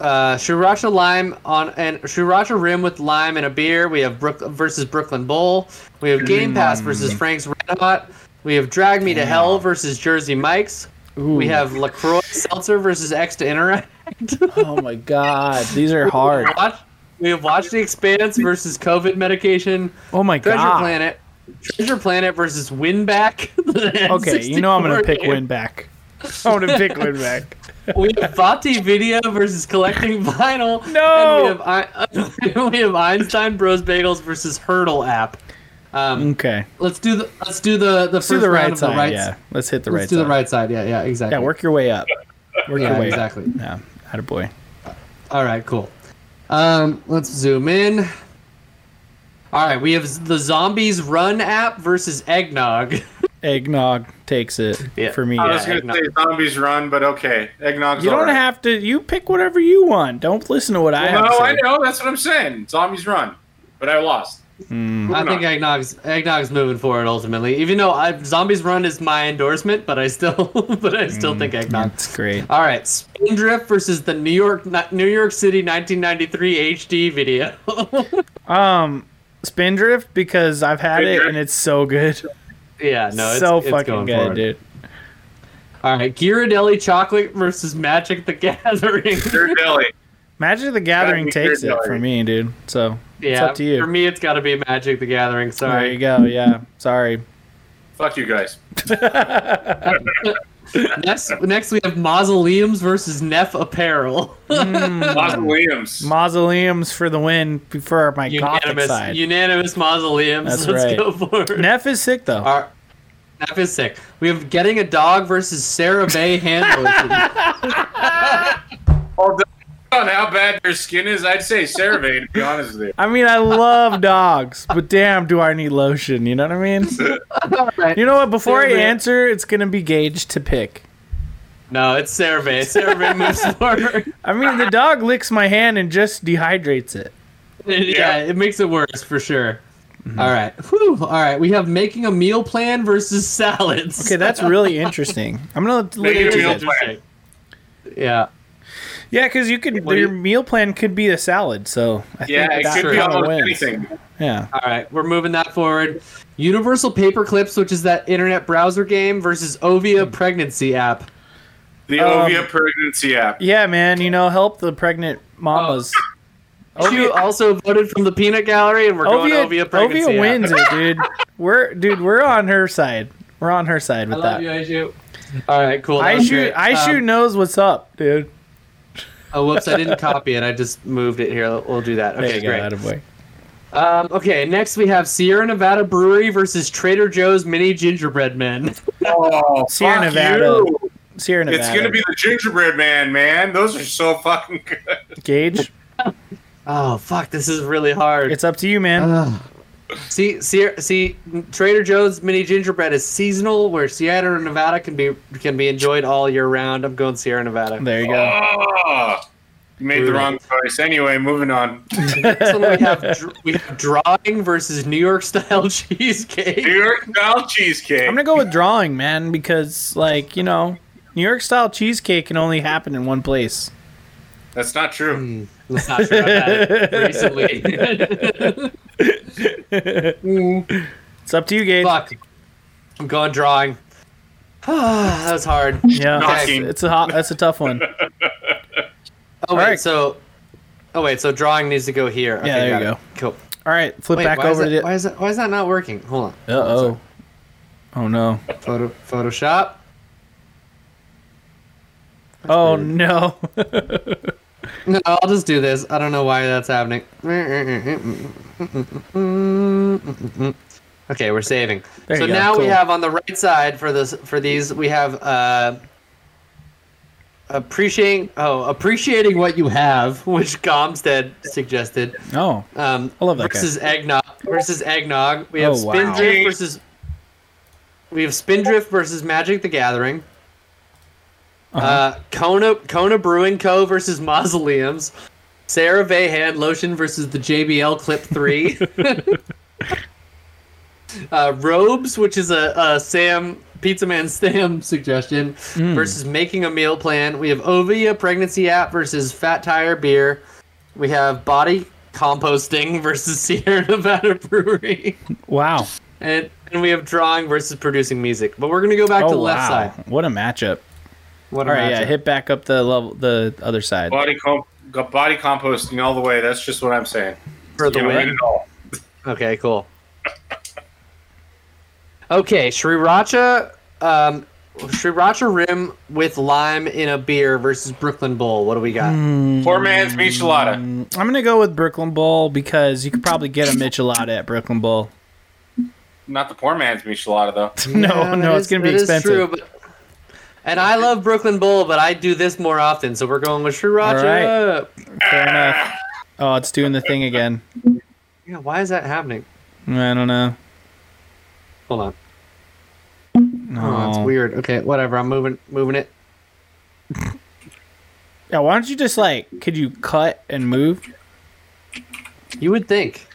Speaker 1: uh, Sriracha lime on and Sriracha rim with lime and a beer. We have Brook versus Brooklyn Bowl. We have Game Pass
Speaker 2: Mm.
Speaker 1: versus Frank's Red Hot. We have Drag Me to Hell versus Jersey Mike's. We have Lacroix Seltzer versus X to Interact.
Speaker 2: Oh my god, these are hard.
Speaker 1: Watch- We have Watch the Expanse versus COVID medication.
Speaker 2: Oh my
Speaker 1: Treasure
Speaker 2: god.
Speaker 1: Planet. Treasure Planet versus Winback. The
Speaker 2: Okay, you know I'm gonna
Speaker 1: N64
Speaker 2: pick
Speaker 1: game.
Speaker 2: win back. I'm gonna pick win back.
Speaker 1: we have Vati Video versus Collecting Vinyl.
Speaker 2: No!
Speaker 1: And we have, I- we have Einstein Bros Bagels versus Hurdle App. Um,
Speaker 2: Okay,
Speaker 1: let's do the let's do the the
Speaker 2: let's
Speaker 1: first
Speaker 2: do the
Speaker 1: round
Speaker 2: right
Speaker 1: of the
Speaker 2: side.
Speaker 1: right.
Speaker 2: yeah, let's hit the
Speaker 1: let's
Speaker 2: right
Speaker 1: do
Speaker 2: side.
Speaker 1: the right side. Yeah, yeah, exactly.
Speaker 2: Yeah, work your way up. Work
Speaker 1: Yeah,
Speaker 2: your way up.
Speaker 1: exactly.
Speaker 2: Yeah, attaboy.
Speaker 1: All right, cool. Um, let's zoom in. All right, we have the Zombies Run app versus Eggnog.
Speaker 2: Eggnog takes it
Speaker 1: Yeah. Oh,
Speaker 2: for me.
Speaker 1: I
Speaker 3: I
Speaker 1: Yeah,
Speaker 3: was gonna
Speaker 1: eggnog.
Speaker 3: say Zombies Run, but okay, Eggnog's
Speaker 2: you don't
Speaker 3: alright.
Speaker 2: have to. You pick whatever you want. Don't listen to what I have.
Speaker 3: no,
Speaker 2: to
Speaker 3: I
Speaker 2: say.
Speaker 3: know. That's what I'm saying. Zombies Run, but I lost.
Speaker 2: Hmm.
Speaker 1: I think Eggnog's Eggnog's moving forward ultimately. Even though I, Zombies Run is my endorsement, but I still but I
Speaker 2: Mm,
Speaker 1: still think Eggnog.
Speaker 2: That's great.
Speaker 1: All right, Spindrift versus the New York New York City 1993 HD video.
Speaker 2: Um, Spindrift because I've had it
Speaker 3: Spindrift.
Speaker 2: and it's so good.
Speaker 1: yeah, no, it's
Speaker 2: so
Speaker 1: it's
Speaker 2: fucking
Speaker 1: going
Speaker 2: good,
Speaker 1: forward.
Speaker 2: dude.
Speaker 1: All right, Ghirardelli chocolate versus Magic the Gathering.
Speaker 3: Third Billy.
Speaker 2: Magic the Gathering
Speaker 3: Magic
Speaker 2: takes it
Speaker 3: Gathering.
Speaker 2: for me, dude. So
Speaker 1: yeah,
Speaker 2: it's up to you.
Speaker 1: For me, it's got to be Magic the Gathering.
Speaker 2: there
Speaker 1: Sorry.
Speaker 2: you go. Yeah, sorry.
Speaker 3: Fuck you guys.
Speaker 1: next, next we have mausoleums versus Neff Apparel.
Speaker 2: Mm,
Speaker 3: Lots of Williams.
Speaker 2: Mausoleums for the win for my gothic
Speaker 1: unanimous,
Speaker 2: side.
Speaker 1: unanimous mausoleums.
Speaker 2: That's
Speaker 1: Let's
Speaker 2: right.
Speaker 1: go for it.
Speaker 2: Neff is sick though.
Speaker 1: All right. Neff is sick. We have getting a dog versus Sarah Bay hand lotion.
Speaker 3: Although, on how bad your skin is, I'd say survey to be honest with you.
Speaker 2: I mean, I love dogs, but damn, do I need lotion? You know what I mean?
Speaker 1: right.
Speaker 2: You know what? Before I
Speaker 1: Sarah Bay-
Speaker 2: answer, it's gonna be Gage to pick.
Speaker 1: No, it's Sarah Bay. Sarah Bay moves forward.
Speaker 2: I mean, the dog licks my hand and just dehydrates it.
Speaker 1: yeah. it makes it worse for sure.
Speaker 2: Mm-hmm.
Speaker 1: All right. Whew. All right. We have making a meal plan versus salads.
Speaker 2: Okay, that's really interesting. I'm gonna look
Speaker 3: Make it a
Speaker 2: into
Speaker 3: meal
Speaker 2: this.
Speaker 3: plan.
Speaker 1: Yeah.
Speaker 2: Yeah, because you could
Speaker 1: What do
Speaker 2: your
Speaker 1: you-
Speaker 2: meal plan could be a salad. So I
Speaker 3: Yeah,
Speaker 2: think
Speaker 3: it
Speaker 2: that
Speaker 3: could be
Speaker 2: kinda
Speaker 3: almost
Speaker 2: wins.
Speaker 3: anything.
Speaker 2: Yeah,
Speaker 1: All right, we're moving that forward. Universal Paper Clips, which is that internet browser game, versus Ovia
Speaker 2: Hmm.
Speaker 1: pregnancy app.
Speaker 3: The
Speaker 2: Um,
Speaker 3: Ovia pregnancy app.
Speaker 2: yeah, man. You know, help the pregnant mamas.
Speaker 1: You also voted from the peanut gallery, and Oh, we're
Speaker 2: Ovia,
Speaker 1: going Ovia pregnancy.
Speaker 2: Ovia
Speaker 1: app.
Speaker 2: wins it, dude. We're dude, we're on her side. We're on her side
Speaker 1: I
Speaker 2: with
Speaker 1: love
Speaker 2: that.
Speaker 1: you, I shoot. All right, cool. that
Speaker 2: I
Speaker 1: was
Speaker 2: shoot.
Speaker 1: great.
Speaker 2: I
Speaker 1: Um,
Speaker 2: shoot knows what's up, dude.
Speaker 1: Oh, whoops! I didn't copy it. I just moved it here. We'll do that.
Speaker 2: There
Speaker 1: Okay,
Speaker 2: you go,
Speaker 1: great.
Speaker 2: attaboy.
Speaker 1: Um, okay, next we have Sierra Nevada Brewery versus Trader Joe's Mini Gingerbread Men.
Speaker 3: Oh,
Speaker 2: Sierra
Speaker 3: fuck
Speaker 2: Nevada.
Speaker 3: you.
Speaker 2: Sierra Nevada.
Speaker 3: It's gonna be the gingerbread man, man. Those are so fucking good.
Speaker 2: Gage.
Speaker 1: Oh fuck! This is really hard.
Speaker 2: It's up to you, man.
Speaker 1: Uh, See, see, see, Trader Joe's mini gingerbread is seasonal, where Sierra Nevada can be can be enjoyed all year round. I'm going Sierra Nevada.
Speaker 2: there you go.
Speaker 3: Oh, you made the wrong choice. Anyway, moving on.
Speaker 1: Next one we have dr- we have drawing versus New York style cheesecake.
Speaker 3: New York style cheesecake.
Speaker 2: I'm gonna go with drawing, man, because like you know, New York style cheesecake can only happen in one place.
Speaker 3: That's not
Speaker 2: Hmm.
Speaker 3: true.
Speaker 1: That's not sure I've had it recently.
Speaker 2: It's up to you, Gage.
Speaker 1: Fuck, I'm going drawing. that was hard.
Speaker 2: Yeah, it's,
Speaker 3: Knocking.
Speaker 2: it's a hot. That's a tough one.
Speaker 1: Oh wait,
Speaker 2: Alright.
Speaker 1: so oh wait, so drawing needs to go here. Okay,
Speaker 2: there you
Speaker 1: got it.
Speaker 2: go.
Speaker 1: Cool.
Speaker 2: All right, flip
Speaker 1: Wait,
Speaker 2: back
Speaker 1: why,
Speaker 2: over
Speaker 1: is
Speaker 2: to
Speaker 1: that, why
Speaker 2: the.
Speaker 1: is that why is that not working? Hold
Speaker 2: Uh oh. Oh no.
Speaker 1: on. Photo, Photoshop.
Speaker 2: Oh no.
Speaker 1: No, I'll just do this. I don't know why that's happening. Okay, we're saving.
Speaker 2: There
Speaker 1: so
Speaker 2: you go,
Speaker 1: now we
Speaker 2: cool.
Speaker 1: have on the right side for this for these we have uh appreciating oh appreciating what you have, which Gomstead suggested.
Speaker 2: No.
Speaker 1: Um
Speaker 2: I love that guy.
Speaker 1: versus eggnog versus eggnog. We have
Speaker 2: Oh, wow.
Speaker 1: Spindrift versus we have Spindrift versus Magic the Gathering.
Speaker 2: Uh-huh.
Speaker 1: Uh, Kona Kona Brewing Co. versus Mausoleums. Sarah Vahan Lotion versus the JBL Clip 3. uh, Robes, which is a, a Sam Pizza Man Sam suggestion,
Speaker 2: Mm.
Speaker 1: versus Making a Meal Plan. We have Ovia Pregnancy App versus Fat Tire Beer. We have Body Composting versus Sierra Nevada Brewery.
Speaker 2: Wow.
Speaker 1: And, and we have Drawing versus Producing Music. But we're going to go back to
Speaker 2: Oh
Speaker 1: the left
Speaker 2: wow.
Speaker 1: side.
Speaker 2: What a matchup.
Speaker 1: What a
Speaker 2: All right, yeah.
Speaker 1: matchup.
Speaker 2: Hit back up the level, the other side.
Speaker 3: Body comp- got body composting all the way. That's just what I'm saying.
Speaker 1: for the
Speaker 3: You
Speaker 1: win.
Speaker 3: win it all.
Speaker 1: Okay, cool. Okay, Sriracha, um, Sriracha rim with lime in a beer versus Brooklyn Bowl. What do we
Speaker 2: Mm,
Speaker 1: got?
Speaker 3: Poor
Speaker 2: Hmm.
Speaker 3: man's michelada.
Speaker 2: Um, I'm gonna go with Brooklyn Bowl because you could probably get a Michelada at Brooklyn Bowl.
Speaker 3: Not the poor man's michelada though.
Speaker 2: no,
Speaker 1: Yeah,
Speaker 2: no,
Speaker 1: that
Speaker 2: it's
Speaker 1: is-
Speaker 2: gonna be
Speaker 1: that is
Speaker 2: expensive.
Speaker 1: true, but- and I love Brooklyn Bowl, but I do this more often, so we're going with Sriracha.
Speaker 2: Fair enough. Oh, it's doing the thing again.
Speaker 1: Yeah, why is that happening?
Speaker 2: I don't know.
Speaker 1: Hold on.
Speaker 2: No.
Speaker 1: Oh, it's weird. Okay, whatever. I'm moving, moving it.
Speaker 2: Yeah, why don't you just like, could you cut and move?
Speaker 1: You would think.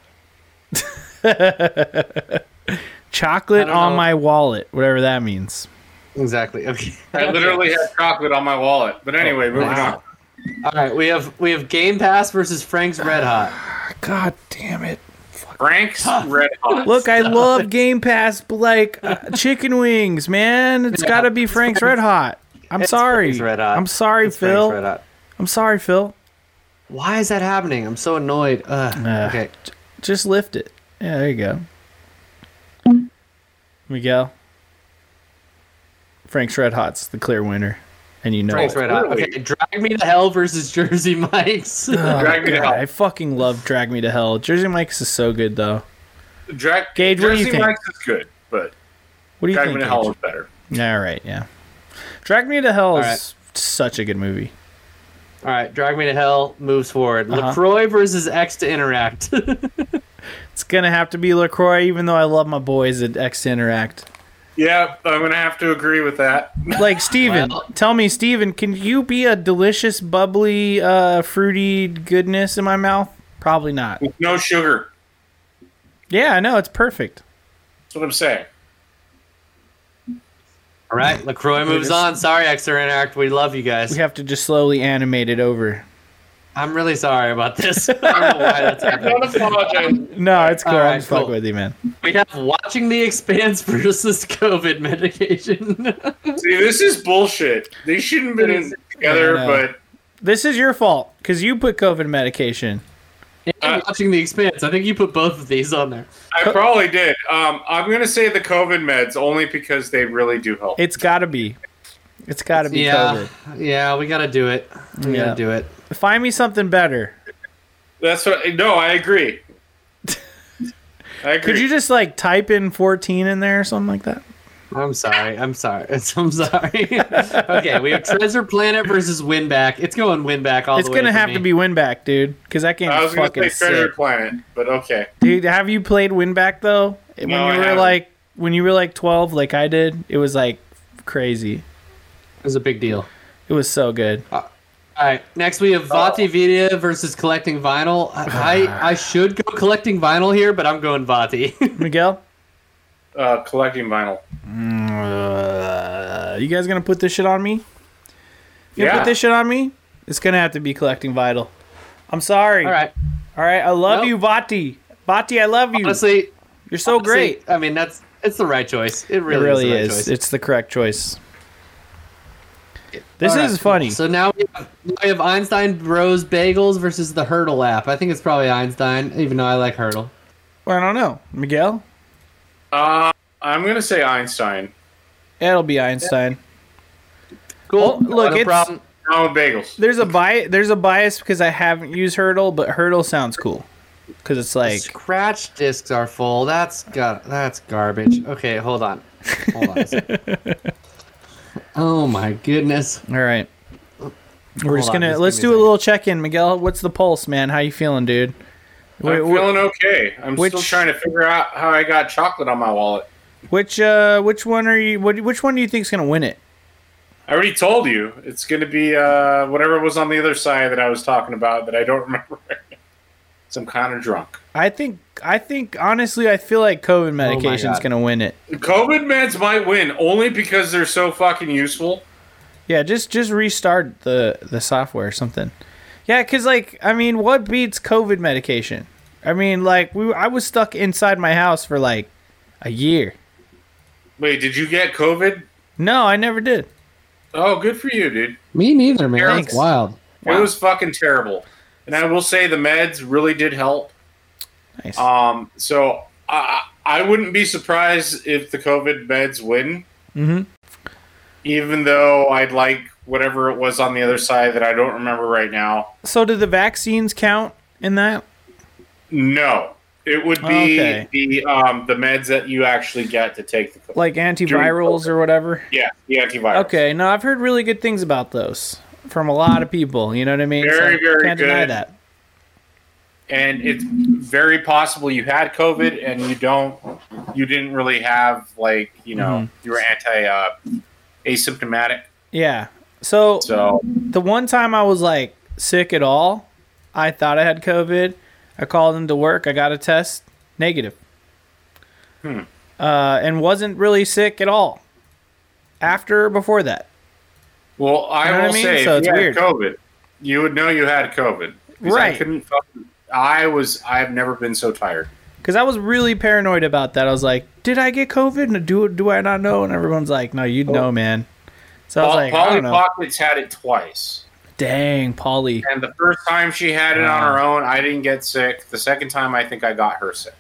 Speaker 2: Chocolate
Speaker 1: I don't
Speaker 2: on
Speaker 1: know.
Speaker 2: my wallet, whatever that means.
Speaker 1: Exactly. Okay.
Speaker 3: I literally have chocolate on my wallet. But
Speaker 2: Oh,
Speaker 3: anyway, moving on.
Speaker 1: All right, we have we have Game Pass versus Frank's Red Hot.
Speaker 2: God damn it.
Speaker 3: Frank's Red Hot.
Speaker 2: Look, I love Game Pass, but like uh, chicken wings, man. It's got to be Frank's Red Hot. I'm sorry.
Speaker 1: Frank's Red Hot.
Speaker 2: I'm sorry,
Speaker 1: It's Frank's Red
Speaker 2: Phil.
Speaker 1: Hot.
Speaker 2: I'm sorry, Phil.
Speaker 1: Why is that happening? I'm so annoyed. Ugh.
Speaker 2: Uh,
Speaker 1: okay.
Speaker 2: Just lift it. Yeah, there you go. Miguel. Frank's Red Hot's the clear winner, and you know
Speaker 1: Frank's
Speaker 2: it.
Speaker 1: right out.
Speaker 3: really?
Speaker 1: Okay, Drag Me to Hell versus Jersey Mike's.
Speaker 2: Oh,
Speaker 3: Drag Me to
Speaker 2: God,
Speaker 3: Hell.
Speaker 2: I fucking love Drag Me to Hell. Jersey Mike's is so good though.
Speaker 3: Drag-
Speaker 2: Gage, what do you
Speaker 3: Jersey
Speaker 2: think?
Speaker 3: Mike's is good, but
Speaker 2: What do you
Speaker 3: Drag Me
Speaker 2: think?
Speaker 3: to Hell
Speaker 2: Gage?
Speaker 3: is better.
Speaker 2: All right, yeah. Drag Me to Hell is
Speaker 1: right.
Speaker 2: such a good movie.
Speaker 1: All right, Drag Me to Hell moves forward.
Speaker 2: Uh-huh.
Speaker 1: Lacroix versus X to Interact.
Speaker 2: It's gonna have to be Lacroix, even though I love my boys at X Interact.
Speaker 3: Yeah, I'm gonna have to agree with that.
Speaker 2: Like Steven,
Speaker 1: Well-
Speaker 2: tell me, Steven, can you be a delicious, bubbly, uh, fruity goodness in my mouth? Probably not.
Speaker 3: With no sugar.
Speaker 2: Yeah, I know it's perfect.
Speaker 3: That's what I'm saying.
Speaker 1: All right, Lacroix moves on. Sorry, X to Interact. We love you guys.
Speaker 2: We have to just slowly animate it over.
Speaker 1: I'm really sorry about this. I don't know why that's happening.
Speaker 3: Don't apologize.
Speaker 2: No, it's cool.
Speaker 1: All right,
Speaker 2: I'm just fucking
Speaker 1: cool.
Speaker 2: with you, man.
Speaker 1: We have watching the expanse versus COVID medication.
Speaker 3: See, this is bullshit. They shouldn't have been in together,
Speaker 2: I know.
Speaker 3: but
Speaker 2: This is your fault because you put COVID medication.
Speaker 1: And watching the expanse. I think you put both of these on there.
Speaker 3: I probably did. Um, I'm gonna say the COVID meds only because they really do help.
Speaker 2: It's got to be. It's got to be
Speaker 1: Yeah, yeah, we gotta do it. We
Speaker 2: Yeah.
Speaker 1: gotta do it.
Speaker 2: COVID. Find me something better.
Speaker 3: That's what. No, I agree. I agree.
Speaker 2: Could you just like type in 14 in there or something like that?
Speaker 1: I'm sorry. I'm sorry. I'm sorry. okay, we have Treasure Planet versus Winback. It's going Winback all
Speaker 2: it's
Speaker 1: the way.
Speaker 2: gonna
Speaker 1: for
Speaker 2: have
Speaker 1: me.
Speaker 2: to be Winback, dude, because that game
Speaker 3: I
Speaker 2: is
Speaker 3: was gonna
Speaker 2: fucking
Speaker 3: say Treasure
Speaker 2: sick.
Speaker 3: Planet, but okay.
Speaker 2: Dude, have you played Winback though? When
Speaker 3: No,
Speaker 2: you
Speaker 3: I
Speaker 2: were
Speaker 3: haven't.
Speaker 2: like when you were like 12, like I did, it was like crazy.
Speaker 1: It was a big deal.
Speaker 2: It was so good.
Speaker 1: All right. Next, we have Vati Vidya versus collecting vinyl. I, I I should go collecting vinyl here, but I'm going Vati.
Speaker 2: Miguel,
Speaker 3: Uh, collecting vinyl.
Speaker 2: uh, you guys gonna put this shit on me? You gonna
Speaker 3: Yeah.
Speaker 2: put this shit on me? It's gonna have to be collecting vital. I'm sorry.
Speaker 1: all right.
Speaker 2: All right. I love
Speaker 1: Nope.
Speaker 2: you, Vati. Vati, I love you.
Speaker 1: Honestly,
Speaker 2: You're so Oh, great.
Speaker 1: honestly, I mean, that's it's the right choice. It
Speaker 2: It
Speaker 1: really, is.
Speaker 2: really
Speaker 1: The right
Speaker 2: is.
Speaker 1: choice.
Speaker 2: It's the correct choice. This
Speaker 1: All right,
Speaker 2: is
Speaker 1: cool.
Speaker 2: funny.
Speaker 1: So now we, have, now we have Einstein Bros Bagels versus the Hurdle app. I think it's probably Einstein, even though I like Hurdle.
Speaker 2: I don't know, Miguel.
Speaker 3: Uh, I'm gonna say Einstein.
Speaker 2: It'll be Einstein.
Speaker 1: Cool.
Speaker 2: Oh, look,
Speaker 1: no
Speaker 2: it's-
Speaker 1: problem.
Speaker 3: No bagels.
Speaker 2: There's a bias. There's a bias because I haven't used Hurdle, but Hurdle sounds cool because it's like
Speaker 1: Scratch discs are full. That's got that's garbage. Okay, hold on. Hold on. a second. oh my goodness.
Speaker 2: all right. We're just
Speaker 1: on,
Speaker 2: gonna
Speaker 1: just
Speaker 2: let's
Speaker 1: give
Speaker 2: do
Speaker 1: me
Speaker 2: a
Speaker 1: a
Speaker 2: little check in, Miguel. What's the pulse, man? How you feeling, dude? Wh-
Speaker 3: I'm
Speaker 2: wh-
Speaker 3: feeling okay. I'm still
Speaker 2: which-
Speaker 3: trying to figure out how I got chocolate on my wallet.
Speaker 2: Which uh, which one are you? What, which one do you think's gonna win it?
Speaker 3: I already told you it's going to be uh, whatever was on the other side that I was talking about that I don't remember. so I'm kind of drunk.
Speaker 2: I think. I think honestly, I feel like
Speaker 3: Oh
Speaker 2: COVID medication's
Speaker 1: God.
Speaker 2: gonna win it.
Speaker 3: COVID meds might win only because they're so fucking useful.
Speaker 2: Yeah, just just restart the the software or something. Yeah, cuz like I mean, what beats COVID medication? I mean, like we I was stuck inside my house for like a year.
Speaker 3: Wait, did you get COVID?
Speaker 2: No, I never did.
Speaker 3: Oh, good for you, dude.
Speaker 1: Me neither, man.
Speaker 3: Thanks.
Speaker 1: That's wild.
Speaker 3: It was fucking terrible. And I will say the meds really did help.
Speaker 2: Nice.
Speaker 3: Um, so I, I wouldn't be surprised if the COVID meds win.
Speaker 2: Mhm.
Speaker 3: Even though I'd like whatever it was on the other side that I don't remember right now.
Speaker 2: so did the vaccines count in that?
Speaker 3: No, it would be
Speaker 2: Okay.
Speaker 3: the um, the meds that you actually get to take the
Speaker 2: Like antivirals or whatever?
Speaker 3: yeah the antivirus.
Speaker 2: Okay, no, I've heard really good things about those from a lot of people, you know what I mean?
Speaker 3: Very, very
Speaker 2: can't deny
Speaker 3: good.
Speaker 2: that.
Speaker 3: and it's very possible you had COVID and you don't you didn't really have like you know
Speaker 2: Mm-hmm.
Speaker 3: you were anti uh, asymptomatic.
Speaker 2: Yeah. So,
Speaker 3: So
Speaker 2: the one time I was like sick at all, I thought I had COVID. I called into work. I got a test, negative.
Speaker 3: Hmm.
Speaker 2: Uh, and wasn't really sick at all after or before that.
Speaker 3: well, I
Speaker 2: You know
Speaker 3: will
Speaker 2: what I mean?
Speaker 3: say
Speaker 2: So
Speaker 3: if
Speaker 2: it's
Speaker 3: you
Speaker 2: weird.
Speaker 3: had COVID, you would know you had COVID. 'Cause
Speaker 2: Right.
Speaker 3: I couldn't. fucking- I was. I've never been so tired.
Speaker 2: Because I was really paranoid about that. I was like, did I get COVID? And do, do I not know? And everyone's like, no, you'd know, man. So I was
Speaker 3: Paul-
Speaker 2: like, I
Speaker 3: Polly
Speaker 2: don't know.
Speaker 3: Pockets had it twice.
Speaker 2: Dang, Polly.
Speaker 3: And the first time she had it on her own, I didn't get sick. The second time, I think I got her sick.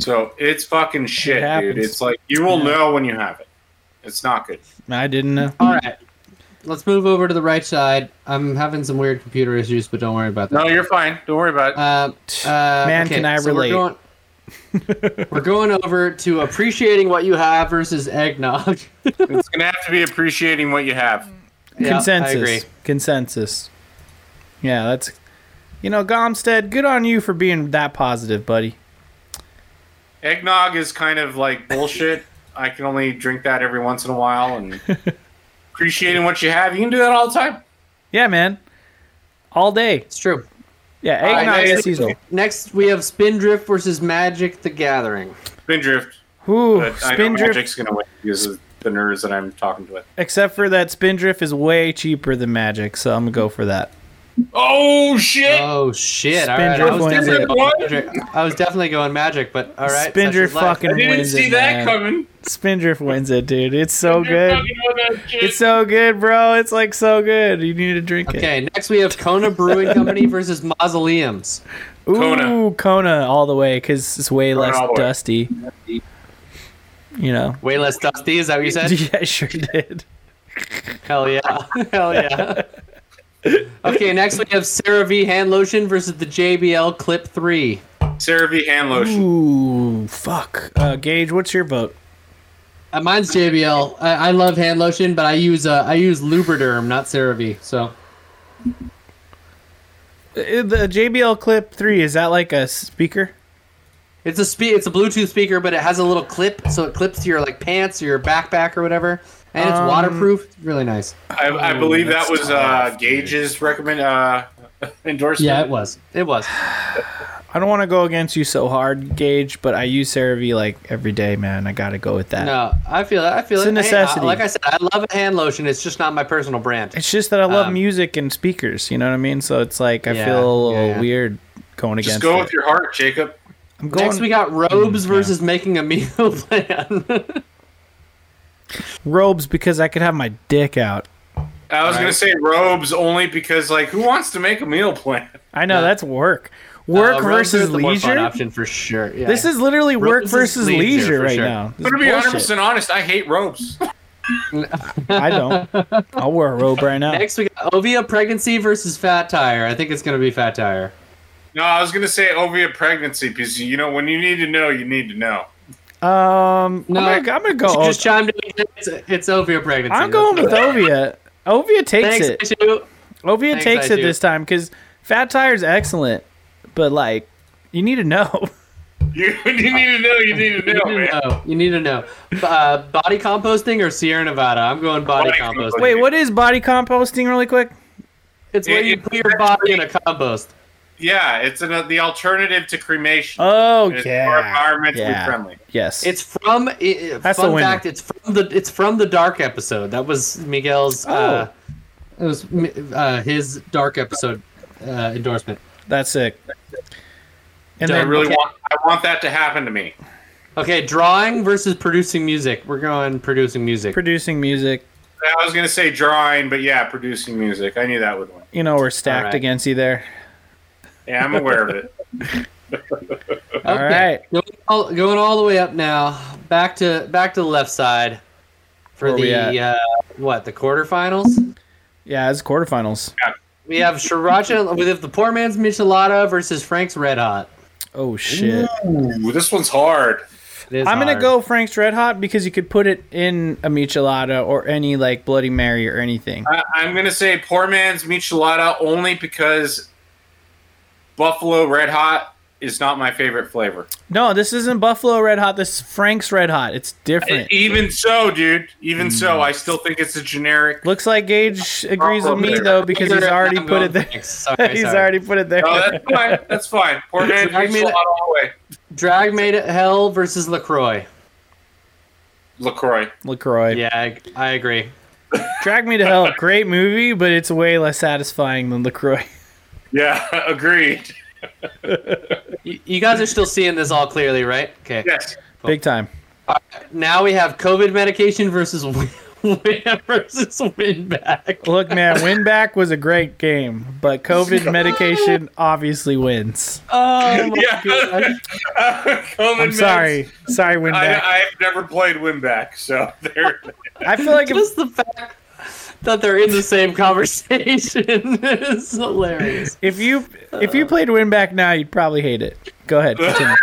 Speaker 3: So it's fucking shit, dude.
Speaker 2: happens.
Speaker 3: It's like you will
Speaker 2: Yeah.
Speaker 3: know when you have it. It's not good.
Speaker 2: I didn't know.
Speaker 1: All right. Let's move over to the right side. I'm having some weird computer issues, but don't worry about that.
Speaker 3: No, you're fine. Don't worry about it.
Speaker 1: Uh, uh,
Speaker 2: Man, can I
Speaker 1: we're
Speaker 2: relate?
Speaker 1: going- We're going, over to appreciating what you have versus eggnog.
Speaker 3: it's gonna have to be appreciating what you have.
Speaker 1: Yeah,
Speaker 2: Consensus.
Speaker 1: I agree.
Speaker 2: Consensus. Yeah, that's. You know, Gomstead, good on you for being that positive, buddy.
Speaker 3: Eggnog is kind of like bullshit. I can only drink that every once in a while, and appreciating what you have, you can do that all the time.
Speaker 2: Yeah, man. All day.
Speaker 1: It's true.
Speaker 2: Yeah,
Speaker 3: I
Speaker 2: eggnog
Speaker 3: know.
Speaker 2: is seasonal.
Speaker 1: Next, we have Spindrift versus Magic the Gathering.
Speaker 3: Spindrift,
Speaker 2: Ooh,
Speaker 3: but I know
Speaker 2: Spindrift.
Speaker 3: Magic's gonna win because of the nerds that I'm talking with.
Speaker 2: Except for that Spindrift is way cheaper than Magic, so I'm gonna go for that.
Speaker 3: Oh shit!
Speaker 1: Oh, shit. All right. I
Speaker 2: Spindrift
Speaker 1: was,
Speaker 2: wins
Speaker 1: definitely
Speaker 2: it.
Speaker 1: going magic. I was definitely going Magic, but all right. such
Speaker 2: Spindrift
Speaker 1: is life.
Speaker 2: fucking wins it. man.
Speaker 3: coming.
Speaker 2: Spindrift wins it, dude. It's so
Speaker 3: You're
Speaker 2: good.
Speaker 3: fucking on that shit.
Speaker 2: It's so good, bro. It's like so good. You need to drink it.
Speaker 1: Okay, next we have Kona Brewing Company versus Mausoleums.
Speaker 2: Ooh,
Speaker 3: Kona.
Speaker 2: Kona, all the way because it's way less
Speaker 3: all the way.
Speaker 2: dusty. You know.
Speaker 1: Way less dusty, is that what you said?
Speaker 2: Yeah, I sure did.
Speaker 1: Hell yeah. Hell yeah. Okay, next we have CeraVe Hand Lotion versus the JBL Clip 3.
Speaker 3: CeraVe hand lotion.
Speaker 2: Ooh, fuck. Uh, Gage, what's your vote?
Speaker 1: Uh, mine's JBL. I, I love hand lotion, but I use uh, I use Lubriderm, not CeraVe. So
Speaker 2: Uh, The JBL Clip Three is that like a speaker?
Speaker 1: it's a spe- it's a Bluetooth speaker, but it has a little clip, so it clips to your like pants or your backpack or whatever, and it's
Speaker 2: Um,
Speaker 1: waterproof. It's really nice.
Speaker 3: I, I believe that
Speaker 2: that's
Speaker 3: was uh, Gage's recommend uh, endorsement.
Speaker 1: Yeah, it was. It was.
Speaker 2: I don't want to go against you so hard, Gage, but I use CeraVe like every day, man. I gotta go with that.
Speaker 1: No, I feel it. I feel
Speaker 2: It's
Speaker 1: it.
Speaker 2: a
Speaker 1: Hey, I-
Speaker 2: necessity.
Speaker 1: like I said, I love hand lotion. It's just not my personal brand.
Speaker 2: It's just that I love
Speaker 1: Um,
Speaker 2: music and speakers. You know what I mean? So it's like I
Speaker 1: Yeah,
Speaker 2: feel a little
Speaker 1: yeah, yeah.
Speaker 2: weird going
Speaker 3: Just
Speaker 2: against.
Speaker 3: go
Speaker 2: it.
Speaker 3: with your heart, Jacob.
Speaker 2: I'm going.
Speaker 1: Next, we got robes
Speaker 2: Mm, yeah.
Speaker 1: versus making a meal plan. Uh,
Speaker 2: robes because I could have my dick out.
Speaker 3: I was gonna say robes only because like who wants to make a meal plan?
Speaker 2: I know that's work. Work
Speaker 1: Uh, robes
Speaker 2: versus
Speaker 1: is the more fun
Speaker 2: leisure.
Speaker 1: option for sure. Yeah.
Speaker 2: This is literally work
Speaker 1: is
Speaker 2: versus
Speaker 1: leisure,
Speaker 2: leisure,
Speaker 1: for
Speaker 2: right
Speaker 1: sure.
Speaker 2: now. This
Speaker 3: I'm
Speaker 2: is
Speaker 3: gonna be 100
Speaker 2: bullshit.
Speaker 3: percent honest. I hate robes.
Speaker 2: I don't. I'll wear a robe right now.
Speaker 1: next we got Ovia pregnancy versus fat tire. I think it's gonna be fat tire.
Speaker 3: No, I was gonna say ovia pregnancy because you know when you need to know, you need to know.
Speaker 2: Um,
Speaker 1: No,
Speaker 2: I'm, gonna, I'm gonna
Speaker 1: She
Speaker 2: go.
Speaker 1: just chimed in. again. It's, it's Ovia pregnancy.
Speaker 2: oh. I'm going with Ovia. Ovia takes
Speaker 1: Thanks,
Speaker 2: it.
Speaker 1: Ichu.
Speaker 2: Ovia
Speaker 1: Thanks,
Speaker 2: takes
Speaker 1: I
Speaker 2: it
Speaker 1: do.
Speaker 2: this time because Fat Tire's excellent, but like you need to know.
Speaker 3: You, you need to know, you need to know,
Speaker 1: You need
Speaker 3: man.
Speaker 1: to know. You need to know. Uh, body composting or Sierra Nevada? I'm going body,
Speaker 3: Body
Speaker 1: composting.
Speaker 3: composting.
Speaker 2: Wait, what is body composting really quick?
Speaker 1: It's where you put your body in a compost.
Speaker 3: Yeah, it's an, the alternative to cremation.
Speaker 2: Oh
Speaker 3: it's more
Speaker 2: yeah,
Speaker 3: environmentally
Speaker 2: Yeah.
Speaker 3: friendly.
Speaker 2: yes.
Speaker 1: It's from. It, it-
Speaker 2: That's the
Speaker 1: fun
Speaker 2: winner.
Speaker 1: fact. It's from the. It's from the dark episode. That was Miguel's. Uh, it was uh, his dark episode uh, endorsement.
Speaker 2: that's sick. And
Speaker 1: Don't
Speaker 3: I
Speaker 2: then
Speaker 3: really
Speaker 1: Okay.
Speaker 3: want I want that to happen to me.
Speaker 1: Okay, drawing versus producing music. We're going producing music.
Speaker 2: producing music.
Speaker 3: I was gonna say drawing, but yeah, producing music. I knew that would win.
Speaker 2: You know we're stacked
Speaker 1: Alright.
Speaker 2: against you there.
Speaker 3: Yeah, I'm aware of it.
Speaker 2: All
Speaker 1: Okay.
Speaker 2: right.
Speaker 1: Going all, going all the way up now. Back to back to the left side for
Speaker 2: Where we
Speaker 1: the uh, what the quarterfinals.
Speaker 2: Yeah, it's quarterfinals.
Speaker 1: We have Sriracha. We have the poor man's michelada versus Frank's Red Hot.
Speaker 2: Oh shit.
Speaker 3: Ooh, this one's hard.
Speaker 1: It is
Speaker 2: I'm gonna
Speaker 1: hard.
Speaker 2: go Frank's Red Hot because you could put it in a michelada or any like Bloody Mary or anything.
Speaker 3: I, I'm gonna say poor man's michelada only because Buffalo Red Hot is not my favorite flavor.
Speaker 2: No, this isn't Buffalo Red Hot. This is Frank's Red Hot. It's different.
Speaker 3: Even so, dude. Even so, I still think it's a generic.
Speaker 2: Looks like Gage agrees with me
Speaker 3: Buffalo.
Speaker 2: though because he's already
Speaker 1: I'm
Speaker 2: put
Speaker 1: going
Speaker 2: it there.
Speaker 1: Frank's. Sorry,
Speaker 2: He's
Speaker 1: sorry.
Speaker 2: already put it there.
Speaker 3: No, that's fine. That's fine. Poor man's
Speaker 1: I mean-
Speaker 3: michelada all the way.
Speaker 1: Drag made it hell versus Lacroix.
Speaker 3: Lacroix.
Speaker 2: Lacroix.
Speaker 1: Yeah, I, I agree.
Speaker 2: Drag Me to Hell. Great movie, but it's way less satisfying than Lacroix.
Speaker 3: Yeah, agreed.
Speaker 1: You, you guys are still seeing this all clearly, right? Okay.
Speaker 3: Yes.
Speaker 2: Big time.
Speaker 1: Now we have COVID medication versus Win versus win back.
Speaker 2: Look, man, Winback was a great game, but COVID medication obviously wins.
Speaker 1: Oh my
Speaker 3: Yeah.
Speaker 1: gosh.
Speaker 3: Coleman
Speaker 2: I'm
Speaker 3: Mets.
Speaker 2: sorry. Sorry, Winback.
Speaker 3: I, I've never played Winback, so there.
Speaker 2: I feel like if,
Speaker 1: Just the fact that they're in the same conversation is hilarious.
Speaker 2: if you if you played Winback now, you'd probably hate it. Go ahead. Continue.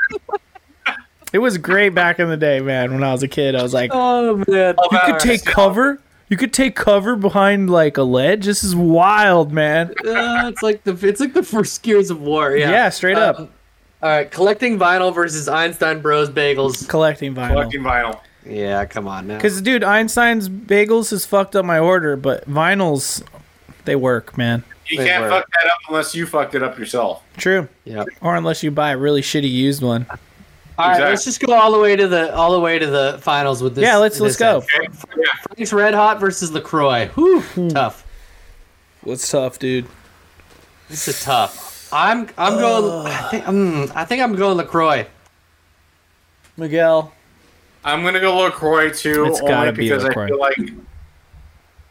Speaker 2: it was great back in the day, man. When I was a kid, I was like,
Speaker 1: Oh man.
Speaker 2: you could take cover. You could take cover behind like a ledge. This is wild, man.
Speaker 1: Uh, it's like the it's like the first Gears of War. Yeah.
Speaker 2: Yeah, straight
Speaker 1: Um,
Speaker 2: up
Speaker 1: All right, collecting vinyl versus Einstein Bros bagels.
Speaker 2: collecting vinyl.
Speaker 3: Fucking vinyl.
Speaker 1: Yeah, come on now.
Speaker 2: Because, dude, Einstein's bagels has fucked up my order, but vinyls, they work, man.
Speaker 3: You
Speaker 1: They
Speaker 3: can't
Speaker 1: were.
Speaker 3: fuck that up unless you fucked it up yourself.
Speaker 2: True.
Speaker 1: Yeah.
Speaker 2: Or unless you buy a really shitty used one.
Speaker 1: All right, let's just go all the way to the all the way to the finals with this.
Speaker 2: yeah, let's let's
Speaker 1: this
Speaker 2: go.
Speaker 1: end. Frank's Red Hot versus Lacroix. Whew, tough.
Speaker 2: What's tough, dude?
Speaker 1: This is tough. I'm I'm going. I think, mm, I think I'm going Lacroix.
Speaker 2: Miguel.
Speaker 3: I'm gonna go Lacroix too,
Speaker 2: It's
Speaker 3: only
Speaker 2: gotta be
Speaker 3: because
Speaker 2: LaCroix. Hmm.
Speaker 3: I feel like,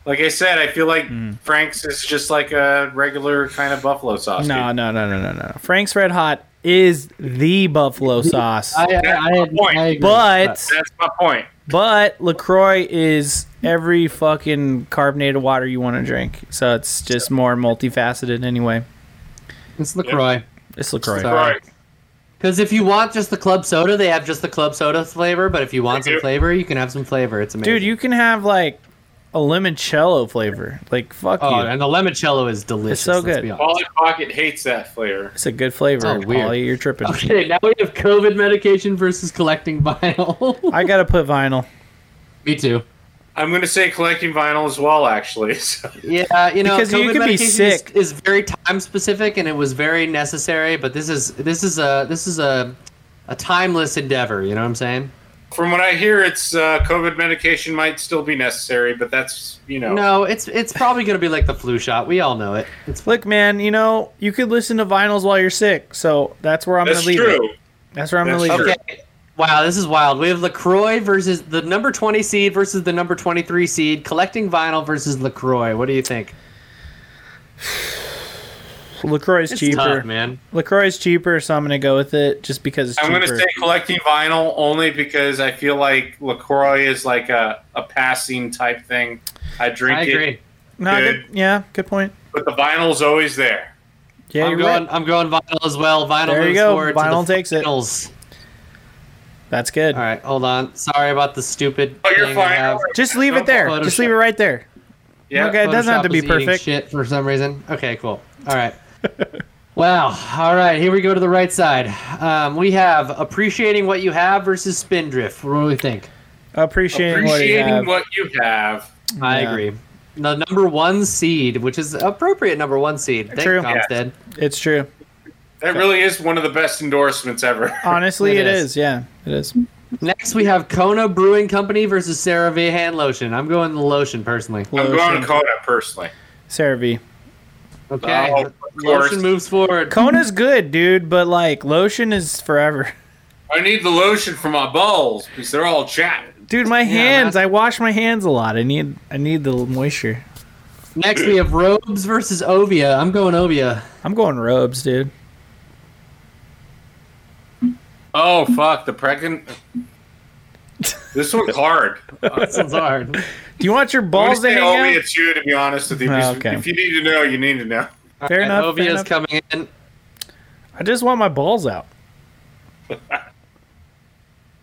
Speaker 3: like I said, I feel like Frank's is just like a regular kind of buffalo sauce.
Speaker 2: No,
Speaker 3: dude.
Speaker 2: no, no, no, no, no. Frank's Red Hot is the buffalo sauce.
Speaker 1: I, I,
Speaker 3: That's
Speaker 1: I,
Speaker 3: my point.
Speaker 1: I agree.
Speaker 2: But
Speaker 3: that's my point.
Speaker 2: but LaCroix is every fucking carbonated water you want to drink. So it's just more multifaceted anyway.
Speaker 1: it's Lacroix.
Speaker 2: It's LaCroix.
Speaker 1: Sorry. Right. Because if you want just the club soda, they have just the club soda flavor. But if you want
Speaker 3: They
Speaker 1: some
Speaker 3: do.
Speaker 1: flavor, you can have some flavor. It's amazing.
Speaker 2: Dude, you can have like a limoncello flavor. Like fuck
Speaker 1: Oh,
Speaker 2: you.
Speaker 1: and the limoncello is delicious.
Speaker 2: so
Speaker 1: let's
Speaker 2: good.
Speaker 1: be honest.
Speaker 3: Polly Pocket hates that flavor.
Speaker 2: It's a good flavor.
Speaker 1: Oh, weird.
Speaker 2: Ollie, you're tripping.
Speaker 1: Okay, now we have COVID medication versus collecting vinyl.
Speaker 2: I gotta put vinyl.
Speaker 1: Me too.
Speaker 3: I'm gonna say collecting vinyl as well, actually. So,
Speaker 1: Yeah, you know,
Speaker 2: Because you
Speaker 1: COVID
Speaker 2: could be
Speaker 1: medication
Speaker 2: sick.
Speaker 1: Is, is very time specific, and it was very necessary. But this is this is a this is a a timeless endeavor. You know what I'm saying?
Speaker 3: from what I hear, it's uh, COVID medication might still be necessary, but that's you know.
Speaker 1: No, it's it's probably gonna be like the flu shot. We all know it. It's
Speaker 2: Look, man, you know you could listen to vinyls while you're sick. So that's where I'm
Speaker 3: That's
Speaker 2: gonna leave
Speaker 3: true.
Speaker 2: it. That's where I'm
Speaker 3: That's
Speaker 2: gonna leave
Speaker 3: true.
Speaker 2: it.
Speaker 1: okay. Wow, this is wild. We have Lacroix versus the number 20 seed versus the number 23 seed. Collecting vinyl versus Lacroix. What do you think?
Speaker 2: Lacroix is
Speaker 1: It's
Speaker 2: cheaper.
Speaker 1: tough, man.
Speaker 2: Lacroix is cheaper, so I'm gonna go with it just because it's
Speaker 3: I'm
Speaker 2: cheaper.
Speaker 3: going to say collecting vinyl only because I feel like LaCroix is like a, a passing type thing. I drink
Speaker 1: I agree.
Speaker 3: it,
Speaker 2: Nah,
Speaker 3: good.
Speaker 2: good- Yeah, good point.
Speaker 3: but the vinyl's always there.
Speaker 2: Yeah,
Speaker 1: I'm
Speaker 2: you're
Speaker 1: going.
Speaker 2: right.
Speaker 1: I'm going vinyl as well. Vinyl
Speaker 2: There you
Speaker 1: moves
Speaker 2: go.
Speaker 1: forward to
Speaker 2: Vinyl
Speaker 1: the
Speaker 2: takes it.
Speaker 1: finals.
Speaker 2: That's good.
Speaker 1: All right, hold on. Sorry about the stupid.
Speaker 3: Oh, you're
Speaker 1: thing I
Speaker 3: fine.
Speaker 1: have.
Speaker 2: Just leave it there.
Speaker 1: Photoshop.
Speaker 2: Just leave it right there.
Speaker 3: Yeah.
Speaker 2: Okay. It doesn't have to
Speaker 1: Photoshop
Speaker 2: be
Speaker 1: is eating
Speaker 2: perfect.
Speaker 1: Shit for some reason. Okay, cool. All right. wow. All right. Here we go to the right side. Um, we have appreciating what you have versus spindrift. What do we think?
Speaker 2: Appreciating, what
Speaker 3: Appreciating what you have.
Speaker 1: I
Speaker 2: Yeah.
Speaker 1: agree. The number one seed, which is appropriate number one seed. Thank
Speaker 2: True.
Speaker 1: Comstead.
Speaker 2: you have. It's true.
Speaker 3: That really is one of the best endorsements ever.
Speaker 2: Honestly,
Speaker 1: It
Speaker 2: it
Speaker 1: is.
Speaker 2: is. Yeah, it is.
Speaker 1: Next, we have Kona Brewing Company versus Sarah Vahan Lotion. I'm going the lotion personally.
Speaker 3: I'm going
Speaker 2: Lotion.
Speaker 3: to Coda personally.
Speaker 2: CeraVe.
Speaker 1: Okay.
Speaker 3: Oh, of course.
Speaker 1: lotion moves forward.
Speaker 2: Kona's good, dude, but like lotion is forever.
Speaker 3: I need the lotion for my balls because they're all chatting.
Speaker 2: Dude, my
Speaker 1: man.
Speaker 2: hands. I wash my hands a lot. I need I need the moisture.
Speaker 1: Next, we have Robes versus Ovia. I'm going Ovia.
Speaker 2: I'm going robes, dude.
Speaker 3: Oh, fuck. The pregnant. This one's hard.
Speaker 1: This one's hard.
Speaker 2: Do you want your
Speaker 3: I'm
Speaker 2: balls to
Speaker 3: gonna say
Speaker 2: hang
Speaker 3: only
Speaker 2: out?
Speaker 3: it's you, to be honest with you.
Speaker 2: Oh,
Speaker 3: because
Speaker 2: okay.
Speaker 3: If you need to know, you need to know.
Speaker 2: Fair
Speaker 1: And
Speaker 2: enough. fair
Speaker 1: Ovia's
Speaker 2: enough.
Speaker 1: coming in.
Speaker 2: I just want my balls out.
Speaker 1: I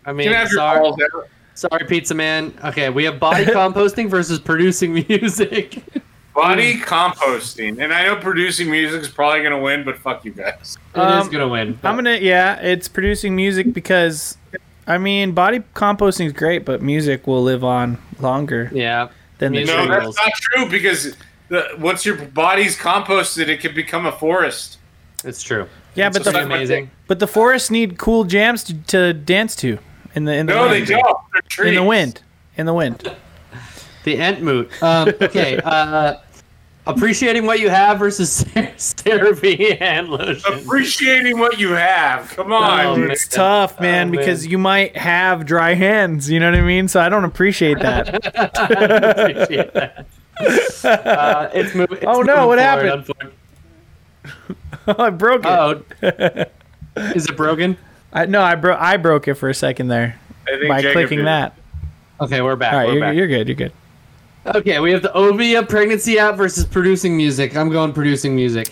Speaker 3: You
Speaker 1: mean,
Speaker 3: can have your
Speaker 1: sorry,
Speaker 3: balls out.
Speaker 1: sorry, Pizza Man. Okay, we have body composting versus producing music.
Speaker 2: Mm.
Speaker 3: Body composting. And I know producing music is probably going to win, but fuck you guys.
Speaker 1: It is
Speaker 2: Um,
Speaker 1: gonna win.
Speaker 2: I'm gonna yeah, it's producing music because I mean body composting is great, but music will live on longer
Speaker 1: Yeah.
Speaker 2: than the
Speaker 1: No,
Speaker 3: No,
Speaker 2: tree.
Speaker 1: that-
Speaker 3: that's not true because the, once your body's composted, it can become a forest.
Speaker 1: It's true.
Speaker 2: Yeah,
Speaker 1: It's
Speaker 2: but the
Speaker 1: just amazing.
Speaker 2: but the forests need cool jams to, to dance to in the in the
Speaker 3: No, they
Speaker 2: wind.
Speaker 3: don't. They're trees.
Speaker 2: in the wind. In the wind.
Speaker 1: The Entmoot. Um, okay. Uh, appreciating what you have versus therapy and lotion.
Speaker 3: Appreciating what you have. Come on.
Speaker 1: Oh,
Speaker 3: dude.
Speaker 1: man.
Speaker 2: It's tough, man,
Speaker 1: Oh, man.
Speaker 2: because you might have dry hands. You know what I mean? So I don't appreciate that.
Speaker 1: Appreciate that. Uh, it's moving.
Speaker 2: Oh, no, what happened? I broke it.
Speaker 1: Oh, is it broken?
Speaker 2: I, no, I broke. I broke it for a second there
Speaker 3: I think
Speaker 2: by
Speaker 3: Jacob
Speaker 2: clicking
Speaker 3: did.
Speaker 2: that.
Speaker 1: Okay, we're back.
Speaker 2: All right,
Speaker 1: we're
Speaker 2: you're,
Speaker 1: back.
Speaker 2: you're good. You're good.
Speaker 1: Okay, we have the Ovia pregnancy app versus producing music. I'm going producing music.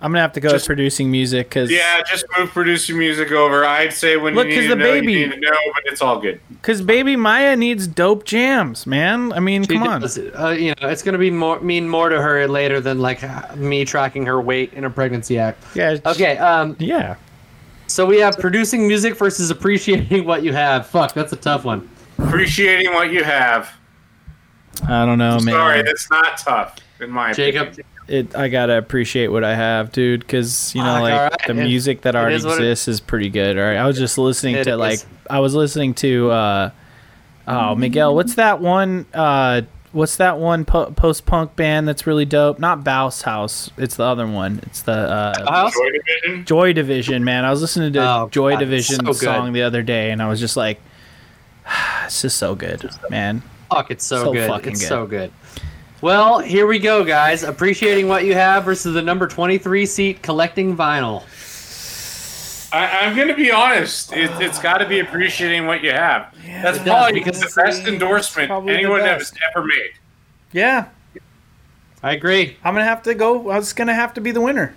Speaker 2: I'm gonna have to go with producing music because
Speaker 3: Yeah, just move producer music over. I'd say when
Speaker 2: Look,
Speaker 3: you
Speaker 2: 'cause
Speaker 3: need
Speaker 2: the
Speaker 3: to know,
Speaker 2: baby-
Speaker 3: you need to know, but it's all good.
Speaker 2: baby Maya needs dope jams, man. I mean, come on.
Speaker 1: Because, uh, you know, it's gonna be more mean more to her later than like uh, me tracking her weight in a pregnancy act.
Speaker 2: Yeah. it's-
Speaker 1: Okay, um,
Speaker 2: Yeah.
Speaker 1: so we have producing music versus appreciating what you have. Fuck, that's a tough one.
Speaker 3: Appreciating what you have.
Speaker 2: I don't know, Oh, man.
Speaker 3: Sorry, that's not tough in my
Speaker 1: Jacob,
Speaker 3: opinion.
Speaker 2: it I gotta appreciate what I have, dude, because you know,
Speaker 1: Fuck,
Speaker 2: like
Speaker 1: alright.
Speaker 2: the
Speaker 1: It-
Speaker 2: music that already
Speaker 1: is what it-
Speaker 2: exists is pretty good. All right, I was just listening
Speaker 1: It
Speaker 2: to
Speaker 1: is.
Speaker 2: like I was listening to uh, oh Miguel, what's that one? Uh, what's that one po- post punk band that's really dope? Not Bouse House, it's the other one. It's the uh,
Speaker 1: House?
Speaker 3: Joy Division.
Speaker 2: Joy Division, man. I was listening to
Speaker 1: Oh,
Speaker 2: Joy
Speaker 1: God,
Speaker 2: Division
Speaker 1: so good.
Speaker 2: song the other day, and I was just like, this is so good, man.
Speaker 1: Fuck, it's so,
Speaker 2: So
Speaker 1: good.
Speaker 2: fucking
Speaker 1: It's
Speaker 2: good.
Speaker 1: so good. Well, here we go, guys. Appreciating what you have versus the number 23 seat collecting vinyl.
Speaker 3: I, I'm going to be honest. It, it's got to be appreciating what you have. that's
Speaker 1: it does,
Speaker 3: probably
Speaker 1: because
Speaker 3: the best endorsement
Speaker 2: probably the
Speaker 3: anyone
Speaker 2: best.
Speaker 3: has ever made.
Speaker 2: Yeah,
Speaker 1: I agree.
Speaker 2: I'm gonna have to go. I was gonna have to be the winner.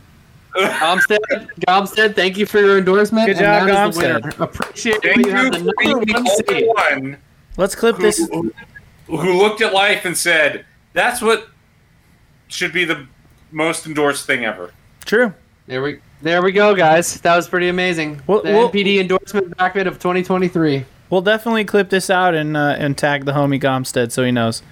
Speaker 1: Gomstead, Gomstead, thank you for your endorsement.
Speaker 2: Good job,
Speaker 1: that is the
Speaker 2: Gomstead.
Speaker 1: winner. Appreciate what
Speaker 3: Thank
Speaker 1: you
Speaker 3: you
Speaker 1: have. The
Speaker 3: for being
Speaker 1: number one
Speaker 3: the only
Speaker 1: seed.
Speaker 3: one
Speaker 2: Let's clip this.
Speaker 3: who, who looked at life and said, "That's what should be the most endorsed thing ever."
Speaker 2: True.
Speaker 1: There we there we go, guys. That was pretty amazing.
Speaker 2: Well-
Speaker 1: the
Speaker 2: well-
Speaker 1: NPD endorsement document of 2023.
Speaker 2: We'll definitely clip this out and uh, and tag the homie Gomstead so he knows.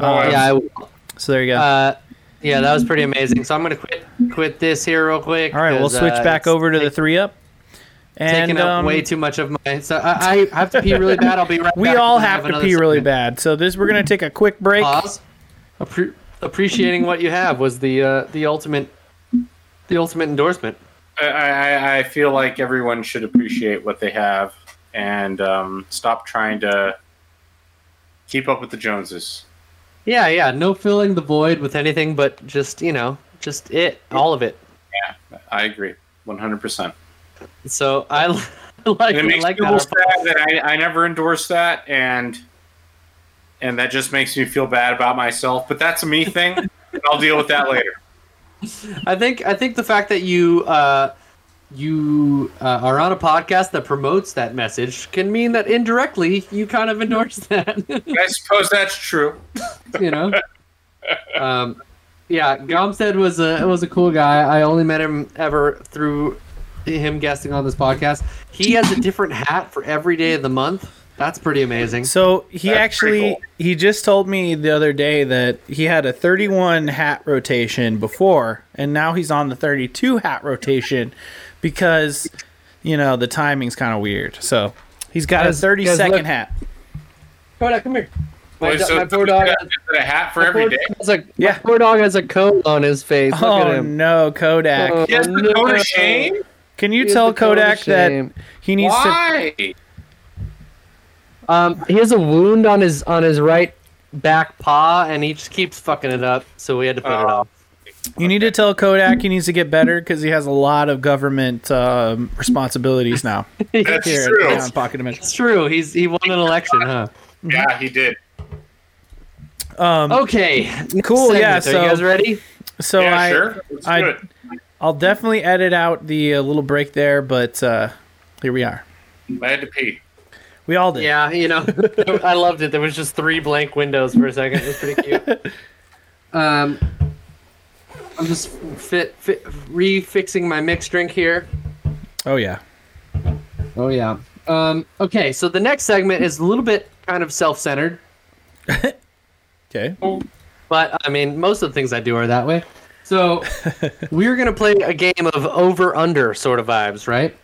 Speaker 3: Oh,
Speaker 1: Yeah, I will.
Speaker 2: So there you go.
Speaker 1: Uh, yeah, that was pretty amazing. So I'm gonna quit quit this here real quick.
Speaker 2: All right, we'll
Speaker 1: 'cause,
Speaker 2: switch
Speaker 1: uh,
Speaker 2: back
Speaker 1: it's
Speaker 2: over to the three up. And
Speaker 1: Taking up
Speaker 2: um,
Speaker 1: way too much of my. So I, I have to pee really bad. I'll be right.
Speaker 2: we
Speaker 1: back.
Speaker 2: all
Speaker 1: I
Speaker 2: have to
Speaker 1: another
Speaker 2: pee really
Speaker 1: segment.
Speaker 2: bad. So this we're gonna take a quick break.
Speaker 1: Pause. Appre- appreciating what you have was the uh, the ultimate the ultimate endorsement.
Speaker 3: I, I, I feel like everyone should appreciate what they have and um, stop trying to keep up with the Joneses.
Speaker 1: Yeah, yeah. No filling the void with anything but just you know just it, all of it.
Speaker 3: I agree, one hundred percent.
Speaker 1: So I like I
Speaker 3: It makes
Speaker 1: like
Speaker 3: me
Speaker 1: that.
Speaker 3: feel
Speaker 1: our
Speaker 3: sad that I, I never endorsed that, and and that just makes me feel bad about myself. But that's a me thing. and I'll deal with that later.
Speaker 1: I think I think the fact that you uh, you uh, are on a podcast that promotes that message can mean that indirectly you kind of endorse that.
Speaker 3: I suppose that's true.
Speaker 1: you know. Um, yeah, Gomstead was a was a cool guy. I only met him ever through him guesting on this podcast. He has a different hat for every day of the month. That's pretty amazing.
Speaker 2: So he
Speaker 3: That's
Speaker 2: actually
Speaker 3: pretty cool.
Speaker 2: he just told me the other day that he had a 31 hat rotation before, and now he's on the 32 hat rotation because you know the timing's kind of weird. So he's got
Speaker 1: Guys- guys,
Speaker 2: a 30 second
Speaker 1: look.
Speaker 2: hat.
Speaker 1: Kodak, come here. My,
Speaker 3: Wait,
Speaker 1: do-
Speaker 3: so
Speaker 1: my poor
Speaker 3: you
Speaker 1: dog.
Speaker 3: got a hat for
Speaker 1: my poor
Speaker 3: every day.
Speaker 1: dog has a,
Speaker 2: Yeah.
Speaker 1: my poor dog has a cone on his face. Look at
Speaker 2: Oh
Speaker 1: him.
Speaker 2: no, Kodak.
Speaker 1: Oh,
Speaker 3: Yes, the
Speaker 1: no.
Speaker 3: cone of shame.
Speaker 2: Can you
Speaker 1: Here's
Speaker 2: tell
Speaker 1: the cone of
Speaker 2: Kodak that
Speaker 1: shame.
Speaker 2: he needs
Speaker 3: Why?
Speaker 1: Mhm. Um, he has a wound on his on his right back paw, and he just keeps fucking it up. So we had to put it
Speaker 3: Oh.
Speaker 1: off.
Speaker 2: to? You need to tell Kodak he needs to get better because he has a lot of government um, responsibilities now.
Speaker 3: That's
Speaker 2: Here,
Speaker 3: true.
Speaker 2: down pocket dimension.
Speaker 1: It's true. He's he won an election, huh?
Speaker 3: Yeah, he did.
Speaker 2: Um,
Speaker 1: Okay. next
Speaker 2: Cool,
Speaker 1: segment.
Speaker 2: yeah,
Speaker 1: are
Speaker 2: so-
Speaker 1: you guys ready?
Speaker 2: so
Speaker 3: yeah,
Speaker 2: I
Speaker 3: sure. Let's
Speaker 2: I-
Speaker 3: do it.
Speaker 2: I'll definitely edit out the uh, little break there, but uh, here we are.
Speaker 3: I had to pee.
Speaker 2: We all did.
Speaker 1: Yeah, you know, I loved it. There was just three blank windows for a second. It was pretty cute. um, I'm just fit, fit refixing my mixed drink here.
Speaker 2: Oh yeah.
Speaker 1: Oh yeah. Um, okay, so the next segment is a little bit kind of self-centered.
Speaker 2: Okay.
Speaker 1: But I mean, most of the things I do are that way. So we're gonna play a game of over under sort of vibes, right?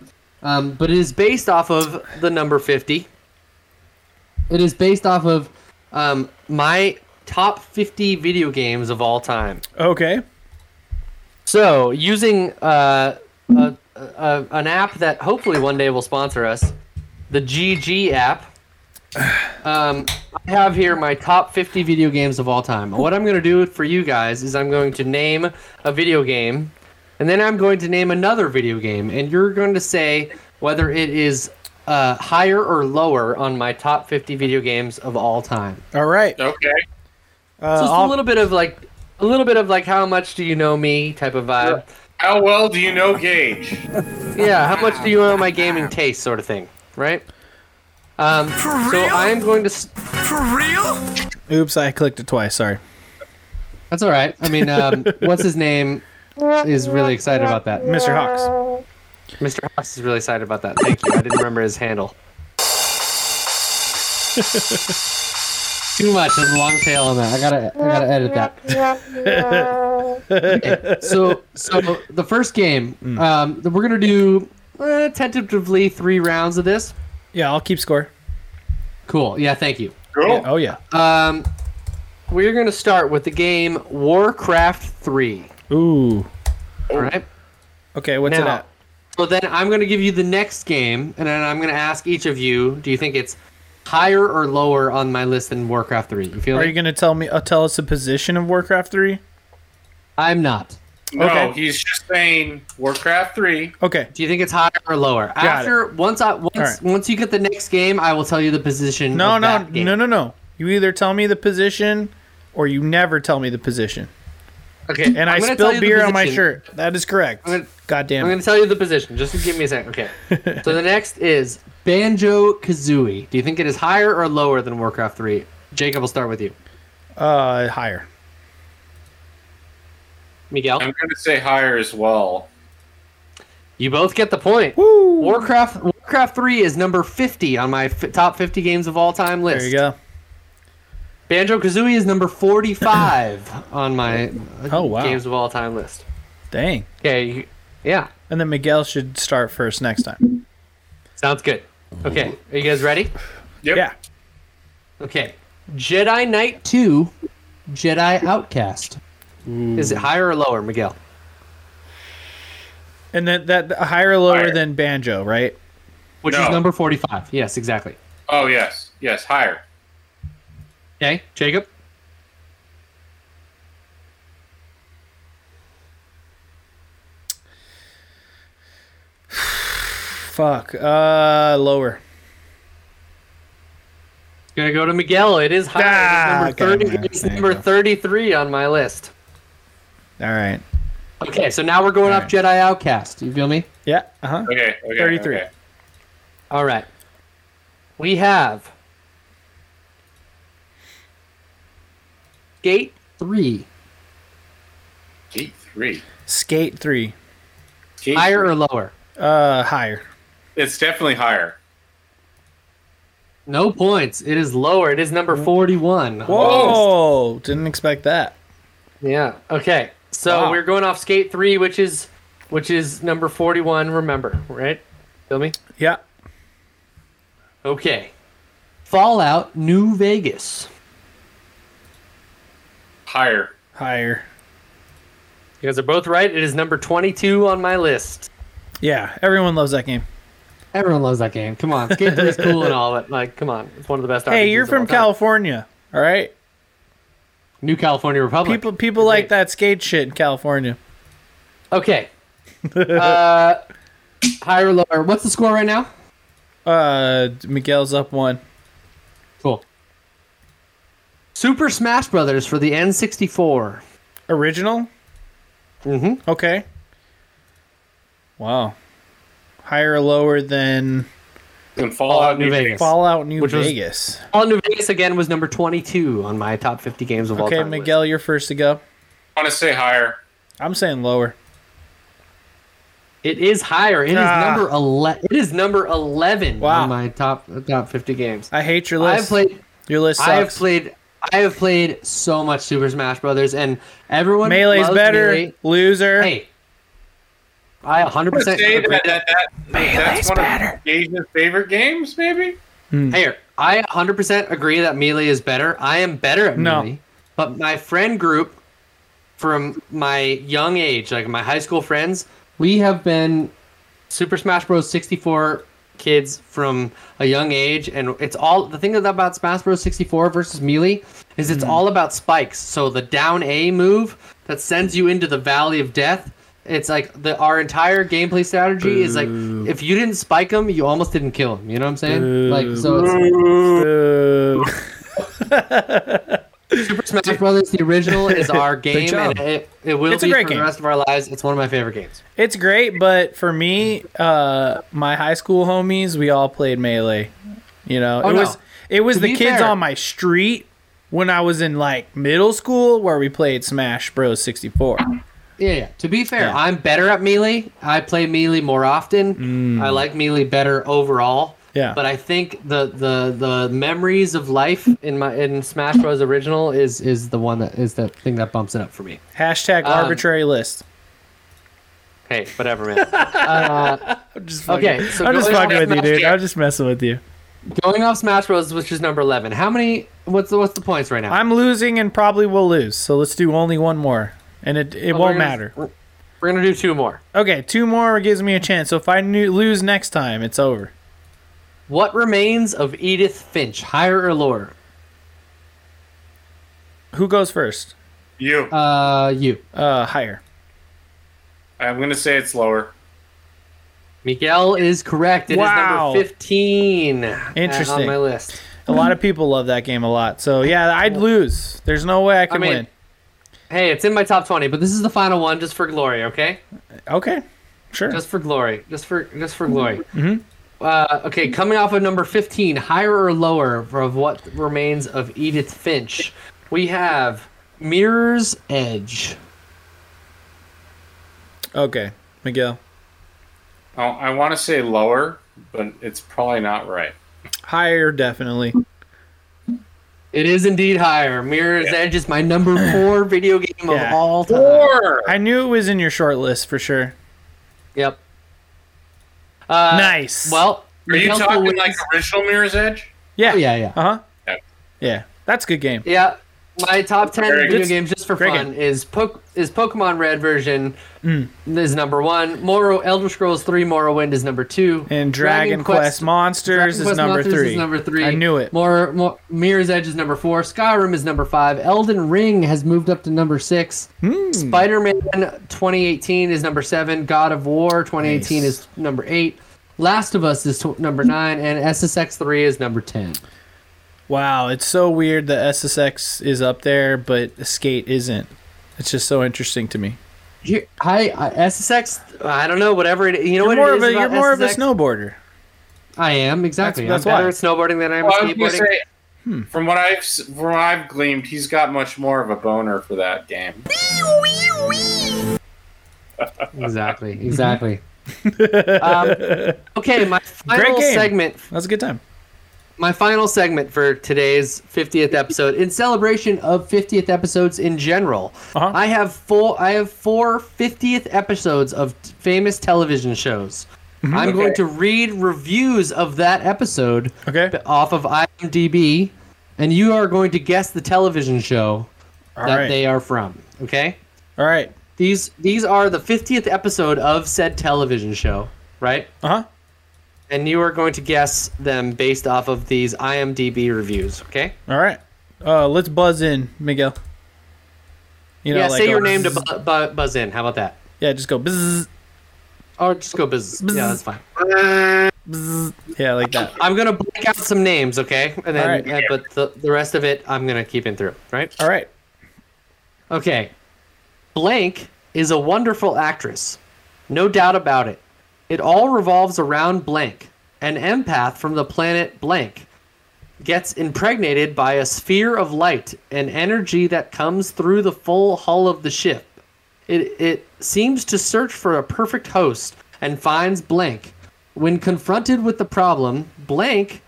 Speaker 1: Um, but it is based off of the number fifty. It is based off of um, my top 50 video games of all time.
Speaker 2: Okay.
Speaker 1: So, using uh, a, a, a, an app that hopefully one day will sponsor us, the GG app, um, I have here my top 50 video games of all time. What I'm going to do for you guys is I'm going to name a video game, and then I'm going to name another video game, and you're going to say whether it is uh, higher or lower on my top 50 video games of all time.
Speaker 2: All right.
Speaker 3: Okay.
Speaker 2: Uh,
Speaker 1: So it's
Speaker 2: I'll-
Speaker 1: a little bit of like a little bit of like how much do you know me type of vibe.
Speaker 3: How well do you know Gage?
Speaker 1: Yeah, how much do you know my gaming taste sort of thing, right? Um, so
Speaker 7: real?
Speaker 1: I am going to. s
Speaker 7: For real?
Speaker 2: oops, I clicked it twice. Sorry.
Speaker 1: That's all right. I mean, um, what's his name is really excited about that.
Speaker 2: Mr. Hawks.
Speaker 1: Mr. Hawks is really excited about that. Thank you. I didn't remember his handle. Too much. There's a long tail on that. I gotta, I gotta edit that. Okay, so, so the first game, um, we're gonna do uh, tentatively three rounds of this.
Speaker 2: Yeah, I'll keep score.
Speaker 1: Cool. Yeah. Thank you.
Speaker 3: Cool.
Speaker 2: Oh yeah.
Speaker 1: Um, we're going to start with the game Warcraft 3.
Speaker 2: Ooh.
Speaker 1: All right.
Speaker 2: Okay, Oh. what's it
Speaker 1: Now-
Speaker 2: at?
Speaker 1: So then I'm going to give you the next game, and then I'm going to ask each of you do you think it's higher or lower on my list than Warcraft 3? You feel
Speaker 2: Are
Speaker 1: like
Speaker 2: you gonna tell me? Uh, tell us the position of Warcraft three?
Speaker 1: I'm not.
Speaker 3: No,
Speaker 2: Okay.
Speaker 3: he's just saying Warcraft three.
Speaker 2: Okay.
Speaker 1: Do you think it's higher or lower?
Speaker 2: it.
Speaker 1: After once I once
Speaker 2: right.
Speaker 1: once you get the next game, I will tell you the position.
Speaker 2: No,
Speaker 1: of
Speaker 2: no,
Speaker 1: that game.
Speaker 2: no, no, no. You either tell me the position, or you never tell me the position.
Speaker 1: Okay,
Speaker 2: And
Speaker 1: I'm
Speaker 2: I
Speaker 1: gonna tell you
Speaker 2: spilled
Speaker 1: the
Speaker 2: beer on my
Speaker 1: position.
Speaker 2: shirt. That is correct.
Speaker 1: I'm gonna-
Speaker 2: God damn
Speaker 1: I'm going
Speaker 2: it.
Speaker 1: to tell you the position. Just give me a second. Okay. so the next is Banjo Kazooie. Do you think it is higher or lower than Warcraft 3? Jacob, we'll start with you.
Speaker 2: Uh, higher.
Speaker 1: Miguel,
Speaker 3: I'm gonna say higher as well.
Speaker 1: Um, you both get the point.
Speaker 2: Woo!
Speaker 1: Warcraft Warcraft 3 is number 50 on my f- top 50 games of all time list.
Speaker 2: There you go.
Speaker 1: Banjo Kazooie is number 45 on my uh,
Speaker 2: Oh, wow.
Speaker 1: games of all time list.
Speaker 2: Dang.
Speaker 1: Okay. you- Yeah.
Speaker 2: And then Miguel should start first next time.
Speaker 1: Sounds good. Okay. Are you guys ready?
Speaker 3: Yep.
Speaker 2: Yeah.
Speaker 1: Okay. Jedi Knight 2, Jedi Outcast. Is it higher or lower, Miguel?
Speaker 2: And then that higher or lower
Speaker 3: Higher.
Speaker 2: than banjo, right?
Speaker 1: Which
Speaker 3: No.
Speaker 1: is number 45. Yes, exactly.
Speaker 3: Oh yes, yes, higher.
Speaker 1: Okay, Jacob?
Speaker 2: Fuck. Uh, lower.
Speaker 1: Gonna go to Miguel. It is higher.
Speaker 2: Ah,
Speaker 1: It is number,
Speaker 2: okay,
Speaker 1: 30,
Speaker 2: man.
Speaker 1: it is
Speaker 2: There you
Speaker 1: number
Speaker 2: go.
Speaker 1: 33 on my list.
Speaker 2: All right.
Speaker 1: Okay, so now we're going off Jedi Outcast. You feel me?
Speaker 2: Yeah. Uh huh.
Speaker 3: Okay. okay
Speaker 2: 33.
Speaker 3: okay.
Speaker 1: All right. We have Gate 3.
Speaker 3: Gate three.
Speaker 2: Skate three.
Speaker 3: Gate
Speaker 1: Higher
Speaker 3: three.
Speaker 1: or lower?
Speaker 2: Uh, higher.
Speaker 3: It's definitely higher.
Speaker 1: No points. It is lower. It is number 41.
Speaker 2: Whoa! Didn't expect that.
Speaker 1: Yeah. Okay. So
Speaker 2: Wow.
Speaker 1: we're going off skate three, which is which is number forty one, remember, right? Feel me?
Speaker 2: Yeah.
Speaker 1: Okay. Fallout New Vegas.
Speaker 3: Higher.
Speaker 2: Higher.
Speaker 1: You guys are both right. It is number twenty two on my list.
Speaker 2: Yeah. Everyone loves that game.
Speaker 1: Everyone loves that game. Come on. Skate three is cool and all, but like come on. It's one of the best
Speaker 2: Hey,
Speaker 1: RPGs
Speaker 2: you're
Speaker 1: of all
Speaker 2: from
Speaker 1: time.
Speaker 2: California, all right?
Speaker 1: New California Republic.
Speaker 2: People people like that skate shit in California.
Speaker 1: Okay. uh higher or lower. What's the score right now?
Speaker 2: Uh, Miguel's up one.
Speaker 1: Cool. Super Smash Brothers for the N sixty four.
Speaker 2: Original.
Speaker 1: Mm-hmm.
Speaker 2: Okay. Wow. Higher or lower than
Speaker 3: And Fallout New Vegas.
Speaker 2: Fallout New
Speaker 1: Which was-
Speaker 2: Vegas?
Speaker 1: All New Vegas again was number 22 on my top 50 games of all time.
Speaker 2: okay,
Speaker 1: list.
Speaker 2: Miguel, you're first to go.
Speaker 3: I want to say higher.
Speaker 2: I'm saying lower.
Speaker 1: It is higher. It is
Speaker 2: Ah.
Speaker 1: number 11. It is number 11
Speaker 2: Wow.
Speaker 1: on my top uh, top 50 games.
Speaker 2: I hate your list.
Speaker 1: I've played
Speaker 2: your list
Speaker 1: I have
Speaker 2: sucks.
Speaker 1: played I have played so much Super Smash Brothers and everyone
Speaker 2: Melee's
Speaker 1: loves
Speaker 2: better.
Speaker 1: Melee.
Speaker 2: Loser.
Speaker 1: Hey. I 100%
Speaker 3: I would say
Speaker 1: agree.
Speaker 3: that, that, that, that's one of Gage's favorite games, maybe.
Speaker 1: Hey, I 100% agree that Melee is better. I am better at
Speaker 2: No.
Speaker 1: Melee. But my friend group from my young age, like my high school friends, we have been Super Smash Bros. 64 kids from a young age, and it's all the thing about Smash Bros. 64 versus Melee is
Speaker 2: Hmm.
Speaker 1: it's all about spikes. So the down A move that sends you into the valley of death. It's like the our entire gameplay strategy is like if you didn't spike him, you almost didn't kill him. You know what I'm saying? Like so, it's,
Speaker 2: Boo.
Speaker 1: Super Smash Brothers the original is our game, and it, it will
Speaker 2: It's a
Speaker 1: be for
Speaker 2: great
Speaker 1: the
Speaker 2: game.
Speaker 1: rest of our lives. It's one of my favorite games.
Speaker 2: It's great, but for me, uh, my high school homies, we all played melee. You know,
Speaker 1: Oh,
Speaker 2: it
Speaker 1: no.
Speaker 2: was it was
Speaker 1: To
Speaker 2: the
Speaker 1: be
Speaker 2: kids
Speaker 1: fair-
Speaker 2: on my street when I was in like middle school where we played Smash Bros. sixty four.
Speaker 1: Yeah, yeah. To be fair,
Speaker 2: Yeah.
Speaker 1: I'm better at melee. I play melee more often. I like melee better overall.
Speaker 2: Mm. Yeah.
Speaker 1: But I think the the the memories of life in my in Smash Bros. original is is the one that is the thing that bumps it up for me.
Speaker 2: Hashtag
Speaker 1: Um,
Speaker 2: arbitrary list.
Speaker 1: Hey, whatever, man.
Speaker 2: I'm just
Speaker 1: okay,
Speaker 2: fucking-
Speaker 1: so
Speaker 2: I'm just
Speaker 1: going
Speaker 2: fucking
Speaker 1: off
Speaker 2: with you,
Speaker 1: Smash
Speaker 2: dude.
Speaker 1: here.
Speaker 2: I'm just messing with you.
Speaker 1: Going off Smash Bros, which is number eleven. How many? What's the what's the points right now?
Speaker 2: I'm losing and probably will lose, so let's do only one more, and it
Speaker 1: Well, Oh,
Speaker 2: it
Speaker 1: we're
Speaker 2: won't
Speaker 1: gonna-
Speaker 2: matter.
Speaker 1: We're, we're gonna do two more.
Speaker 2: Okay, two more gives me a chance. So if I knew, lose next time, it's over.
Speaker 1: What remains of Edith Finch? Higher or lower?
Speaker 2: Who goes first?
Speaker 3: You.
Speaker 1: Uh, you,
Speaker 2: Uh, higher.
Speaker 3: I'm gonna say it's lower.
Speaker 1: Miguel, is correct. It is
Speaker 2: Wow.
Speaker 1: number fifteen. uh, On
Speaker 2: Interesting.
Speaker 1: my list.
Speaker 2: A lot of people love that game a lot. So yeah, I'd lose. There's no way I can
Speaker 1: mean-
Speaker 2: win.
Speaker 1: Hey, it's in my top 20, but this is the final one just for glory, okay?
Speaker 2: Okay, sure.
Speaker 1: Just for glory. Just for just for glory. Mm-hmm. Uh, okay, coming off of number 15, higher or lower of what remains of Edith Finch, we have Mirror's Edge.
Speaker 2: okay, Miguel.
Speaker 3: Oh, I want to say lower, but it's probably not right.
Speaker 2: Higher, definitely.
Speaker 1: It is indeed higher. Mirror's Edge is my number four video game
Speaker 2: Yeah.
Speaker 1: of all
Speaker 3: Uh,
Speaker 1: time.
Speaker 3: Four.
Speaker 2: I knew it was in your short list for sure.
Speaker 1: Yep. Uh,
Speaker 2: nice.
Speaker 1: Well,
Speaker 3: Are you
Speaker 1: Miguel still
Speaker 3: talking
Speaker 1: wins.
Speaker 3: like original Mirror's Edge?
Speaker 2: yeah,
Speaker 1: Oh, yeah, yeah.
Speaker 2: Uh huh.
Speaker 3: Yeah.
Speaker 2: Yeah, that's a good game.
Speaker 1: Yeah, my top ten
Speaker 3: Very
Speaker 1: video
Speaker 3: good.
Speaker 1: games just for
Speaker 2: Very
Speaker 1: fun is Poke is Pokemon Red version
Speaker 2: Mm.
Speaker 1: is number one. Morrow Elder Scrolls Three Morrowind is number two,
Speaker 2: And Dragon, Quest, Monsters
Speaker 1: Dragon
Speaker 2: is
Speaker 1: Quest
Speaker 2: number
Speaker 1: Monsters
Speaker 2: three.
Speaker 1: Is number three.
Speaker 2: I knew it.
Speaker 1: More, more Mirror's Edge is number four. Skyrim is number five. Elden Ring has moved up to number six.
Speaker 2: Hmm.
Speaker 1: Spider Man 2018 is number seven. God of War 2018
Speaker 2: Nice.
Speaker 1: is number eight. Last of Us is tw- number nine, and SSX 3 is number 10.
Speaker 2: Wow, it's so weird that SSX is up there, but Skate isn't. It's just so interesting to me.
Speaker 1: Here, hi, uh, SSX. I don't know, whatever it. You know
Speaker 2: You're
Speaker 1: what?
Speaker 2: more
Speaker 1: it
Speaker 2: of
Speaker 1: is
Speaker 2: a you're
Speaker 1: about
Speaker 2: more of a
Speaker 1: SSX?
Speaker 2: snowboarder.
Speaker 1: I am exactly.
Speaker 2: That's- that's
Speaker 1: I'm better
Speaker 2: why.
Speaker 1: at snowboarding than I am
Speaker 3: Well, I was
Speaker 1: at
Speaker 3: gonna
Speaker 1: skateboarding.
Speaker 3: say,
Speaker 2: Hmm.
Speaker 3: from what I've s- from what I've gleamed, he's got much more of a boner for that game.
Speaker 1: exactly, exactly. um, okay, my final
Speaker 2: game.
Speaker 1: segment.
Speaker 2: That's a good time.
Speaker 1: My final segment for today's 50th episode, in celebration of 50th episodes in general.
Speaker 2: Uh-huh.
Speaker 1: I have four. I have four 50th episodes of t- famous television shows.
Speaker 2: Mm-hmm.
Speaker 1: I'm going to read reviews of that episode.
Speaker 2: Okay.
Speaker 1: b- off of IMDb, and you are going to guess the television show
Speaker 2: All
Speaker 1: that
Speaker 2: right.
Speaker 1: they are from. Okay,
Speaker 2: All right.
Speaker 1: these these are the fiftieth episode of said television show, right?
Speaker 2: Uh huh.
Speaker 1: And you are going to guess them based off of these IMDb reviews. Okay?
Speaker 2: All right. Uh, let's buzz in, Miguel. You
Speaker 1: yeah,
Speaker 2: like
Speaker 1: say
Speaker 2: a
Speaker 1: your name to
Speaker 2: buzz.
Speaker 1: bu- bu- buzz in. How about that?
Speaker 2: Yeah, just go buzz.
Speaker 1: Or just go buzz. Yeah, that's fine.
Speaker 2: Yeah, like that.
Speaker 1: I'm gonna blank out some names, okay? And then,
Speaker 2: Alright.
Speaker 1: uh, but the, the rest of it, I'm gonna keep in through, right?
Speaker 2: All right.
Speaker 1: Okay. Blank is a wonderful actress. No doubt about it. It all revolves around Blank, an empath from the planet Blank. Gets impregnated by a sphere of light and energy that comes through the full hull of the ship. It, it seems to search for a perfect host and finds Blank. When confronted with the problem, Blank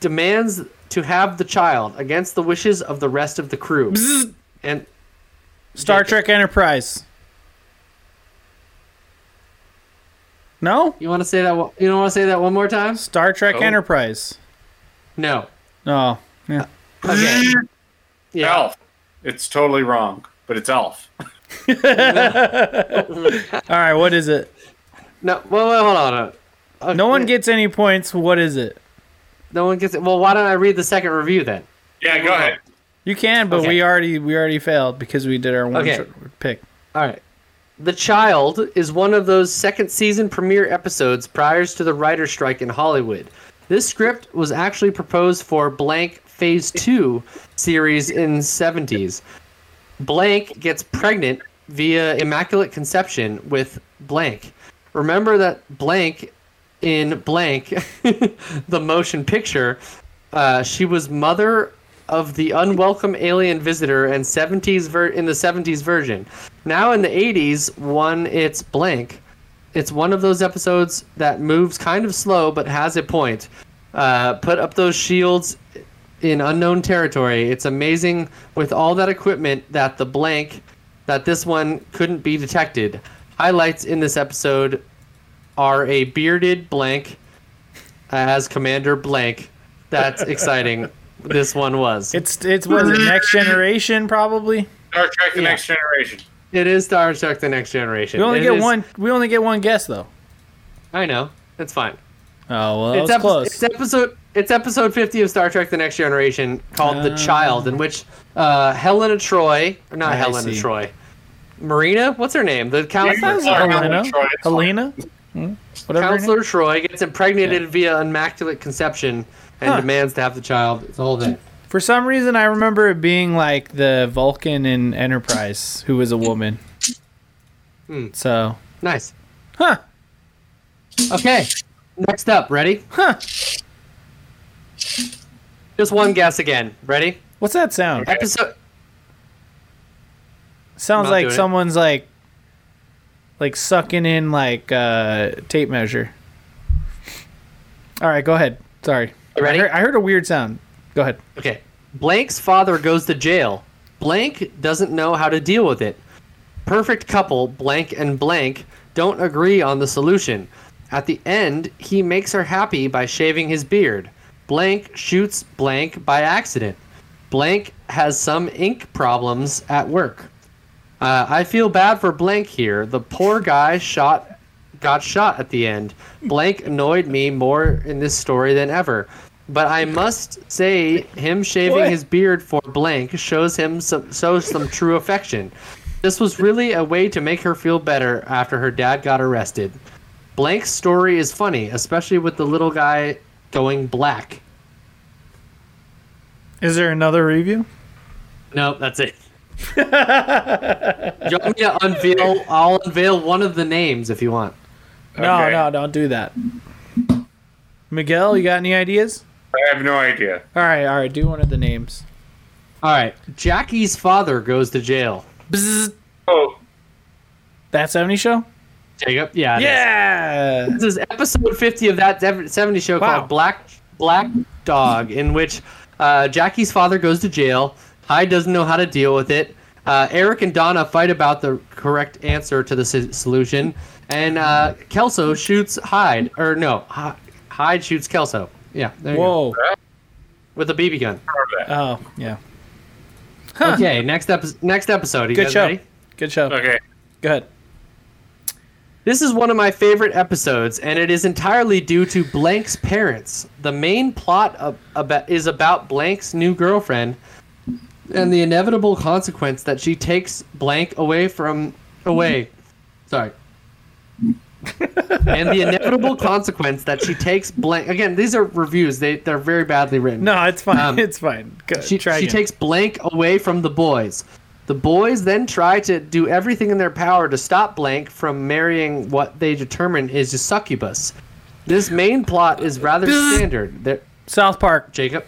Speaker 1: demands to have the child against the wishes of the rest of the crew. And
Speaker 2: Star Trek Enterprise. No.
Speaker 1: You want to say that? one- You don't want to say that one more time?
Speaker 2: Star Trek
Speaker 3: Oh.
Speaker 2: Enterprise.
Speaker 1: No.
Speaker 2: Oh. Yeah.
Speaker 1: Okay. Yeah.
Speaker 3: Elf. It's totally wrong, but it's Elf.
Speaker 2: All right, what is it?
Speaker 1: No, well, well, hold on. uh, uh,
Speaker 2: No one gets any points. What is it?
Speaker 1: No one gets it. Well, why don't I read the second review then?
Speaker 3: Yeah, go ahead.
Speaker 2: You can, but
Speaker 1: Okay.
Speaker 2: we already we already failed because we did our one
Speaker 1: Okay.
Speaker 2: tr- pick.
Speaker 1: All right. The Child is one of those second season premiere episodes prior to the writer's strike in Hollywood. This script was actually proposed for Blank Phase 2 series in 70s. Blank gets pregnant via immaculate conception with Blank. Remember that Blank in Blank, the motion picture, uh, she was mother of the unwelcome alien visitor and 70s ver- in the 70s version. Now in the 80s, one it's blank. It's one of those episodes that moves kind of slow but has a point. Uh, put up those shields in unknown territory. It's amazing with all that equipment that the blank that this one couldn't be detected. Highlights in this episode are a bearded blank as Commander Blank. That's exciting. This one was.
Speaker 2: It's it's was it next generation probably.
Speaker 3: Star Trek: The
Speaker 1: Yeah.
Speaker 3: Next Generation.
Speaker 1: It is Star Trek: The Next Generation.
Speaker 2: We only
Speaker 1: It
Speaker 2: get
Speaker 1: is-
Speaker 2: one. We only get one guess though.
Speaker 1: I know. It's fine.
Speaker 2: Oh well, that
Speaker 1: it's,
Speaker 2: was
Speaker 1: epi-
Speaker 2: close.
Speaker 1: it's episode. It's episode fifty of Star Trek: The Next Generation, called "The Child," in which uh, Helena Troy, or not
Speaker 2: I
Speaker 1: Helena
Speaker 2: see.
Speaker 1: Troy, Marina. What's her name? The counselor.
Speaker 3: Sorry, I'm
Speaker 2: Helena,
Speaker 3: gonna try it.
Speaker 2: Helena, Hmm? whatever. her name-
Speaker 1: Counselor Troy gets impregnated via immaculate conception and
Speaker 2: Huh.
Speaker 1: demands to have the child. It's all that.
Speaker 2: For some reason, I remember it being like the Vulcan in Enterprise, who was a woman.
Speaker 1: Hmm.
Speaker 2: So,
Speaker 1: Nice.
Speaker 2: huh?
Speaker 1: Okay. Next up, ready?
Speaker 2: Huh.
Speaker 1: Just one guess again. Ready?
Speaker 2: What's that sound?
Speaker 1: Episode.
Speaker 2: Sounds
Speaker 1: Not
Speaker 2: like
Speaker 1: doing it.
Speaker 2: someone's like, like sucking in like uh, tape measure. All right, go ahead. Sorry,
Speaker 1: You ready?
Speaker 2: I heard, I heard a weird sound. Go ahead.
Speaker 1: Okay. Blank's father goes to jail. Blank doesn't know how to deal with it. Perfect couple, blank and blank, don't agree on the solution. At the end, he makes her happy by shaving his beard. Blank shoots blank by accident. Blank has some ink problems at work. Uh, I feel bad for blank here. The poor guy shot got shot at the end. Blank annoyed me more in this story than ever. But I must say, him shaving
Speaker 2: What?
Speaker 1: his beard for blank shows him some shows some true affection. This was really a way to make her feel better after her dad got arrested. Blank's story is funny, especially with the little guy going black.
Speaker 2: Is there another review?
Speaker 1: Nope, that's it. you want me to unveil? I'll unveil one of the names if you want.
Speaker 2: No,
Speaker 3: Okay.
Speaker 2: no, don't do that. Miguel, you got any ideas?
Speaker 3: I have no idea.
Speaker 2: All right, all right. Do one of the names.
Speaker 1: All right. Jackie's father goes to jail.
Speaker 2: Bzzz.
Speaker 3: Oh,
Speaker 2: That 70 show?
Speaker 1: Jacob, yeah. it is.
Speaker 2: Yeah.
Speaker 1: This is episode 50 of that dev- 70 show
Speaker 2: Wow.
Speaker 1: called Black Black Dog, in which uh, Jackie's father goes to jail. Hyde doesn't know how to deal with it. Uh, Eric and Donna fight about the correct answer to the s- solution, and uh, Kelso shoots Hyde, or no, Hy- Hyde shoots Kelso. Yeah, there you go.
Speaker 2: Whoa.
Speaker 1: With a BB gun.
Speaker 2: Oh, yeah.
Speaker 1: Okay, next episode. Next episode. Are you
Speaker 2: Good
Speaker 1: guys
Speaker 2: show.
Speaker 1: ready?
Speaker 2: Good show.
Speaker 3: okay.
Speaker 2: Go ahead.
Speaker 1: This is one of my favorite episodes, and it is entirely due to Blank's parents. The main plot of, about, is about Blank's new girlfriend and the inevitable consequence that she takes Blank away from away. Sorry. and the inevitable consequence that she takes blank again these are reviews they, they're very badly written
Speaker 2: No, it's fine.
Speaker 1: Um,
Speaker 2: it's fine. Go,
Speaker 1: she,
Speaker 2: try
Speaker 1: she
Speaker 2: again.
Speaker 1: takes blank away from the boys the boys then try to do everything in their power to stop blank from marrying what they determine is a succubus this main plot is rather standard there
Speaker 2: South Park.
Speaker 1: jacob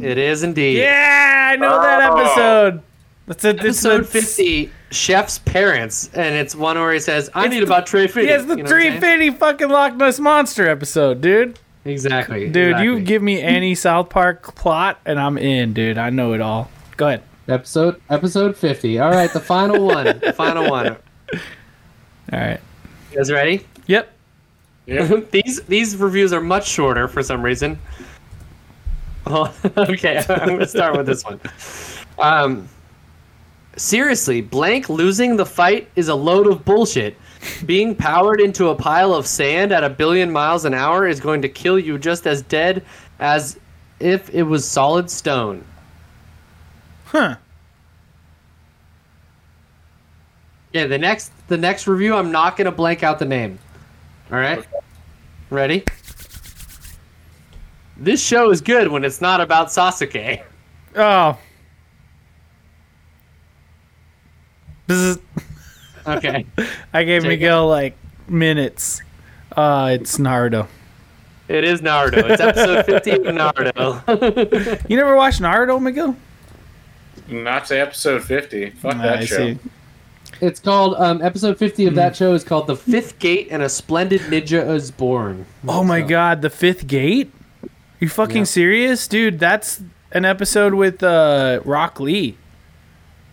Speaker 1: it is indeed
Speaker 2: Yeah, I know that
Speaker 3: Oh.
Speaker 2: episode. That's a, this
Speaker 1: episode
Speaker 2: that's-
Speaker 1: 50 chef's parents and it's one where he says i
Speaker 2: It's
Speaker 1: need
Speaker 2: the-
Speaker 1: about trey Fitty.
Speaker 2: Yes, the
Speaker 1: You know what I'm saying?
Speaker 2: 350 fucking Loch Ness Monster episode, dude.
Speaker 1: exactly
Speaker 2: Dude, you
Speaker 1: exactly.
Speaker 2: give me any South Park plot and I'm in, dude. I know it all. Go ahead.
Speaker 1: episode episode 50 all right the final one the final one
Speaker 2: All right.
Speaker 1: you guys ready
Speaker 2: Yep.
Speaker 1: these these reviews are much shorter for some reason. Oh, okay, I'm gonna start with this one. Um, Seriously, blank losing the fight is a load of bullshit. Being powered into a pile of sand at a billion miles an hour is going to kill you just as dead as if it was solid stone.
Speaker 2: Huh.
Speaker 1: Yeah, the next the next review, I'm not gonna blank out the name. All right, ready? This show is good when it's not about Sasuke.
Speaker 2: Oh. Bzzz.
Speaker 1: Okay,
Speaker 2: I gave
Speaker 1: Take it.
Speaker 2: Miguel like minutes. Uh, it's Naruto.
Speaker 1: it is Naruto. It's episode 15 of Naruto.
Speaker 2: You never watched Naruto, Miguel?
Speaker 3: Not to episode 50. Fuck
Speaker 2: Nah,
Speaker 3: that
Speaker 2: I
Speaker 3: show.
Speaker 2: see.
Speaker 1: It's called um, episode fifty of that show is called "The Fifth Gate and a Splendid Ninja Is Born."
Speaker 2: Oh my god, the Fifth Gate? You fucking
Speaker 1: Yeah.
Speaker 2: serious, dude? That's an episode with uh, Rock Lee.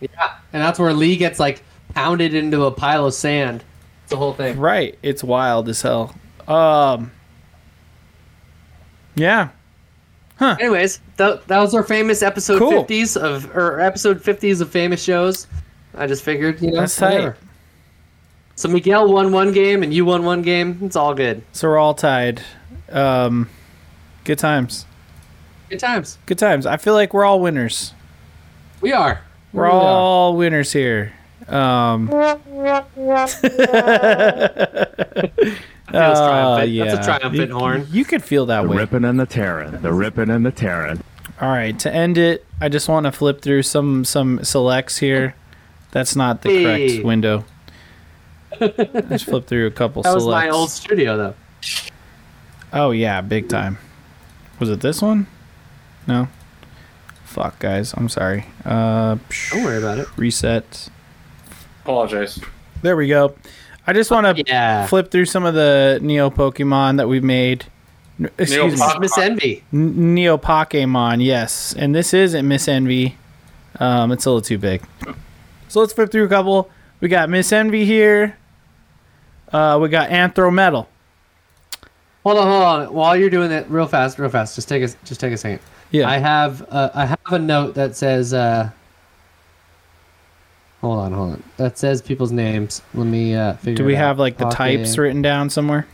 Speaker 1: and that's where Lee gets like pounded into a pile of sand. It's the whole thing.
Speaker 2: Right. It's wild as hell. Um. Yeah.
Speaker 1: Anyways, th- that was our famous episode
Speaker 2: Cool.
Speaker 1: fifties of or episode fifties of famous shows. I just figured, you know,
Speaker 2: That's tight.
Speaker 1: whatever. So Miguel won one game and you won one game. It's all good.
Speaker 2: So we're all tied. Um, good times.
Speaker 1: Good times.
Speaker 2: Good times. I feel like we're all winners.
Speaker 1: We are.
Speaker 2: We're
Speaker 1: We really are.
Speaker 2: all winners here. Um,
Speaker 1: Feels
Speaker 2: uh,
Speaker 1: triumphant.
Speaker 2: yeah.
Speaker 1: That's a triumphant horn.
Speaker 2: you could feel that
Speaker 5: The
Speaker 2: way.
Speaker 5: ripping and the tearing. The ripping and the tearing.
Speaker 2: All right, to end it, I just want to flip through some some selects here. That's not the
Speaker 1: Hey.
Speaker 2: correct window. Let's flip through a couple
Speaker 1: That was
Speaker 2: selects.
Speaker 1: my old studio though.
Speaker 2: Oh yeah, big time. Was it this one? No. Fuck, guys. I'm sorry. Uh, psh,
Speaker 1: Don't worry about it.
Speaker 2: reset.
Speaker 3: Apologize.
Speaker 2: There we go. I just want to
Speaker 1: Yeah.
Speaker 2: flip through some of the Neo Pokemon that we've made. N- Excuse me.
Speaker 3: Pokemon.
Speaker 1: Miss Envy.
Speaker 2: N- Neo Pokemon, yes. And this isn't Miss Envy. Um, it's a little too big. So let's flip through a couple. We got Miss Envy here. Uh, we got Anthro Metal.
Speaker 1: Hold on, hold on. While you're doing that, real fast, real fast. Just take a just take a second.
Speaker 2: Yeah.
Speaker 1: I have uh, I have a note that says. Uh, hold on, hold on. That says people's names. Let me uh, figure.
Speaker 2: Do we
Speaker 1: it out.
Speaker 2: have like the
Speaker 1: Hawking-
Speaker 2: types written down somewhere?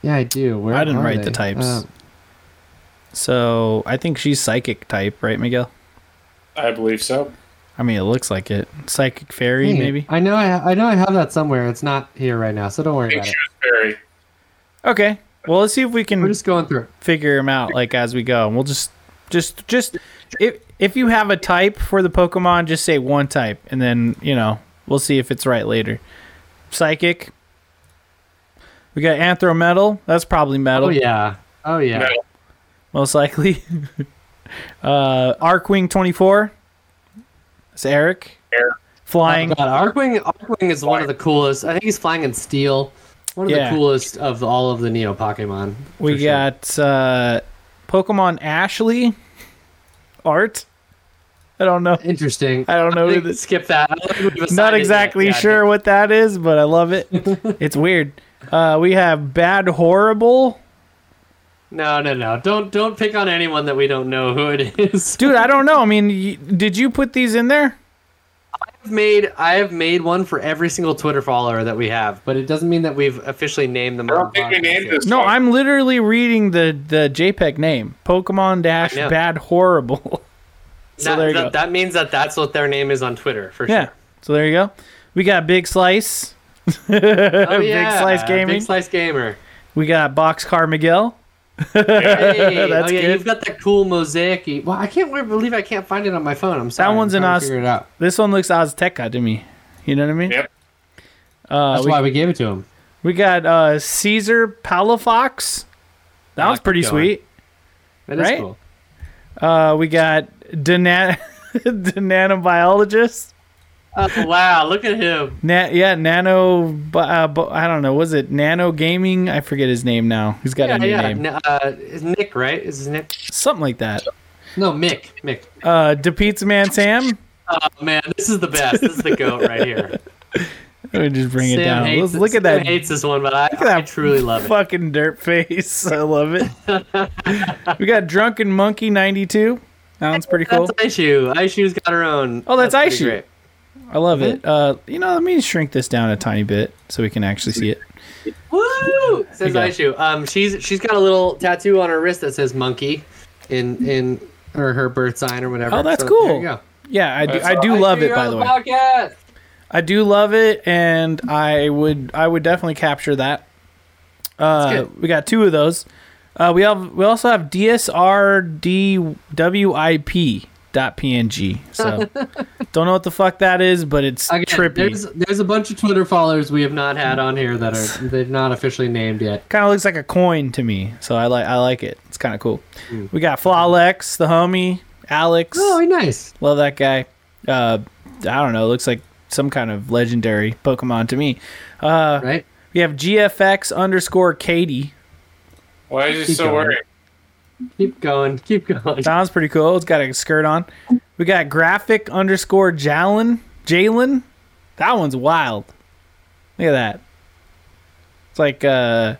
Speaker 1: Yeah, I do. Where
Speaker 2: I didn't
Speaker 1: are
Speaker 2: write the
Speaker 1: they?
Speaker 2: types.
Speaker 1: Uh,
Speaker 2: So I think she's psychic type, right, Miguel?
Speaker 3: I believe so.
Speaker 2: I mean, it looks like it. Psychic fairy,
Speaker 1: dang it.
Speaker 2: maybe.
Speaker 1: I know. I, ha- I know. I have that somewhere. It's not here right now, so don't worry
Speaker 3: I
Speaker 1: about
Speaker 3: think she
Speaker 1: it.
Speaker 3: was very.
Speaker 2: Okay. Well, let's see if we can
Speaker 1: We're just going through. it.
Speaker 2: figure them out like as we go. And we'll just, just, just if if you have a type for the Pokemon, just say one type, and then you know we'll see if it's right later. Psychic. We got Anthro Metal. That's probably metal,
Speaker 1: Oh yeah. Oh yeah.
Speaker 3: Metal.
Speaker 2: most likely. uh, Arcwing twenty four. That's Eric.
Speaker 3: Eric.
Speaker 2: Flying.
Speaker 1: Oh, God, Arcwing. Arcwing is one of the coolest. I think he's flying in steel. One of
Speaker 2: Yeah.
Speaker 1: the coolest of all of the Neo Pokemon.
Speaker 2: we
Speaker 1: for sure.
Speaker 2: got uh, Pokemon Ashley. Art. I don't know.
Speaker 1: Interesting.
Speaker 2: I don't know
Speaker 1: I
Speaker 2: who
Speaker 1: think-
Speaker 2: this.
Speaker 1: skip that. I don't think we've assigned
Speaker 2: not
Speaker 1: it yet.
Speaker 2: exactly
Speaker 1: Yeah,
Speaker 2: sure what that is, but I love it. it's weird. Uh, we have Bad Horrible.
Speaker 1: No, no, no. Don't don't pick on anyone that we don't know who it is.
Speaker 2: Dude, I don't know. I mean, y- did you put these in there?
Speaker 1: I've made I have made one for every single Twitter follower that we have, but it doesn't mean that we've officially named them.
Speaker 3: I
Speaker 1: on
Speaker 3: don't think we
Speaker 1: podcast
Speaker 3: named
Speaker 1: yet.
Speaker 3: this.
Speaker 2: No,
Speaker 3: one.
Speaker 2: I'm literally reading the, the JPEG name Pokemon Dash
Speaker 1: I know.
Speaker 2: Bad Horrible. so
Speaker 1: That,
Speaker 2: there you
Speaker 1: that,
Speaker 2: go.
Speaker 1: that means that that's what their name is on Twitter for
Speaker 2: yeah.
Speaker 1: sure.
Speaker 2: So there you go. We got Big Slice.
Speaker 1: Oh,
Speaker 2: Big Slice Gaming.
Speaker 1: Big Slice Gamer.
Speaker 2: we got Boxcar Miguel.
Speaker 1: Hey,
Speaker 2: That's
Speaker 1: oh, yeah,
Speaker 2: good.
Speaker 1: You've got that cool mosaic. Well, I can't really believe I can't find it on my phone. I'm sorry.
Speaker 2: one's
Speaker 1: I'm
Speaker 2: in
Speaker 1: trying
Speaker 2: Oz-
Speaker 1: to Figure it out.
Speaker 2: This one looks Azteca to me. You know what I mean?
Speaker 3: Yep.
Speaker 2: Uh,
Speaker 1: That's
Speaker 2: we,
Speaker 1: why we gave it to him.
Speaker 2: we got uh, Caesar Palafox. That
Speaker 1: I
Speaker 2: was
Speaker 1: like
Speaker 2: pretty
Speaker 1: going.
Speaker 2: sweet.
Speaker 1: That is
Speaker 2: Right?
Speaker 1: cool.
Speaker 2: Uh, we got Dana- nanobiologist.
Speaker 1: Oh, wow, look at him.
Speaker 2: Na- yeah, nano. bu- Uh, bu- I don't know. Was it nano gaming? I forget his name now. He's got a
Speaker 1: Yeah,
Speaker 2: new
Speaker 1: yeah.
Speaker 2: name.
Speaker 1: N- Uh, is Nick, right? Is his name?
Speaker 2: Something like that.
Speaker 1: No, Mick. Mick.
Speaker 2: Uh, the Pizza Man Sam.
Speaker 1: Oh man, this is the best. This is the goat right here.
Speaker 2: Let me just bring it
Speaker 1: Sam
Speaker 2: down.
Speaker 1: hates
Speaker 2: Let's
Speaker 1: it.
Speaker 2: look at
Speaker 1: Sam
Speaker 2: that
Speaker 1: hates this one, but I,
Speaker 2: at
Speaker 1: I
Speaker 2: that
Speaker 1: truly love it.
Speaker 2: fucking dirt face. I love it. we got Drunken Monkey ninety two. Sounds pretty cool.
Speaker 1: That's Aishu. Aishu's got her own.
Speaker 2: Oh, that's
Speaker 1: pretty
Speaker 2: Aishu.
Speaker 1: great.
Speaker 2: I love it. Uh, you know, let me shrink this down a tiny bit so we can actually see it.
Speaker 1: Woo! Says
Speaker 2: There you
Speaker 1: Aishu. Um, she's she's got a little tattoo on her wrist that says monkey, in in or her birth sign or whatever.
Speaker 2: Oh, that's
Speaker 1: So
Speaker 2: cool.
Speaker 1: There you go.
Speaker 2: Yeah, I do,
Speaker 3: That's
Speaker 2: I do
Speaker 1: Aishu,
Speaker 2: love it
Speaker 1: you're
Speaker 2: by
Speaker 1: on
Speaker 2: the way.
Speaker 1: podcast.
Speaker 2: I do love it, and I would I would definitely capture that. Uh,
Speaker 1: good.
Speaker 2: we got two of those. Uh, we have we also have dsrdwip.png. So don't know what the fuck that is, but it's
Speaker 1: Again, There's
Speaker 2: trippy.
Speaker 1: there's a bunch of Twitter followers we have not had on here that are they're not officially named yet.
Speaker 2: Kind of looks like a coin to me, so I like I like it. It's kind of cool. We got Flawlex, the homie, Alex.
Speaker 1: Oh, nice.
Speaker 2: Love that guy. Uh, I don't know. Looks like some kind of legendary Pokemon to me.
Speaker 1: Right.
Speaker 2: We have GFX underscore Katie.
Speaker 3: Why is he
Speaker 1: Keep
Speaker 3: so
Speaker 1: going.
Speaker 3: worried?
Speaker 1: Keep going. Keep going.
Speaker 2: Sounds pretty cool. It's got a skirt on. We got graphic underscore Jalen. Jalen. That one's wild. Look at that. It's like uh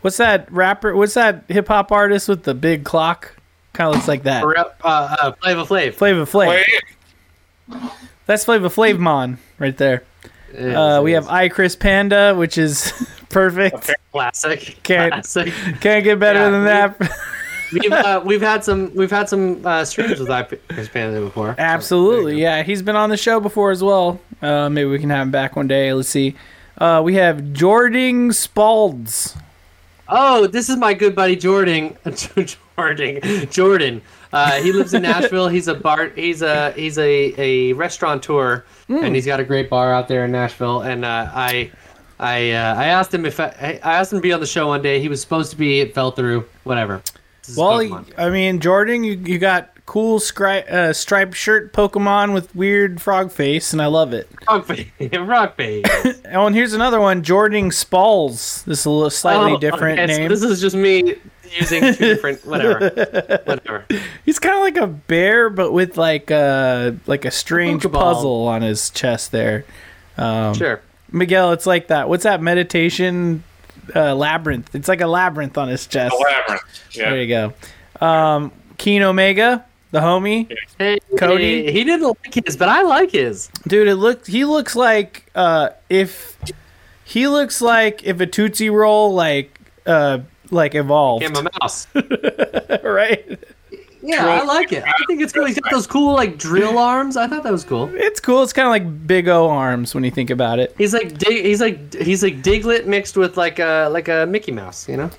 Speaker 2: what's that rapper what's that hip hop artist with the big clock? Kinda looks like that.
Speaker 1: We're up, Uh, uh, Flava Flav.
Speaker 2: Flavor Flav.
Speaker 3: Wait,
Speaker 2: That's Flavor Flavmon right there. Uh, we have I Chris Panda, which is perfect.
Speaker 1: classic.
Speaker 2: Can't-
Speaker 1: Classic.
Speaker 2: Can't get better
Speaker 1: Yeah,
Speaker 2: than that.
Speaker 1: we've, uh, we've had some we've had some uh, streams with I Chris Panda before.
Speaker 2: Absolutely, yeah. He's been on the show before as well. Uh, maybe we can have him back one day. Let's see. Uh, we have Jordan Spalds.
Speaker 1: Oh, this is my good buddy Jordan. Jordan. Jordan. Uh, he lives in Nashville. He's a bar. He's a he's a, a restaurateur,
Speaker 2: Hmm.
Speaker 1: and he's got a great bar out there in Nashville. And uh, I I uh, I asked him if I, I asked him to be on the show one day. He was supposed to be. It fell through. Whatever. This is
Speaker 2: Well,
Speaker 1: Pokemon.
Speaker 2: I mean, Jordan, you, you got cool scri- uh, striped shirt Pokemon with weird frog face, and I love it.
Speaker 1: rock band. rock band.
Speaker 2: Oh, and here's another one, Jordan Spalls. This is a little slightly
Speaker 1: Oh,
Speaker 2: different
Speaker 1: okay, so
Speaker 2: name.
Speaker 1: this is just me using two different whatever whatever.
Speaker 2: He's kind of like a bear, but with like a like a strange
Speaker 1: Pokeball.
Speaker 2: puzzle on his chest there. Um,
Speaker 1: Sure.
Speaker 2: Miguel, it's like that. What's that meditation uh, labyrinth? It's like a labyrinth on his chest.
Speaker 3: the labyrinth.
Speaker 2: There
Speaker 3: Yeah.
Speaker 2: you go. Um, Keen Omega, the homie,
Speaker 1: Hey,
Speaker 2: Cody?
Speaker 1: He didn't like his, but I like his.
Speaker 2: dude. It looked. He looks like uh, if he looks like if a Tootsie Roll like uh like evolved,
Speaker 1: Him a mouse.
Speaker 2: right?
Speaker 1: Yeah, I like it. I think it's cool. He's got those cool like drill arms. I thought that was cool.
Speaker 2: It's cool. It's kind of like Big O arms when you think about it.
Speaker 1: He's like dig- he's like he's like Diglett mixed with like a like a Mickey Mouse. You know.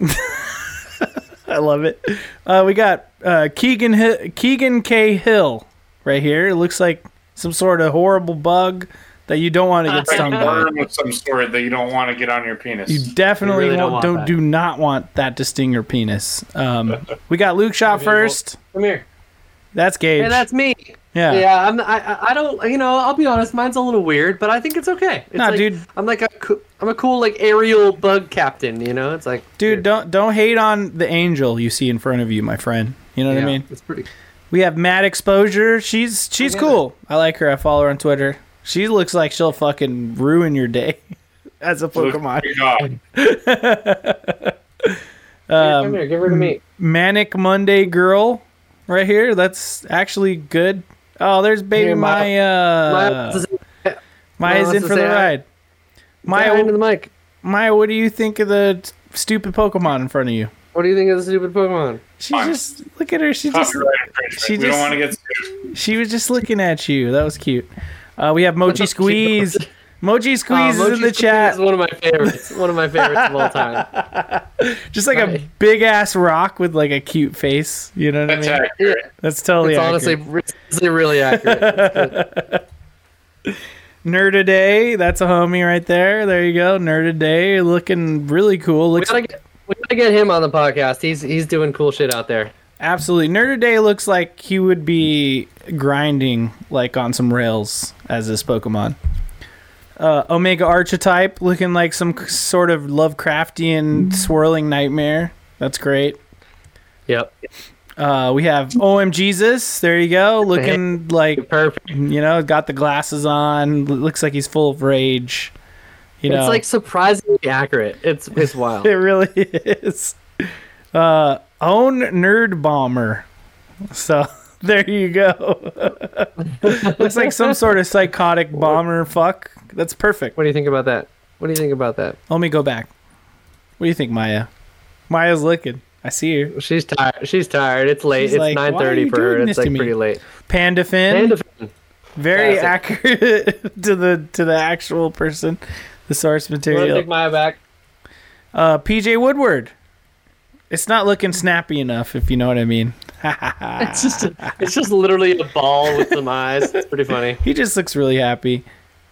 Speaker 2: I love it. Uh, we got uh, Keegan Hi- Keegan K Hill right here. It looks like some sort of horrible bug that you don't want to get
Speaker 3: Like
Speaker 2: stung
Speaker 3: a
Speaker 2: by.
Speaker 3: worm of some sort that you don't want to get on your penis.
Speaker 2: You definitely
Speaker 1: You really don't
Speaker 2: won't-
Speaker 1: want
Speaker 2: don't,
Speaker 1: that.
Speaker 2: do not want that to sting your penis. Um, we got Luke shot first.
Speaker 1: Come here.
Speaker 2: That's Gage.
Speaker 1: Hey, that's me.
Speaker 2: yeah.
Speaker 1: Yeah, I'm. I, I- I don't. You know, I'll be honest. Mine's a little weird, but I think it's okay. It's
Speaker 2: Nah,
Speaker 1: like-
Speaker 2: dude.
Speaker 1: I'm like a. coo- I'm a cool like aerial bug captain. You know, it's like
Speaker 2: Dude, don't don't hate on the angel you see in front of you, my friend. You know what
Speaker 1: Yeah,
Speaker 2: I mean?
Speaker 1: It's pretty.
Speaker 2: We have Mad Exposure. She's she's cool. I like her. I follow her on Twitter. She looks like she'll fucking ruin your day as a
Speaker 3: Look
Speaker 2: Pokemon.
Speaker 3: at your dog.
Speaker 1: Here,
Speaker 2: Um,
Speaker 1: come here, give her to me.
Speaker 2: Manic Monday girl right here. That's actually good. Oh, there's baby
Speaker 1: Here,
Speaker 2: Maya.
Speaker 1: Miles is
Speaker 2: Maya's
Speaker 1: Miles
Speaker 2: in
Speaker 1: is
Speaker 2: for the
Speaker 1: there.
Speaker 2: ride.
Speaker 1: Maya, into the
Speaker 2: Maya,
Speaker 1: mic.
Speaker 2: Maya, what do you think of the t- stupid Pokemon in front of you?
Speaker 1: What do you think of the stupid Pokemon?
Speaker 2: She just look at her. She just
Speaker 3: Copyright infringement.
Speaker 2: she
Speaker 3: we
Speaker 2: just-
Speaker 3: don't want to get sued.
Speaker 2: she was just looking at you. That was cute. Uh, we have Mochi Squeeze. Mochi
Speaker 1: Uh,
Speaker 2: Squeeze is in the
Speaker 1: Mochi's
Speaker 2: chat,
Speaker 1: Is one of my favorites. One of my favorites of all time.
Speaker 2: just like a
Speaker 1: Right.
Speaker 2: big ass rock with like a cute face. You know what I
Speaker 3: That's
Speaker 2: mean?
Speaker 3: accurate.
Speaker 2: That's totally
Speaker 1: it's
Speaker 2: accurate.
Speaker 1: honestly re- it's really accurate.
Speaker 2: Nerd Day, that's a homie right there. There you go, Nerd Day, looking really cool.
Speaker 1: we
Speaker 2: Looks
Speaker 1: gotta get we gotta get him on the podcast. He's he's doing cool shit out there.
Speaker 2: absolutely Nerd Day looks like he would be grinding like on some rails as this Pokemon. Uh, Omega Archetype, looking like some c- sort of Lovecraftian swirling nightmare. That's great.
Speaker 1: Yep,
Speaker 2: Uh, we have OM Jesus. There you go, looking like
Speaker 1: perfect.
Speaker 2: you know, got the glasses on. l- Looks like he's full of rage. You know,
Speaker 1: It's like surprisingly accurate. It's it's wild.
Speaker 2: It really is. Uh, own nerd bomber. So There you go. Looks like some sort of psychotic bomber fuck. That's perfect.
Speaker 1: What do you think about that? What do you think about that?
Speaker 2: Let me go back. What do you think, Maya? Maya's looking. I see her.
Speaker 1: She's tired. She's tired. It's late.
Speaker 2: She's
Speaker 1: it's
Speaker 2: like, why are
Speaker 1: nine thirty
Speaker 2: you
Speaker 1: for her.
Speaker 2: doing
Speaker 1: It's
Speaker 2: this to
Speaker 1: like
Speaker 2: me?
Speaker 1: pretty late.
Speaker 2: Panda fin.
Speaker 1: And
Speaker 2: Very
Speaker 1: Classic.
Speaker 2: accurate to the to the actual person, the source
Speaker 1: to
Speaker 2: material.
Speaker 1: take Maya back.
Speaker 2: Uh, PJ Woodward. It's not looking snappy enough, if you know what I mean.
Speaker 1: It's just it's just literally a ball with some eyes. It's pretty funny.
Speaker 2: He just looks really happy.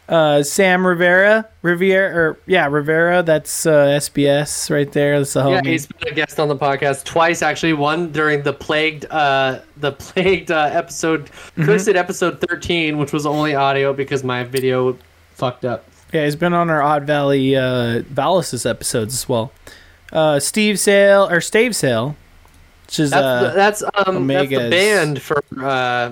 Speaker 2: Uh, Sam Rivera, Riviera, or yeah, Rivera. That's uh, SBS right there. That's the
Speaker 1: Yeah,
Speaker 2: homie.
Speaker 1: he's been a guest on the podcast twice actually. One during the plagued uh the plagued uh, episode
Speaker 2: Mm-hmm.
Speaker 1: twisted episode thirteen, which was only audio because my video fucked up.
Speaker 2: yeah, he's been on our Odd Valley uh, Valisis episodes as well. Uh, Steve Sale or Stave Sale, which is
Speaker 1: That's
Speaker 2: uh,
Speaker 1: the, that's um that's
Speaker 2: Omega's-
Speaker 1: the band for uh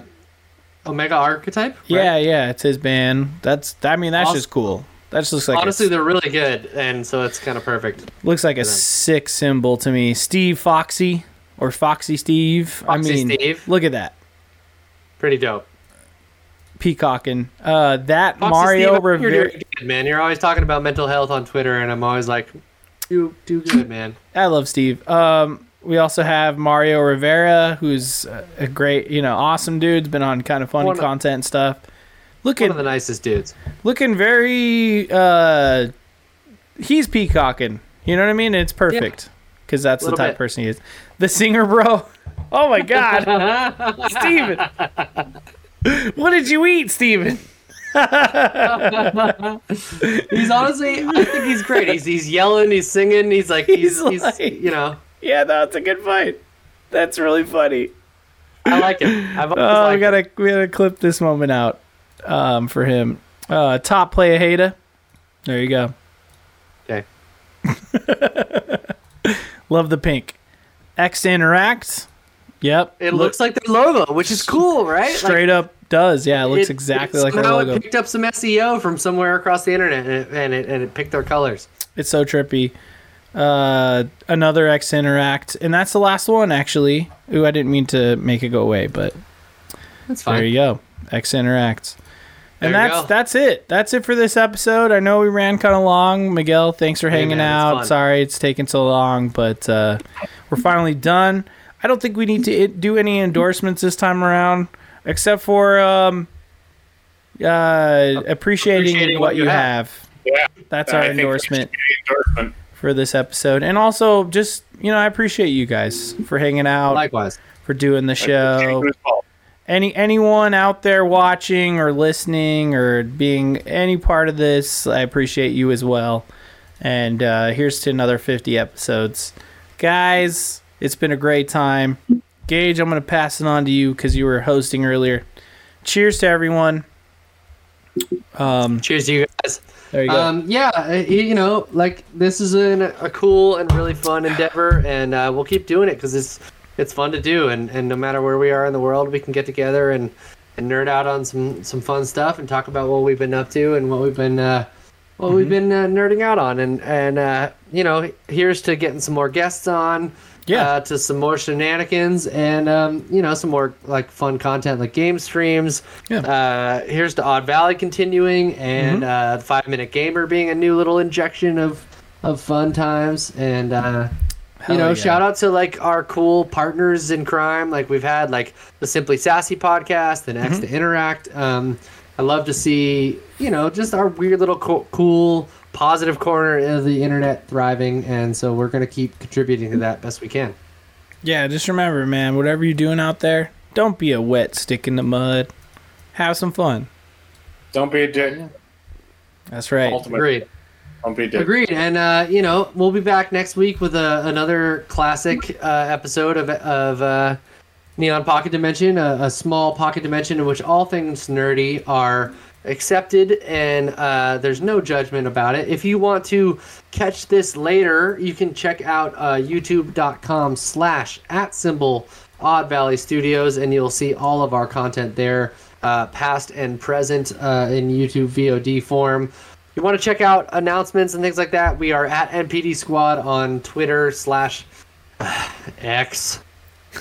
Speaker 1: Omega Archetype. right?
Speaker 2: yeah, yeah, it's his band. That's I mean that's
Speaker 1: Awesome.
Speaker 2: just cool. That just looks like
Speaker 1: Honestly,
Speaker 2: a,
Speaker 1: they're really good, and so it's kind of perfect.
Speaker 2: looks like a
Speaker 1: them.
Speaker 2: sick symbol to me. Steve Foxy or Foxy Steve.
Speaker 1: Foxy
Speaker 2: I mean,
Speaker 1: Steve.
Speaker 2: look at that.
Speaker 1: Pretty dope.
Speaker 2: peacocking. Uh, that
Speaker 1: Foxy
Speaker 2: Mario
Speaker 1: Steve, I think You're
Speaker 2: Rivera.
Speaker 1: doing good, man. You're always talking about mental health on Twitter, and I'm always like, do do good, man.
Speaker 2: I love Steve. Um, we also have Mario Rivera, who's a a great, you know, awesome dude. Has been on kind of funny
Speaker 1: One of-
Speaker 2: content and stuff.
Speaker 1: One
Speaker 2: Looking,
Speaker 1: of the nicest dudes.
Speaker 2: looking very. Uh, he's peacocking. You know what I mean? It's perfect because that's the
Speaker 1: Little
Speaker 2: type
Speaker 1: bit.
Speaker 2: of person he is. The singer, bro. Oh my God, Steven. What did you eat, Steven?
Speaker 1: He's honestly, I think he's great. He's he's yelling, he's singing, he's like, he's,
Speaker 2: He's
Speaker 1: he's,
Speaker 2: like-
Speaker 1: you know,
Speaker 2: Yeah, that's a good fight. That's really funny.
Speaker 1: I like him. I've always
Speaker 2: Oh,
Speaker 1: liked
Speaker 2: we
Speaker 1: him.
Speaker 2: gotta we gotta clip this moment out um, for him. Uh, top play of Haida. There you go.
Speaker 1: Okay.
Speaker 2: Love the pink. X to interact. Yep.
Speaker 1: It looks like their logo, which is cool, right?
Speaker 2: straight up does. Yeah, it looks exactly like our
Speaker 1: how
Speaker 2: logo.
Speaker 1: it picked up some SEO from somewhere across the internet, and it and it, and it picked their colors.
Speaker 2: It's so trippy. Uh, another X interact, and that's the last one actually. Ooh, I didn't mean to make it go away, but
Speaker 1: That's
Speaker 2: There
Speaker 1: fine.
Speaker 2: you go. X interacts. And
Speaker 1: There you
Speaker 2: that's
Speaker 1: go.
Speaker 2: that's it. That's it for this episode. I know we ran kind of long. Miguel, thanks for
Speaker 1: man,
Speaker 2: hanging
Speaker 1: it's
Speaker 2: out.
Speaker 1: fun.
Speaker 2: Sorry it's taking so long, but uh, we're finally done. I don't think we need to it- do any endorsements this time around, except for um, uh, appreciating,
Speaker 1: Appreciating
Speaker 2: what,
Speaker 1: what
Speaker 2: you
Speaker 1: you
Speaker 2: have.
Speaker 3: Yeah,
Speaker 2: That's
Speaker 3: I
Speaker 2: our
Speaker 3: think we
Speaker 2: endorsement
Speaker 3: should do the endorsement.
Speaker 2: for this episode. And also, just you know, I appreciate you guys for hanging out,
Speaker 1: Likewise.
Speaker 2: for doing the show.
Speaker 3: Who's fault?
Speaker 2: any anyone out there watching or listening or being any part of this i appreciate you as well and uh, here's to another 50 episodes guys it's been a great time gage i'm going to pass it on to you because you were hosting earlier cheers to everyone um
Speaker 1: Cheers to you guys.
Speaker 2: there you go
Speaker 1: Um, yeah, uh, you know, like this is an, a cool and really fun endeavor, and uh, we'll keep doing it because it's it's fun to do, and, and no matter where we are in the world, we can get together and, and nerd out on some, some fun stuff and talk about what we've been up to and what we've been uh, what
Speaker 2: Mm-hmm.
Speaker 1: we've been uh, nerding out on, and and uh, you know, here's to getting some more guests on.
Speaker 2: Yeah.
Speaker 1: Uh, to some more shenanigans and um, you know some more like fun content like game streams
Speaker 2: Yeah. Mm-hmm.
Speaker 1: uh, here's to Odd Valley continuing, and uh, the Five Minute Gamer being a new little injection of of fun times, and uh,
Speaker 2: Hell
Speaker 1: you know,
Speaker 2: yeah.
Speaker 1: shout out to like our cool partners in crime, like we've had like the Simply Sassy podcast, and
Speaker 2: Mm-hmm.
Speaker 1: X to Interact. Um, I love to see you know just our weird little co- cool positive corner of the internet thriving, and so we're gonna keep contributing to that best we can.
Speaker 2: yeah just remember man whatever you're doing out there don't be a wet stick in the mud have some fun
Speaker 3: Don't be a dick.
Speaker 2: that's right
Speaker 3: Ultimately,
Speaker 1: Agreed.
Speaker 3: don't be a dick.
Speaker 1: Agreed. And, uh, you know, we'll be back next week with a, another classic uh, episode of, of uh, Neon Pocket Dimension, a, a small pocket dimension in which all things nerdy are accepted and uh, there's no judgment about it. If you want to catch this later, you can check out uh, youtube.com slash at symbol Odd Valley Studios and you'll see all of our content there, uh, past and present uh, in YouTube VOD form. You want to check out announcements and things like that? We are at NPD Squad on Twitter slash X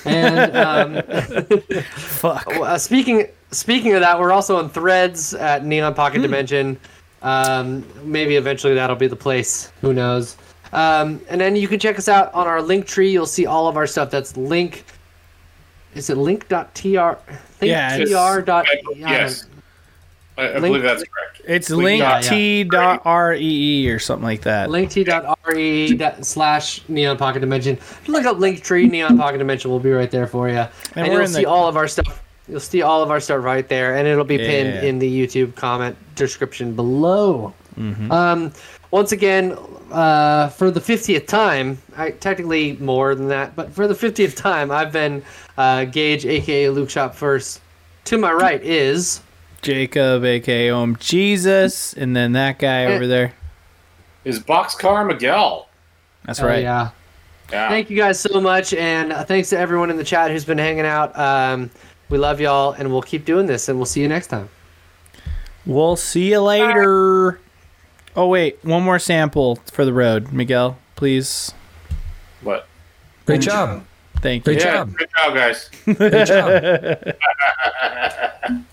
Speaker 1: And um,
Speaker 2: Fuck.
Speaker 1: Well, uh, speaking speaking of that, we're also on Threads at Neon
Speaker 2: Hmm.
Speaker 1: Pocket Dimension. Um, maybe eventually that'll be the place. Who knows? Um, and then you can check us out on our link tree. You'll see all of our stuff. That's link. Is it link.tr?
Speaker 2: Yeah, it's-
Speaker 1: linktr dot- E
Speaker 3: I- yes. I, I believe that's correct.
Speaker 2: It's
Speaker 3: Link-
Speaker 2: link
Speaker 1: Yeah,
Speaker 2: t dot r e e or something like that.
Speaker 1: linktr.re dot slash neon pocket dimension look up linktree neon pocket dimension we'll be right there for you and,
Speaker 2: we're
Speaker 1: you'll
Speaker 2: in
Speaker 1: see
Speaker 2: the-
Speaker 1: all of our stuff you'll see all of our stuff right there and it'll be pinned
Speaker 2: Yeah.
Speaker 1: in the youtube comment description below
Speaker 2: Mm-hmm.
Speaker 1: um, once again uh, for the 50th time I, technically more than that but for the 50th time i've been uh, gage aka luke shop first to my right is
Speaker 2: Jacob, aka Om Jesus, and then that guy over there.
Speaker 3: Is Boxcar Miguel?
Speaker 2: That's
Speaker 1: Oh,
Speaker 2: right.
Speaker 1: yeah
Speaker 3: Yeah.
Speaker 1: Thank you guys so much, and uh, thanks to everyone in the chat who's been hanging out. Um, we love y'all, and we'll keep doing this, and we'll see you next time.
Speaker 2: We'll see you later. Oh wait, one more sample for the road, Miguel. Please,
Speaker 3: But
Speaker 8: Great job.
Speaker 2: thank you.
Speaker 8: Great
Speaker 3: yeah,
Speaker 8: job.
Speaker 3: good job, guys.
Speaker 8: Great job.